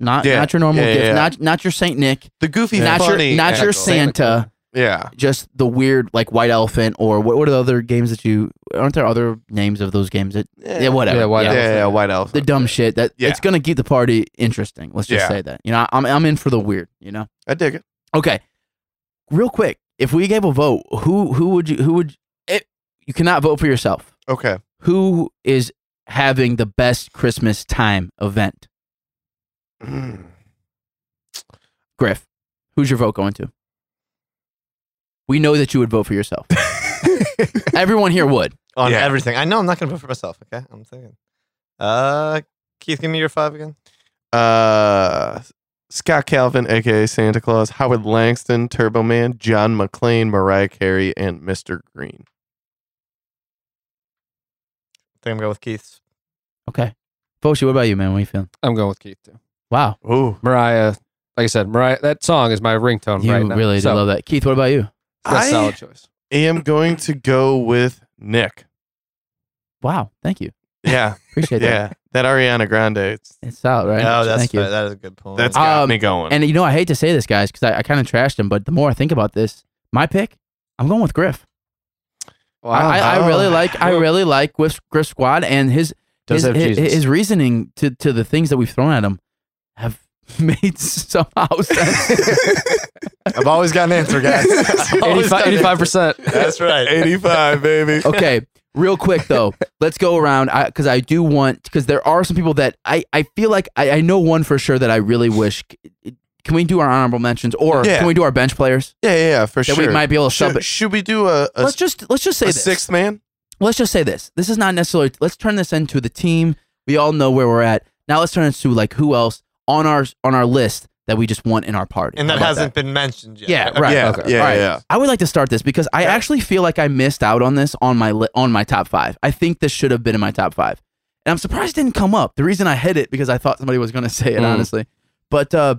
Speaker 1: not
Speaker 2: Yeah.
Speaker 1: not your normal
Speaker 2: Yeah, yeah,
Speaker 1: gift,
Speaker 2: yeah.
Speaker 1: not not your Saint Nick,
Speaker 2: the goofy
Speaker 1: not
Speaker 2: funny
Speaker 1: your not your
Speaker 2: angle.
Speaker 1: Santa,
Speaker 2: Yeah.
Speaker 1: just the weird like white elephant or what? What are the other games that you? Aren't there other names of those games that? Yeah, whatever.
Speaker 4: Yeah, white
Speaker 2: Yeah,
Speaker 4: elephant.
Speaker 2: yeah, yeah, white elf.
Speaker 1: The dumb shit that
Speaker 2: Yeah.
Speaker 1: it's gonna keep the party interesting. Let's just
Speaker 2: Yeah.
Speaker 1: say that. You know, I'm I'm in for the weird. You know.
Speaker 2: I dig it.
Speaker 1: Okay, real quick, if we gave a vote, who who would you who would it, you cannot vote for yourself?
Speaker 2: Okay.
Speaker 1: Who is having the best Christmas time event?
Speaker 2: Mm.
Speaker 1: Griff, who's your vote going to? We know that you would vote for yourself. Everyone here would.
Speaker 3: on
Speaker 2: Yeah.
Speaker 3: everything. I know I'm not gonna vote for myself. Okay, I'm thinking. Uh, Keith, give me your five again.
Speaker 2: uh Scott Calvin, aka Santa Claus, Howard Langston, Turbo Man, John McClane, Mariah Carey, and Mr. Green.
Speaker 3: I think I'm going with Keith's.
Speaker 1: Okay. Foshi, what about you, man? What are you feeling?
Speaker 4: I'm going with Keith too.
Speaker 1: Wow.
Speaker 2: Ooh,
Speaker 4: Mariah, like I said, Mariah. That song is my ringtone
Speaker 1: You
Speaker 4: right now.
Speaker 1: really do
Speaker 4: so,
Speaker 1: love that. Keith, what about you?
Speaker 2: I-
Speaker 4: That's a solid choice.
Speaker 2: am going to go with Nick.
Speaker 1: Wow. Thank you.
Speaker 2: Yeah,
Speaker 1: Appreciate that.
Speaker 2: yeah, that Ariana Grande. It's,
Speaker 1: It's solid, right?
Speaker 3: No, Oh, that's
Speaker 1: Thank you.
Speaker 3: fair. that is a good point. Uh,
Speaker 2: that's got
Speaker 1: Um,
Speaker 2: me going.
Speaker 1: And you know, I hate to say this, guys, because I, I kind of trashed him, but the more I think about this, my pick, I'm going with Griff. I, I, I really like I really like Griff, Griff Squad and his
Speaker 4: Does
Speaker 1: his,
Speaker 4: have
Speaker 1: his,
Speaker 4: Jesus.
Speaker 1: his reasoning to, to the things that we've thrown at him have made somehow sense.
Speaker 3: I've always got an answer, guys. I've always got an answer.
Speaker 4: 85 percent.
Speaker 3: That's right.
Speaker 2: 85, baby.
Speaker 1: okay, real quick though, let's go around because I, do want because there are some people that I, I feel like I, I know one for sure that I really wish. Can we do our honorable mentions or
Speaker 2: Yeah.
Speaker 1: can we do our bench players
Speaker 2: Yeah, yeah, yeah, for
Speaker 1: that
Speaker 2: sure.
Speaker 1: we might be able to sub?
Speaker 2: should, should we do a, a,
Speaker 1: let's just let's just say
Speaker 2: a
Speaker 1: this.
Speaker 2: sixth man?
Speaker 1: let's just say this. This is not necessarily. Let's turn this into the team. We all know where we're at. Now let's turn it into like who else on our on our list that we just want in our party.
Speaker 3: And
Speaker 1: How
Speaker 3: that
Speaker 1: about
Speaker 3: hasn't been mentioned yet.
Speaker 1: Yeah, right.
Speaker 2: yeah,
Speaker 4: okay.
Speaker 2: yeah,
Speaker 1: All right.
Speaker 2: yeah.
Speaker 1: I would like to start this because I
Speaker 2: Yeah.
Speaker 1: actually feel like I missed out on this on my li- on my top five. I think this should have been in my top five, and I'm surprised it didn't come up. The reason I hid it because I thought somebody was going to say it
Speaker 4: Mm.
Speaker 1: honestly, but uh,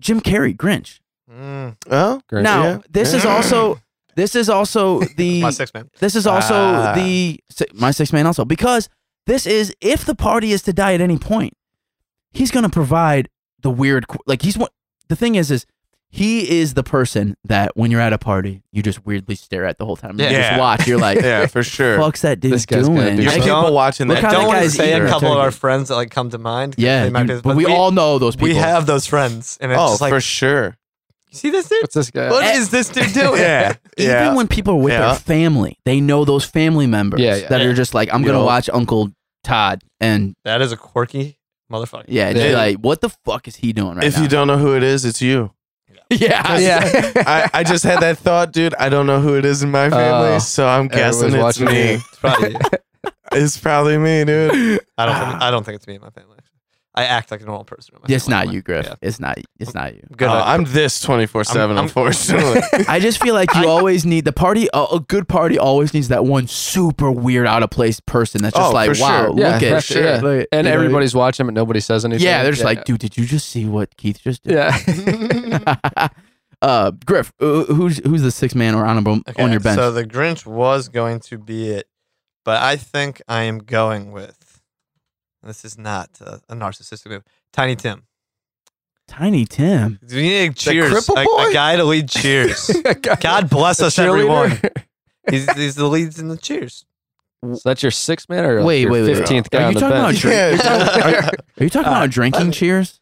Speaker 1: Jim Carrey Grinch.
Speaker 3: Mm,
Speaker 2: Oh,
Speaker 1: Now
Speaker 2: Yeah.
Speaker 1: this is
Speaker 2: Yeah.
Speaker 1: also this is also the
Speaker 3: my six man.
Speaker 1: this is also
Speaker 2: Ah.
Speaker 1: the si- my six man also because this is if the party is to die at any point, he's going to provide the weird qu- like he's what the thing is is he is the person that when you're at a party you just weirdly stare at the whole time. You
Speaker 2: Yeah.
Speaker 1: just watch. You're like,
Speaker 2: yeah, for sure.
Speaker 1: fuck's that dude
Speaker 4: This guy's gonna
Speaker 1: doing?
Speaker 4: do
Speaker 2: Your
Speaker 3: I
Speaker 1: Like,
Speaker 3: something.
Speaker 2: people
Speaker 3: don't-
Speaker 2: watching
Speaker 1: look
Speaker 2: that.
Speaker 1: how
Speaker 3: I
Speaker 1: that
Speaker 3: don't want to
Speaker 1: guy's
Speaker 3: say
Speaker 1: eager.
Speaker 3: a couple of our
Speaker 1: Turkey.
Speaker 3: friends that like come to mind. 'cause
Speaker 1: yeah,
Speaker 3: they might
Speaker 1: dude,
Speaker 3: be-
Speaker 1: but we, all know those people.
Speaker 3: we have those friends, and it's
Speaker 2: oh,
Speaker 3: just like,
Speaker 2: for sure.
Speaker 3: you see this dude?
Speaker 4: What's this guy?
Speaker 3: What is this dude doing?
Speaker 2: Yeah,
Speaker 1: Even
Speaker 2: yeah.
Speaker 1: when people are with
Speaker 2: Yeah.
Speaker 1: their family, they know those family members
Speaker 4: Yeah, yeah.
Speaker 1: that
Speaker 3: Yeah.
Speaker 1: are just like, I'm
Speaker 2: You
Speaker 1: going to
Speaker 2: know.
Speaker 1: watch Uncle Todd. And
Speaker 3: That is a quirky motherfucker.
Speaker 1: yeah, just
Speaker 4: Yeah.
Speaker 1: like, what the fuck is he doing right
Speaker 2: if
Speaker 1: now?
Speaker 2: you don't know who it is, it's you.
Speaker 1: yeah.
Speaker 4: Yeah.
Speaker 2: I, I just had that thought, dude. I don't know who it is in
Speaker 3: Uh,
Speaker 2: my family,
Speaker 4: Oh.
Speaker 2: so I'm guessing
Speaker 4: Everyone's
Speaker 2: it's
Speaker 4: watching
Speaker 2: me.
Speaker 4: you.
Speaker 3: It's probably.
Speaker 2: It's probably me, dude.
Speaker 3: I don't. Think, I don't think it's me and my family. Actually, I act like a normal person. in my
Speaker 1: It's
Speaker 3: family.
Speaker 1: not you, Griff.
Speaker 3: Yeah.
Speaker 1: It's not. It's not you.
Speaker 3: Good.
Speaker 2: Oh,
Speaker 3: at-
Speaker 2: I'm this 24 7,
Speaker 3: I'm- I'm-
Speaker 2: unfortunately.
Speaker 1: I just feel like you always need the party. A, a good party always needs that one super weird, out of place person that's just
Speaker 2: Oh,
Speaker 1: like,
Speaker 2: for
Speaker 1: wow,
Speaker 2: sure.
Speaker 1: look
Speaker 4: Yeah,
Speaker 1: at
Speaker 4: for
Speaker 1: it.
Speaker 4: sure.
Speaker 1: Look at it.
Speaker 4: And
Speaker 1: You know,
Speaker 4: everybody's watching, but nobody says anything.
Speaker 1: Yeah, they're just like, dude, did you just see what Keith just did?
Speaker 4: yeah.
Speaker 1: uh, Griff, uh, who's who's the sixth man or honorable
Speaker 3: Okay,
Speaker 1: on your bench?
Speaker 3: So the Grinch was going to be it, but I think I am going with. This is not a, a narcissistic move. Tiny Tim.
Speaker 1: Tiny Tim.
Speaker 3: We need a cheers.
Speaker 4: cripple
Speaker 3: A, a
Speaker 4: boy?
Speaker 3: guy to lead cheers. God bless
Speaker 4: The
Speaker 3: us, everyone.
Speaker 4: cheerleader?
Speaker 3: He's, he's the leads in the cheers.
Speaker 4: So that's your sixth man or
Speaker 1: Wait,
Speaker 4: your
Speaker 1: wait, wait.
Speaker 4: 15th guy
Speaker 1: Are
Speaker 4: on
Speaker 1: you
Speaker 4: the
Speaker 1: talking about
Speaker 4: bench?
Speaker 1: drink-
Speaker 2: yeah.
Speaker 1: Are you talking
Speaker 3: Uh,
Speaker 1: about drinking
Speaker 3: uh,
Speaker 1: cheers?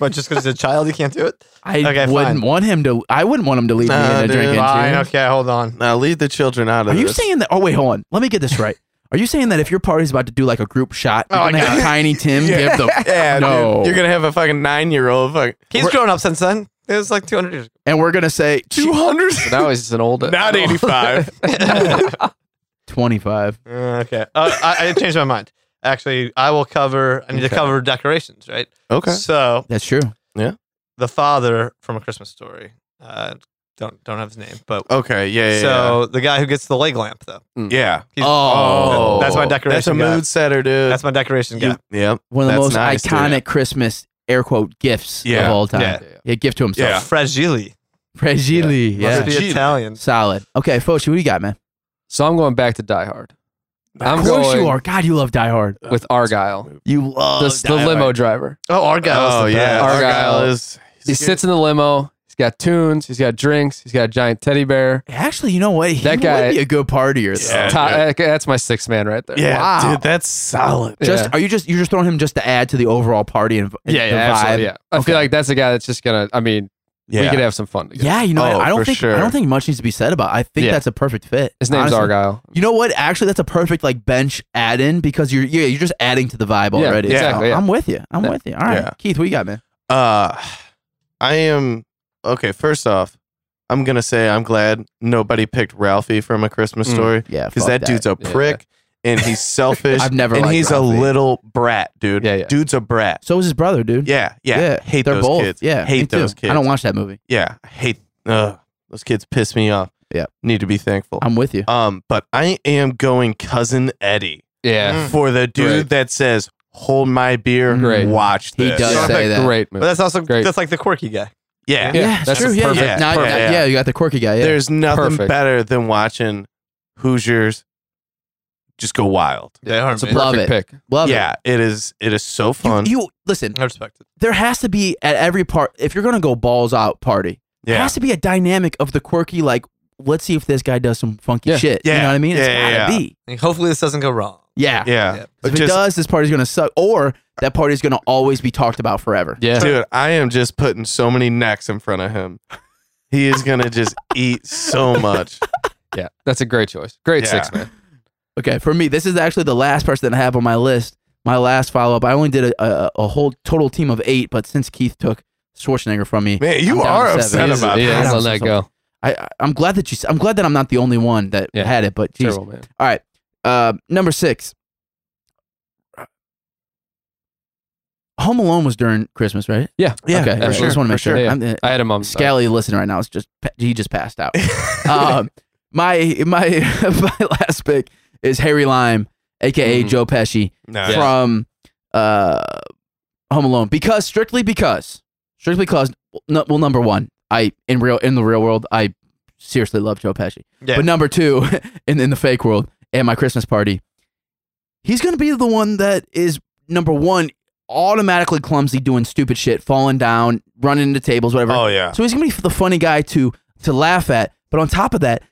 Speaker 3: But just because he's a child, he can't do it.
Speaker 1: I
Speaker 3: okay, fine.
Speaker 1: wouldn't want him to. I wouldn't want him to lead
Speaker 2: Nah,
Speaker 1: me into
Speaker 2: dude.
Speaker 1: drinking
Speaker 3: Fine.
Speaker 1: cheers.
Speaker 3: Okay, hold on.
Speaker 2: Now, leave the children out of
Speaker 1: Are you
Speaker 2: this.
Speaker 1: saying that? Oh wait, hold on. Let me get this right. Are you saying that if your party's about to do like a group shot, you're
Speaker 2: Oh,
Speaker 1: gonna have
Speaker 2: yeah.
Speaker 1: Tiny Tim
Speaker 2: Yeah.
Speaker 1: give the
Speaker 2: yeah,
Speaker 1: No.
Speaker 2: dude. You're going to have a fucking nine year old. Fucking,
Speaker 3: He's grown up since then. It was like 200 years
Speaker 1: and we're gonna say
Speaker 2: 200?
Speaker 4: Now he's an old.
Speaker 2: Not 85.
Speaker 3: ago.
Speaker 1: twenty five.
Speaker 3: Uh, okay. Uh, I, I changed my mind. Actually, I will cover, I need to
Speaker 2: Okay.
Speaker 3: cover decorations, right?
Speaker 2: okay.
Speaker 3: So,
Speaker 1: That's true.
Speaker 3: the father from A Christmas Story, uh, don't don't have his name, but
Speaker 2: Okay. Yeah. Yeah.
Speaker 3: so the guy who gets the leg lamp, though.
Speaker 2: yeah. yeah.
Speaker 3: He's,
Speaker 1: Oh.
Speaker 3: that's my
Speaker 2: That's a
Speaker 3: decoration. guy.
Speaker 2: mood setter, dude.
Speaker 3: That's my decoration guy.
Speaker 2: You- Yep.
Speaker 1: One of the
Speaker 2: That's
Speaker 1: most
Speaker 2: nice, dude.
Speaker 1: iconic Christmas air quote gifts
Speaker 2: Yeah.
Speaker 1: of all time.
Speaker 3: Yeah.
Speaker 1: Yeah, gift to himself.
Speaker 2: Yeah.
Speaker 3: Fragile.
Speaker 1: Fragile.
Speaker 3: Must
Speaker 1: Yeah.
Speaker 3: be
Speaker 2: Fragile.
Speaker 3: Italian.
Speaker 1: Solid. Okay, Foch, what do you got, man?
Speaker 4: So I'm going back to Die Hard I'm
Speaker 1: of course
Speaker 4: going-
Speaker 1: you are. God, you love Die Hard.
Speaker 4: with Argyle,
Speaker 1: You love
Speaker 4: the, the
Speaker 1: Die Hard.
Speaker 4: limo driver.
Speaker 3: Oh, Argyle's
Speaker 2: Oh,
Speaker 3: the
Speaker 2: yeah.
Speaker 3: best.
Speaker 4: Argyle.
Speaker 2: is.
Speaker 4: He sits in the limo. He's got tunes. He's got drinks. He's got a giant teddy bear.
Speaker 1: Actually, you know what? He
Speaker 4: That guy-
Speaker 1: would be a good partier. though.
Speaker 2: Yeah,
Speaker 4: Top-
Speaker 2: dude.
Speaker 4: okay, eh, that's my sixth man right there.
Speaker 2: Yeah,
Speaker 1: Wow.
Speaker 2: dude, that's solid.
Speaker 1: Just
Speaker 4: Yeah.
Speaker 1: are you just you're just throwing him just to add to the overall party and and
Speaker 4: Yeah,
Speaker 1: the
Speaker 4: yeah, absolutely,
Speaker 1: vibe?
Speaker 4: yeah. I
Speaker 1: Okay.
Speaker 4: feel like that's a guy that's just gonna. I mean, we could have some fun. Together.
Speaker 1: Yeah, you know,
Speaker 2: Oh,
Speaker 1: I don't
Speaker 2: for
Speaker 1: think
Speaker 2: sure.
Speaker 1: I don't think much needs to be said about. It. I think
Speaker 4: Yeah.
Speaker 1: that's a perfect fit.
Speaker 4: his name's
Speaker 1: honestly.
Speaker 4: Argyle.
Speaker 1: You know what? Actually, that's a perfect like bench add in because you're yeah you're just adding to the vibe
Speaker 4: Yeah,
Speaker 1: already.
Speaker 4: exactly,
Speaker 1: So,
Speaker 4: yeah.
Speaker 1: I'm with you. I'm
Speaker 4: Yeah.
Speaker 1: with you. All right,
Speaker 2: Yeah.
Speaker 1: Keith, what you got, man?
Speaker 2: Uh, I am okay. First off, I'm gonna say I'm glad nobody picked Ralphie from A Christmas
Speaker 4: Mm.
Speaker 2: Story
Speaker 1: Yeah,
Speaker 2: because
Speaker 1: fuck
Speaker 2: that, dude's a
Speaker 4: Yeah.
Speaker 2: prick and he's selfish.
Speaker 1: I've never
Speaker 2: and
Speaker 1: liked
Speaker 2: he's
Speaker 1: Ralphie.
Speaker 2: a little brat, dude.
Speaker 4: Yeah, yeah.
Speaker 2: dude's a brat.
Speaker 1: So is his brother, dude.
Speaker 2: Yeah, yeah. hate
Speaker 1: they're
Speaker 2: those
Speaker 1: both.
Speaker 2: kids.
Speaker 1: Yeah, me
Speaker 2: hate
Speaker 1: too.
Speaker 2: those kids.
Speaker 1: I don't watch that movie.
Speaker 2: Yeah, I hate. Ugh, those kids piss me off.
Speaker 1: Yeah.
Speaker 2: need to be thankful.
Speaker 1: I'm with you.
Speaker 2: um, but I am going cousin Eddie
Speaker 4: Yeah,
Speaker 3: Mm.
Speaker 2: for the dude
Speaker 4: Great.
Speaker 2: that says, "Hold my beer,
Speaker 4: Great.
Speaker 2: watch
Speaker 1: He
Speaker 2: this."
Speaker 1: does
Speaker 3: So I
Speaker 1: say
Speaker 3: think
Speaker 1: that.
Speaker 4: great
Speaker 3: But
Speaker 4: movie.
Speaker 3: that's also
Speaker 4: Great.
Speaker 3: that's like the quirky guy.
Speaker 2: Yeah.
Speaker 4: Yeah,
Speaker 1: Yeah, it's
Speaker 4: that's
Speaker 1: true.
Speaker 4: a
Speaker 1: Yeah,
Speaker 4: perfect-
Speaker 1: yeah. Now-
Speaker 2: perfect,
Speaker 1: yeah,
Speaker 2: yeah.
Speaker 1: you got the quirky guy. Yeah,
Speaker 2: There's nothing
Speaker 4: Perfect.
Speaker 2: better than watching Hoosiers just go wild.
Speaker 3: They are,
Speaker 4: It's a
Speaker 3: man.
Speaker 1: Love
Speaker 4: perfect pick.
Speaker 1: love
Speaker 2: yeah, it is. It is so
Speaker 1: it. You-
Speaker 2: fun.
Speaker 1: You, listen.
Speaker 3: I respect it.
Speaker 1: There has to be at every part. If you're gonna go balls out party, there
Speaker 2: yeah,
Speaker 1: has to be a dynamic of the quirky. Like, let's see if this guy does some funky
Speaker 4: Yeah.
Speaker 1: shit. You
Speaker 2: Yeah.
Speaker 1: know what I mean? It's
Speaker 2: Yeah, yeah,
Speaker 1: gotta
Speaker 2: yeah.
Speaker 1: be.
Speaker 3: And hopefully this doesn't go wrong.
Speaker 1: Yeah.
Speaker 2: yeah.
Speaker 3: Yeah.
Speaker 1: If it
Speaker 2: Just-
Speaker 1: does, this party's gonna suck, or that party's gonna always be talked about forever.
Speaker 4: Yeah,
Speaker 2: dude, I am just putting so many necks in front of him. He is gonna just eat so much.
Speaker 4: yeah, that's a great choice. Great
Speaker 2: Yeah.
Speaker 4: six man.
Speaker 1: Okay, for me, this is actually the last person that I have on my list. My last follow up. I only did a, a, a whole total team of eight, but since Keith took Schwarzenegger from me,
Speaker 2: Man,
Speaker 1: I'm
Speaker 2: you
Speaker 1: down
Speaker 2: are
Speaker 1: to
Speaker 2: upset
Speaker 1: seven.
Speaker 4: He's-
Speaker 2: about
Speaker 4: he
Speaker 1: that.
Speaker 4: is
Speaker 1: I
Speaker 2: that.
Speaker 1: don't
Speaker 4: on
Speaker 1: see
Speaker 4: that go.
Speaker 1: I, I I'm glad that you. I'm glad that I'm not the only one that
Speaker 4: Yeah.
Speaker 1: had it. But geez,
Speaker 4: Terrible man.
Speaker 1: all right. Uh, number six. Home Alone was during Christmas, right?
Speaker 4: Yeah.
Speaker 2: Yeah,
Speaker 1: Okay.
Speaker 2: for
Speaker 1: I
Speaker 4: sure,
Speaker 1: just want to
Speaker 4: for
Speaker 1: make sure.
Speaker 4: sure. Yeah.
Speaker 1: I'm, uh,
Speaker 4: I had him on.
Speaker 1: Scally listening right now is just he just passed out. um, my my my last pick is Harry Lime, aka
Speaker 4: Mhm.
Speaker 1: Joe Pesci
Speaker 2: No,
Speaker 4: Yeah.
Speaker 1: from uh, Home Alone because strictly because strictly because no, well number one I in real in the real world I seriously love Joe Pesci
Speaker 3: Yeah.
Speaker 1: but number two in in the fake world at my Christmas party he's gonna be the one that is number one automatically clumsy, doing stupid shit, falling down, running into tables, whatever.
Speaker 2: Oh yeah.
Speaker 1: So he's gonna be the funny guy to to laugh at. But on top of that,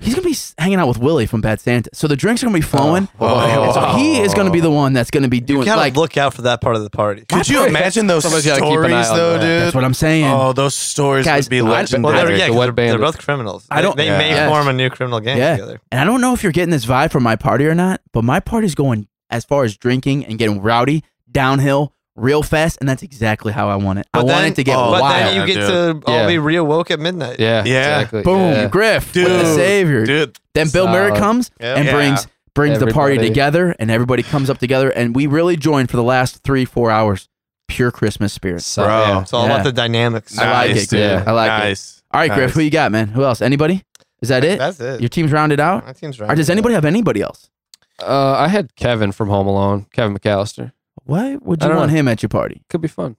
Speaker 1: he's gonna be s- hanging out with Willie from Bad Santa. So the drinks are gonna be flowing.
Speaker 2: Oh.
Speaker 1: And so he is gonna be the one that's gonna be
Speaker 3: You
Speaker 1: doing
Speaker 3: gotta
Speaker 1: like
Speaker 3: look out for that part of the party.
Speaker 2: Could you imagine those
Speaker 4: Somebody's gotta keep an eye
Speaker 2: stories
Speaker 4: on
Speaker 2: though,
Speaker 4: that.
Speaker 1: that's
Speaker 2: dude?
Speaker 1: what I'm saying.
Speaker 2: Oh, those stories
Speaker 1: Guys,
Speaker 2: would be
Speaker 1: I- well,
Speaker 2: legendary.
Speaker 3: Well, they're,
Speaker 4: Bandit,
Speaker 3: yeah,
Speaker 4: the
Speaker 3: 'cause
Speaker 4: wet
Speaker 3: they're, they're
Speaker 4: bandit.
Speaker 3: both criminals.
Speaker 1: I don't-
Speaker 3: They, they
Speaker 2: Yeah.
Speaker 3: may
Speaker 1: Yes.
Speaker 3: form a new criminal gang
Speaker 1: Yeah.
Speaker 3: together.
Speaker 1: And I don't know if you're getting this vibe from my party or not, but my party's going as far as drinking and getting rowdy downhill real fast, and that's exactly how I want it. I
Speaker 3: But
Speaker 1: want
Speaker 3: then-
Speaker 1: it to get
Speaker 2: oh,
Speaker 3: But
Speaker 1: wild.
Speaker 3: then you
Speaker 2: Yeah,
Speaker 3: get to all
Speaker 4: Yeah.
Speaker 3: be re awoke at midnight.
Speaker 4: Yeah.
Speaker 2: Yeah.
Speaker 4: Exactly.
Speaker 1: Boom,
Speaker 4: Yeah.
Speaker 1: Griff, with the
Speaker 2: Dude.
Speaker 1: savior.
Speaker 2: dude.
Speaker 1: Then Bill Murray
Speaker 4: Solid.
Speaker 1: comes
Speaker 3: Yeah.
Speaker 1: and
Speaker 2: Yeah.
Speaker 1: brings brings the party
Speaker 4: Everybody.
Speaker 1: together, and everybody comes up together, and we really join for the last three four hours, pure Christmas spirit.
Speaker 4: So,
Speaker 2: Bro.
Speaker 4: yeah.
Speaker 3: It's all
Speaker 1: Yeah.
Speaker 3: about the dynamics.
Speaker 1: I like it,
Speaker 2: Nice, dude.
Speaker 4: yeah,
Speaker 1: I like it.
Speaker 2: nice.
Speaker 1: All right, Griff,
Speaker 2: Nice.
Speaker 1: who you got, man? Who else? Anybody? Is that it?
Speaker 3: That's it.
Speaker 1: Your team's rounded out.
Speaker 3: My team's
Speaker 1: Or
Speaker 3: right.
Speaker 1: does anybody have anybody else?
Speaker 4: Uh, I had Kevin from Home Alone, Kevin McAllister.
Speaker 1: Why would
Speaker 4: I
Speaker 1: you
Speaker 4: don't
Speaker 1: want
Speaker 4: know.
Speaker 1: him at your party?
Speaker 4: Could be fun.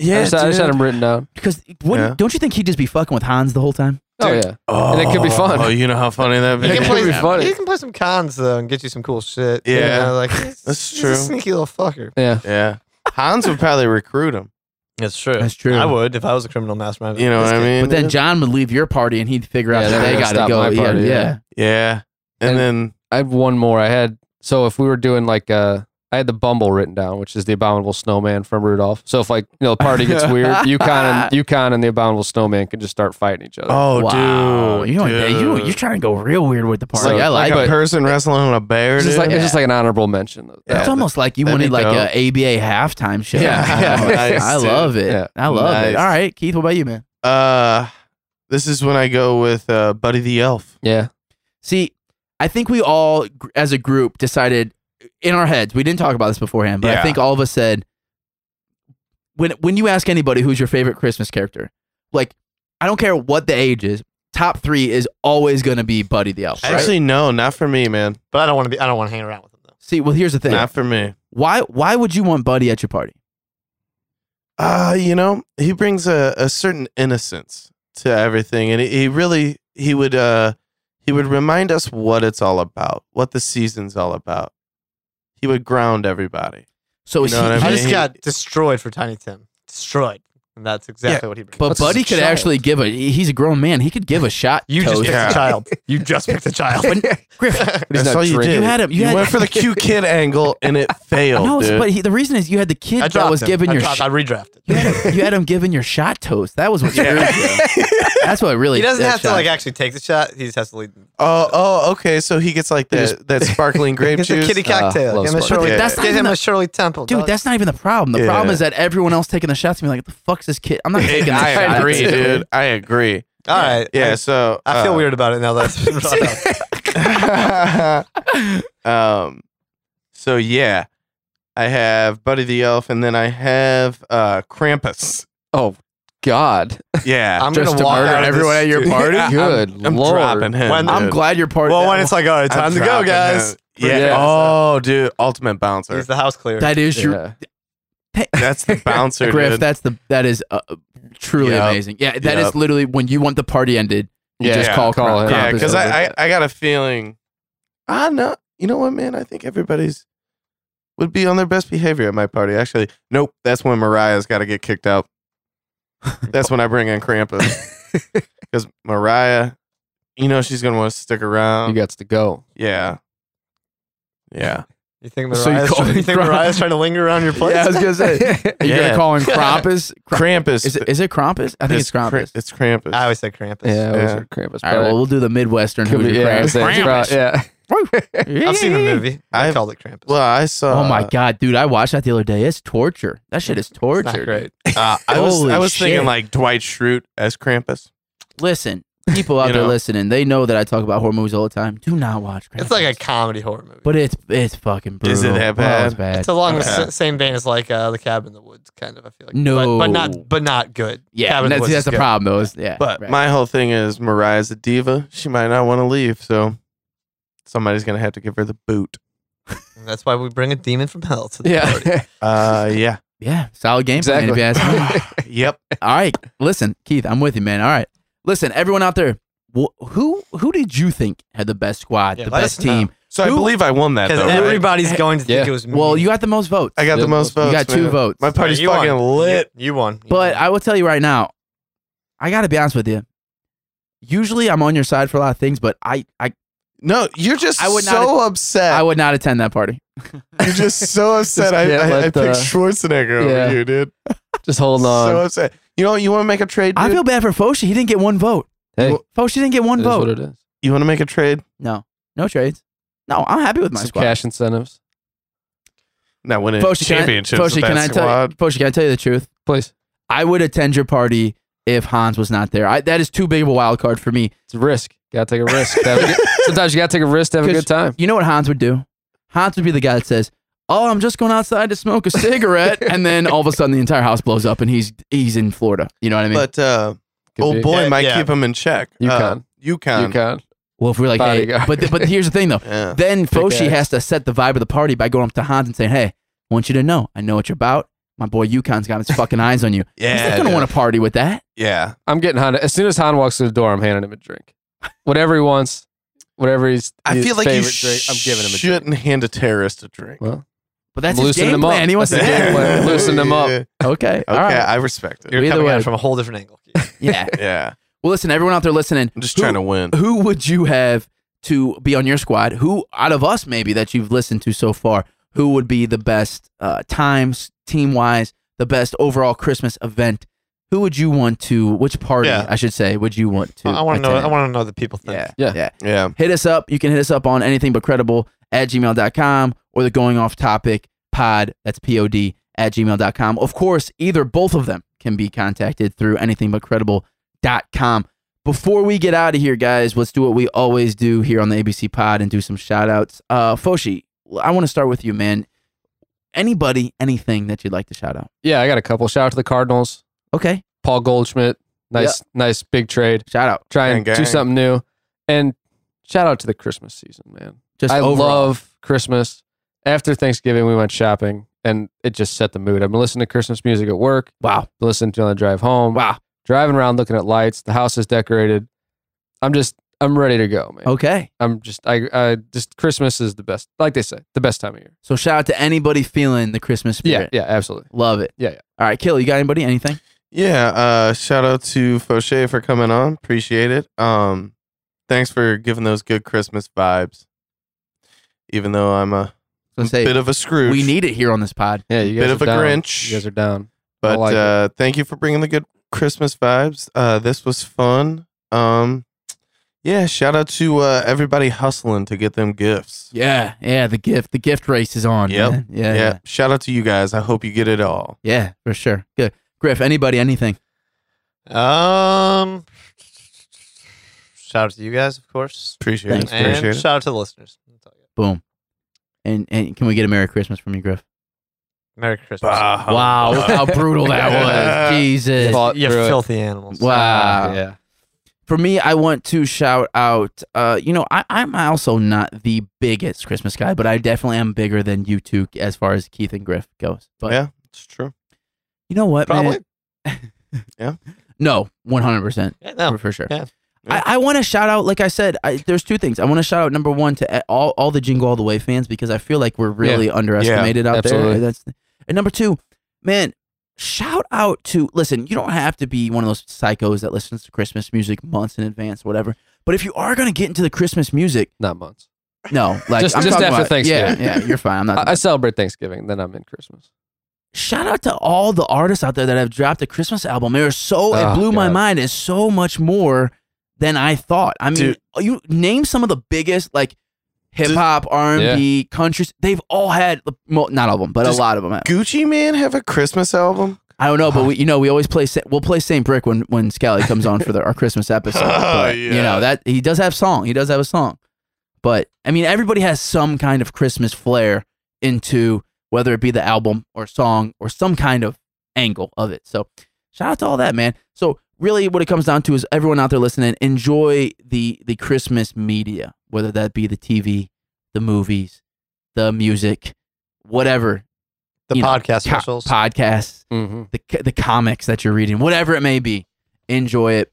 Speaker 4: I,
Speaker 2: Yeah,
Speaker 4: just, I just had
Speaker 2: dude.
Speaker 4: him written down.
Speaker 1: Because wouldn't-
Speaker 2: Yeah.
Speaker 1: don't you think he'd just be fucking with Hans the whole time?
Speaker 4: Oh
Speaker 3: Dude.
Speaker 4: yeah.
Speaker 2: oh,
Speaker 4: and it could be fun.
Speaker 2: Oh, you know how funny that
Speaker 4: You
Speaker 3: You
Speaker 2: would
Speaker 3: can,
Speaker 4: It
Speaker 2: be.
Speaker 4: could
Speaker 3: play,
Speaker 4: be funny.
Speaker 3: you can play some cons though and get you some cool shit. You
Speaker 2: Yeah.
Speaker 3: know, like he's-
Speaker 2: That's
Speaker 3: he's
Speaker 2: true.
Speaker 3: A sneaky little fucker.
Speaker 4: Yeah.
Speaker 2: Yeah, Hans would probably recruit him.
Speaker 3: That's true.
Speaker 1: That's true.
Speaker 3: I would if I was a criminal mastermind.
Speaker 2: You know what I mean?
Speaker 1: But then John would leave your party and he'd figure out
Speaker 4: Yeah,
Speaker 1: that
Speaker 4: they're
Speaker 1: they
Speaker 4: gonna
Speaker 1: got to
Speaker 4: stop
Speaker 1: go.
Speaker 4: my
Speaker 1: yeah,
Speaker 4: party,
Speaker 1: yeah.
Speaker 4: yeah.
Speaker 2: yeah,
Speaker 4: And-
Speaker 2: and then
Speaker 4: I have one more. I had so if we were doing like uh I had the Bumble written down, which is the Abominable Snowman from Rudolph. So if like you know the party gets weird, Yukon and Yukon and the Abominable Snowman can just start fighting each other.
Speaker 2: oh,
Speaker 1: wow.
Speaker 2: dude,
Speaker 1: you know,
Speaker 2: dude.
Speaker 1: You, you're trying to go real weird with the
Speaker 4: It's
Speaker 1: party.
Speaker 4: like-
Speaker 1: I like,
Speaker 2: like a
Speaker 4: it.
Speaker 2: person wrestling a bear.
Speaker 4: it's just
Speaker 2: dude.
Speaker 4: like it's just like an honorable mention.
Speaker 2: Yeah,
Speaker 1: it's
Speaker 2: that-
Speaker 1: almost like you
Speaker 2: that'd
Speaker 1: wanted
Speaker 2: be
Speaker 1: like
Speaker 2: dope.
Speaker 1: a ABA halftime show.
Speaker 2: Yeah, yeah. Nice,
Speaker 1: I
Speaker 2: dude.
Speaker 1: love it.
Speaker 4: Yeah.
Speaker 1: I love it.
Speaker 2: Nice.
Speaker 1: All right, Keith, what about you, man?
Speaker 2: uh, this is when I go with uh, Buddy the Elf.
Speaker 4: Yeah.
Speaker 1: See, I think we all, gr- as a group, decided in our heads. We didn't talk about this beforehand, but I
Speaker 2: Yeah.
Speaker 1: think all of us said when when you ask anybody who's your favorite Christmas character, like I don't care what the age is, top three is always going to be Buddy the Elf. right?
Speaker 2: Actually, no, not for me, man.
Speaker 3: But I don't want to be. I don't want to hang around with him though.
Speaker 1: see, well, here's the thing.
Speaker 2: Not for me.
Speaker 1: Why why would you want Buddy at your party?
Speaker 2: Uh, you know, he brings a, a certain innocence to everything, and he, he really he would uh he would remind us what it's all about, what the season's all about. He would ground everybody.
Speaker 1: So
Speaker 2: You
Speaker 1: is
Speaker 2: know what
Speaker 1: he,
Speaker 2: I
Speaker 3: I
Speaker 2: mean?
Speaker 1: he-
Speaker 3: just
Speaker 2: he-
Speaker 3: got destroyed for Tiny Tim. Destroyed. And that's exactly what he brings.
Speaker 1: but
Speaker 4: What's
Speaker 1: Buddy
Speaker 4: his
Speaker 1: could
Speaker 4: child?
Speaker 1: actually give a. He's a grown man. He could give a shot.
Speaker 3: you just
Speaker 1: toast.
Speaker 3: picked
Speaker 2: Yeah.
Speaker 3: a child. You just picked a child.
Speaker 1: Griff,
Speaker 4: But he's
Speaker 2: That's
Speaker 4: not
Speaker 2: all you
Speaker 4: drinking.
Speaker 2: did.
Speaker 1: You had him- you had-
Speaker 2: went for the cute kid angle, and it failed.
Speaker 1: no,
Speaker 2: dude.
Speaker 1: but he, the reason is you had the
Speaker 3: I
Speaker 1: kid that
Speaker 3: dropped
Speaker 1: was
Speaker 3: him.
Speaker 1: giving
Speaker 3: I
Speaker 1: your
Speaker 3: dropped,
Speaker 1: shot.
Speaker 3: I redrafted.
Speaker 1: You had, you had him giving your shot toast. That was what.
Speaker 2: Yeah.
Speaker 1: That's what really.
Speaker 3: He doesn't
Speaker 1: that
Speaker 3: have to
Speaker 1: shot.
Speaker 3: like actually take the shot. He just has to lead.
Speaker 2: oh, oh, okay. So he gets like that that sparkling grape
Speaker 3: It's a
Speaker 2: juice.
Speaker 3: kitty
Speaker 4: Ah,
Speaker 3: cocktail.
Speaker 4: love
Speaker 3: Give him a
Speaker 4: Sparkle.
Speaker 3: Shirley.
Speaker 2: But
Speaker 1: that's not
Speaker 3: Give
Speaker 1: even
Speaker 3: him
Speaker 1: a-
Speaker 3: a Shirley Temple.
Speaker 1: Dude,
Speaker 3: dog.
Speaker 1: that's not even the problem. The
Speaker 2: Yeah.
Speaker 1: problem is that everyone else taking the shots and be like, "The fuck's this kid?" I'm not taking the
Speaker 2: I
Speaker 1: shot.
Speaker 2: agree, dude. I agree.
Speaker 3: all right.
Speaker 2: Yeah.
Speaker 3: I-
Speaker 2: so
Speaker 3: I feel
Speaker 2: uh,
Speaker 3: weird about it now that it's been brought up.
Speaker 2: um, so yeah, I have Buddy the Elf, and then I have uh, Krampus.
Speaker 4: Oh God.
Speaker 2: Yeah,
Speaker 3: I'm
Speaker 4: Just
Speaker 3: gonna
Speaker 4: to
Speaker 3: walk
Speaker 4: murder
Speaker 3: out of
Speaker 2: everyone
Speaker 3: this-
Speaker 2: at your
Speaker 3: dude.
Speaker 2: party?
Speaker 3: I'm-
Speaker 4: Good
Speaker 2: I'm
Speaker 4: lord.
Speaker 2: dropping him.
Speaker 3: When-
Speaker 1: I'm
Speaker 2: dude.
Speaker 1: glad your party.
Speaker 3: Well, when it's like, all right, time
Speaker 2: I'm
Speaker 3: to go,
Speaker 2: dropping
Speaker 3: guys.
Speaker 2: him. Yeah.
Speaker 4: Yeah.
Speaker 2: Oh, dude, ultimate bouncer.
Speaker 3: He's the house clear.
Speaker 1: that is your
Speaker 4: Yeah.
Speaker 2: That's the bouncer,
Speaker 1: Griff.
Speaker 2: dude.
Speaker 1: That's the that is uh, truly
Speaker 2: Yep.
Speaker 1: amazing. Yeah, that is
Speaker 2: Yep.
Speaker 1: literally when you want the party ended. You
Speaker 4: Yeah,
Speaker 1: just
Speaker 2: yeah.
Speaker 1: call,
Speaker 4: Call
Speaker 1: Krampus
Speaker 4: him.
Speaker 2: yeah,
Speaker 1: over.
Speaker 2: because I, I I got a feeling. I know. You know what, man? I think everybody's would be on their best behavior at my party. Actually, nope. That's when Mariah's got to get kicked out. That's when I bring in Krampus because Mariah, you know, she's gonna want to stick
Speaker 4: You
Speaker 2: around.
Speaker 4: got to go.
Speaker 2: yeah, yeah.
Speaker 3: You think
Speaker 1: So you
Speaker 3: Mariah's,
Speaker 1: call
Speaker 3: trying,
Speaker 1: me
Speaker 3: you think
Speaker 1: Krampus?
Speaker 3: Mariah's trying to linger around your place?
Speaker 1: yeah, I was gonna say. Are you
Speaker 2: Yeah.
Speaker 1: gonna call him Krampus? Kramp-
Speaker 2: Krampus.
Speaker 1: Is it, is it Krampus? I think it's,
Speaker 2: Kra-
Speaker 1: Krampus.
Speaker 2: It's Krampus.
Speaker 3: I always said Krampus.
Speaker 4: Yeah. I was
Speaker 2: Yeah.
Speaker 4: at Krampus.
Speaker 1: All right. Well, we'll do the Midwestern.
Speaker 4: Could
Speaker 1: Who's
Speaker 4: be-
Speaker 1: your
Speaker 4: yeah,
Speaker 1: Krampus?
Speaker 4: it's a- it's about- yeah.
Speaker 3: I've seen the movie. I
Speaker 2: I've-
Speaker 3: called it Krampus.
Speaker 2: well, I saw. uh,
Speaker 1: Oh my god, dude! I watched that the other day. It's torture. That shit is
Speaker 3: It's not
Speaker 1: torture.
Speaker 3: great.
Speaker 2: Uh, I was
Speaker 1: Holy
Speaker 2: I was
Speaker 1: shit.
Speaker 2: thinking like Dwight Schrute as Krampus.
Speaker 1: Listen, people out
Speaker 2: You
Speaker 1: there
Speaker 2: know.
Speaker 1: listening, they know that I talk about horror movies all the time. Do not watch. Krampus.
Speaker 3: It's like a comedy horror movie.
Speaker 1: But it's it's fucking brutal.
Speaker 2: Is it that
Speaker 1: Well, it's
Speaker 3: it's along the
Speaker 2: Okay.
Speaker 3: s- same vein as like uh, the Cabin in the Woods, kind of. I feel like.
Speaker 1: No.
Speaker 3: but, but not, but not good.
Speaker 1: Yeah,
Speaker 3: Cabin
Speaker 1: and
Speaker 3: in the
Speaker 1: that's,
Speaker 3: Woods
Speaker 1: that's
Speaker 3: is
Speaker 1: the
Speaker 3: good.
Speaker 1: problem though. Is, yeah,
Speaker 2: But
Speaker 1: right.
Speaker 2: my whole thing is Mariah's a diva. She might not want to leave, so somebody's gonna have to give her the boot.
Speaker 3: And that's why we bring a demon from hell to the party.
Speaker 4: Yeah.
Speaker 2: Uh, yeah.
Speaker 1: yeah, solid game. plan,
Speaker 4: Exactly.
Speaker 1: if you ask me.
Speaker 2: yep.
Speaker 1: all right, listen, Keith, I'm with you, man. All right, listen, everyone out there, wh- who who did you think had the best squad,
Speaker 3: Yeah,
Speaker 1: the
Speaker 3: let
Speaker 1: best
Speaker 3: us know.
Speaker 1: team?
Speaker 2: So I
Speaker 1: Who-
Speaker 2: believe I won that
Speaker 3: Because
Speaker 2: though. right?
Speaker 3: everybody's
Speaker 1: Hey,
Speaker 3: going to think
Speaker 4: yeah.
Speaker 3: it was me.
Speaker 1: Well, you got the most votes,
Speaker 2: I got the
Speaker 4: Yeah,
Speaker 2: most votes.
Speaker 1: you got two
Speaker 2: man.
Speaker 1: votes.
Speaker 2: My party's
Speaker 3: You
Speaker 2: fucking
Speaker 3: won.
Speaker 2: lit.
Speaker 3: You, you won. You
Speaker 1: but
Speaker 3: won.
Speaker 1: I will tell you right now, I got to be honest with you. Usually, I'm on your side for a lot of things, but I I,
Speaker 2: No, you're just
Speaker 1: I would not
Speaker 2: so upset.
Speaker 1: I would not attend that party.
Speaker 2: you're just so upset. I,
Speaker 4: can't
Speaker 2: I, I
Speaker 4: let
Speaker 2: picked
Speaker 4: the-
Speaker 2: Schwarzenegger
Speaker 4: Yeah.
Speaker 2: over you, dude.
Speaker 4: Just hold on.
Speaker 2: So upset. You know, you want to make a trade, dude?
Speaker 1: I feel bad for Foshi. He didn't get one vote.
Speaker 4: hey,
Speaker 1: Well, Foshi didn't get one
Speaker 4: it is what
Speaker 1: vote.
Speaker 4: it is.
Speaker 2: you want to make a trade?
Speaker 1: No, no trades. No, I'm happy with my
Speaker 4: Some
Speaker 1: squad.
Speaker 4: cash incentives,
Speaker 2: Not winning
Speaker 1: Foshi, can I-
Speaker 2: championships.
Speaker 1: Foshi,
Speaker 2: with
Speaker 1: can
Speaker 2: that
Speaker 1: I tell
Speaker 2: squad.
Speaker 1: you, Foshi, can I tell you the truth?
Speaker 4: please.
Speaker 1: I would attend your party if Hans was not there. I, that is too big of a wild card for me.
Speaker 4: It's a risk. Got to take a risk. to have a good- Sometimes you got to take a risk to have a
Speaker 1: 'Cause
Speaker 4: good time.
Speaker 1: You know what Hans would do? Hans would be the guy that says, "Oh, I'm just going outside to smoke a cigarette," and then all of a sudden the entire house blows up and he's he's in Florida. You know what I mean?
Speaker 2: But uh,
Speaker 4: Could
Speaker 2: old
Speaker 4: be.
Speaker 2: boy
Speaker 3: Yeah,
Speaker 2: might
Speaker 3: yeah.
Speaker 2: keep him in check.
Speaker 4: UConn.
Speaker 2: Uh,
Speaker 4: You
Speaker 2: UConn.
Speaker 4: can.
Speaker 1: well, if we're like, hey,
Speaker 4: Bodyguard.
Speaker 1: but th- but here's the thing though.
Speaker 2: Yeah.
Speaker 1: Then Foshi
Speaker 4: ass.
Speaker 1: has to set the vibe of the party by going up to Hans and saying, "Hey, I want you to know, I know what you're about. My boy Yukon's got his fucking eyes on you. He's
Speaker 2: Yeah.
Speaker 1: not gonna
Speaker 2: dude.
Speaker 1: want to party with that."
Speaker 2: yeah.
Speaker 4: I'm getting Han. As soon as Han walks through the door, I'm handing him a drink. Whatever he wants, whatever he's.
Speaker 2: I
Speaker 4: his
Speaker 2: feel like you
Speaker 4: favorite drink, I'm giving him a drink.
Speaker 2: shouldn't hand a terrorist a drink.
Speaker 4: Well,
Speaker 1: But that's his
Speaker 4: Loosen
Speaker 1: game
Speaker 4: him up.
Speaker 1: plan. He wants to
Speaker 4: That's his
Speaker 1: game
Speaker 4: game
Speaker 1: plan.
Speaker 4: plan. Loosen them up.
Speaker 2: Yeah.
Speaker 1: Okay. All
Speaker 2: Okay,
Speaker 1: right.
Speaker 2: I respect it.
Speaker 3: You're
Speaker 1: Either
Speaker 3: coming at
Speaker 1: way.
Speaker 3: it from a whole different angle.
Speaker 1: Yeah.
Speaker 2: Yeah.
Speaker 1: Well, listen, everyone out there listening,
Speaker 2: I'm just
Speaker 1: Who-
Speaker 2: trying to win.
Speaker 1: who would you have to be on your squad? Who out of us maybe that you've listened to so far, who would be the best uh, times team wise, the best overall Christmas event? Who would you want to? Which party,
Speaker 3: Yeah.
Speaker 1: I should say, would you want to?
Speaker 3: I want to know.
Speaker 1: attend?
Speaker 3: I want to know the people think.
Speaker 1: Yeah, yeah,
Speaker 4: Yeah.
Speaker 2: Yeah.
Speaker 1: Hit us up. You can hit us up on anything but credible at gmail.com or the going off topic pod. That's P O D at gmail.com. Of course, either both of them can be contacted through anything but credible.com. Before we get out of here, guys, let's do what we always do here on the ABC pod and do some shout outs. Uh, Foshi, I want to start with you, man. Anybody, anything that you'd like to shout out?
Speaker 4: Yeah, I got a couple. Shout out to the Cardinals.
Speaker 1: Okay.
Speaker 4: Paul Goldschmidt. Nice, nice big trade.
Speaker 1: Shout out.
Speaker 4: Try and
Speaker 2: Gang,
Speaker 4: do
Speaker 2: gang.
Speaker 4: something new. And shout out to the Christmas season, man.
Speaker 1: Just
Speaker 4: I
Speaker 1: overall.
Speaker 4: love Christmas. After Thanksgiving, we went shopping and it just set the mood. I've been listening to Christmas music at work.
Speaker 1: Wow.
Speaker 4: Been Listening to it on the drive home.
Speaker 1: Wow.
Speaker 4: Driving around looking at lights. The house is decorated. I'm just, I'm ready to go, man.
Speaker 1: Okay.
Speaker 4: I'm just, I, I just, Christmas is the best, like they say, the best time of year.
Speaker 1: So shout out to anybody feeling the Christmas spirit.
Speaker 4: Yeah, yeah, absolutely.
Speaker 1: Love it.
Speaker 4: Yeah, yeah.
Speaker 1: All right, Kill, you got anybody? Anything?
Speaker 2: Yeah. Uh, shout out to Fauché for coming on. Appreciate it. Um, thanks for giving those good Christmas vibs. Even though I'm a
Speaker 1: Let's say
Speaker 2: bit of a Scrooge,
Speaker 1: we need it here on this pod.
Speaker 4: Yeah, you guys
Speaker 2: Bit
Speaker 4: are
Speaker 2: of a
Speaker 4: down.
Speaker 2: Grinch.
Speaker 4: You guys are down. I
Speaker 2: But
Speaker 4: like it.
Speaker 2: uh, thank you for bringing the good Christmas vibes. Uh, this was fun. Um, yeah. Shout out to uh, everybody hustling to get them gifts.
Speaker 1: Yeah, yeah. The gift, the gift race is on.
Speaker 2: Yep.
Speaker 1: man. Yeah,
Speaker 2: Yeah.
Speaker 1: yeah, yeah,
Speaker 2: Shout out to you guys. I hope you get it all.
Speaker 1: for sure. Good, Griff. Anybody? Anything?
Speaker 3: Um. Shout out to you guys, of course,
Speaker 2: Appreciate
Speaker 1: Thanks.
Speaker 2: it. Appreciate
Speaker 3: and
Speaker 2: it.
Speaker 3: shout out to the listeners. That's all I got.
Speaker 1: Boom. And and can we get a Merry Christmas from you, Griff?
Speaker 3: Merry Christmas.
Speaker 2: Bah, humbug.
Speaker 1: Wow, look how brutal that was. Jesus.
Speaker 4: Thought
Speaker 3: You
Speaker 4: through it.
Speaker 3: filthy animals.
Speaker 1: Wow.
Speaker 4: yeah.
Speaker 1: For me, I want to shout out. Uh, you know, I, I'm also not the biggest Christmas guy, but I definitely am bigger than you two as far as Keith and Griff goes. But
Speaker 2: Yeah, it's true.
Speaker 1: you know what?
Speaker 2: Probably.
Speaker 1: man?
Speaker 2: Yeah.
Speaker 1: No, 100 percent
Speaker 3: Yeah, no.
Speaker 1: for sure.
Speaker 3: Yeah.
Speaker 2: Yeah.
Speaker 1: I, I want to shout out, like I said, I, there's two things. I want to shout out number one to e, all, all the Jingle All the Way fans because I feel like we're really underestimated out there.
Speaker 4: absolutely.
Speaker 1: That's and number two, man, shout out to listen. You don't have to be one of those psychos that listens to Christmas music months in advance, whatever. But if you are gonna get into the Christmas music,
Speaker 4: Not months.
Speaker 1: no, like
Speaker 4: Just-
Speaker 1: I'm
Speaker 4: just
Speaker 1: talking
Speaker 4: after
Speaker 1: about-
Speaker 4: Thanksgiving.
Speaker 1: yeah, yeah, you're fine. I'm not.
Speaker 4: I, I celebrate Thanksgiving, then I'm in Christmas.
Speaker 1: shout out to all the artists out there that have dropped a Christmas album. They are so it
Speaker 4: Oh,
Speaker 1: blew my
Speaker 4: God.
Speaker 1: mind. It's so much more than I thought. I mean,
Speaker 2: Dude.
Speaker 1: you name some of the biggest like hip hop, R and B, countries. They've all had well, not all of them, but
Speaker 2: Does
Speaker 1: a lot of them. Have.
Speaker 2: Gucci Man have a Christmas album?
Speaker 1: I don't know,
Speaker 2: Uh-huh.
Speaker 1: but we you know we always play Sa- we'll play Saint Brick when when Scally comes on for the, our Christmas episode.
Speaker 2: Oh,
Speaker 1: But, You
Speaker 2: yeah.
Speaker 1: know that he does have song. He does have a song, but I mean everybody has some kind of Christmas flair into whether it be the album or song or some kind of angle of it. So shout out to all that man. So really, what it comes down to is everyone out there listening enjoy the the Christmas media, whether that be the TV, the movies, the music, whatever
Speaker 3: The
Speaker 1: You know,
Speaker 3: podcast
Speaker 1: co-
Speaker 3: specials.
Speaker 1: podcasts
Speaker 4: Mm-hmm.
Speaker 1: the the comics that you're reading, whatever it may be. Enjoy it.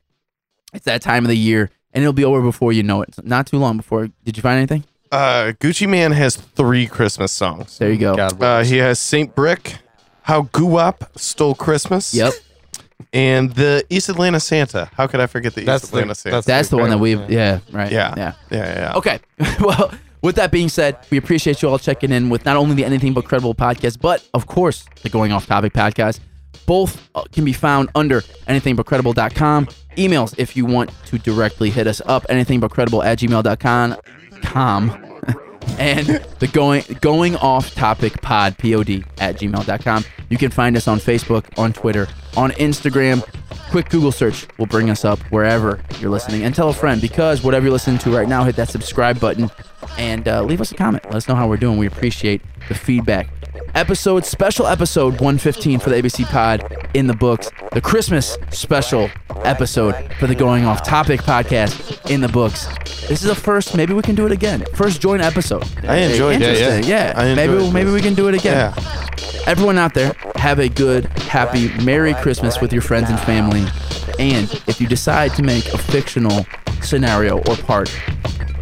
Speaker 1: It's that time of the year. and it'll be over before you know it. Not too long before. Did you find anything?
Speaker 2: Uh, Gucci Man has three Christmas songs.
Speaker 1: There you go.
Speaker 4: God,
Speaker 2: Uh, he has Saint Brick, How Guwap Stole Christmas.
Speaker 1: Yep,
Speaker 2: And the East Atlanta Santa. How could I forget the
Speaker 3: That's
Speaker 2: East
Speaker 3: the-
Speaker 2: Atlanta Santa?
Speaker 3: that's
Speaker 1: that's the one that we.
Speaker 3: Yeah.
Speaker 1: Yeah, right.
Speaker 2: yeah.
Speaker 1: yeah.
Speaker 2: Yeah. Yeah.
Speaker 1: Okay. well, with that being said, we appreciate you all checking in with not only the Anything But Credible podcast, but of course, the Going Off Topic podcast. Both uh, can be found under anythingbutcredible.com. Emails if you want to directly hit us up, anythingbutcredible at gmail.com. Com. and the going going off topic pod pod at gmail.com you can find us on facebook on twitter on instagram quick google search will bring us up wherever you're listening and tell a friend because whatever you're listening to right now hit that subscribe button and uh, leave us a comment let us know how we're doing we appreciate the feedback episode special episode 115 for the abc pod in the books the christmas special episode for the going off topic podcast in the books this is a first maybe we can do it again first joint episode
Speaker 2: I enjoyed it.
Speaker 1: Interesting.
Speaker 2: Yeah, yeah. I enjoyed
Speaker 1: maybe
Speaker 2: it.
Speaker 1: maybe we can do it again. Everyone out there, have a good, happy, Merry Christmas with your friends and family. And if you decide to make a fictional scenario or part,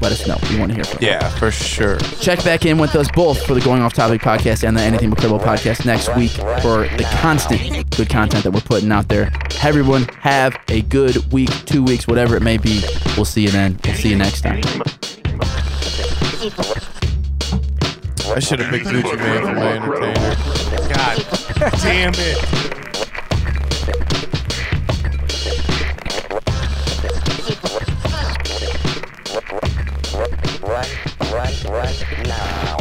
Speaker 1: let us know. We want to hear from you.
Speaker 2: Yeah, for sure.
Speaker 1: Check back in with us both for the Going Off Topic podcast and the Anything But Credible podcast next week for the constant good content that we're putting out there. Have everyone have a good week, two weeks, whatever it may be. We'll see you then. We'll see you next time.
Speaker 2: I should have picked Gucci Man for my entertainer. God damn it.
Speaker 5: right, right, right now.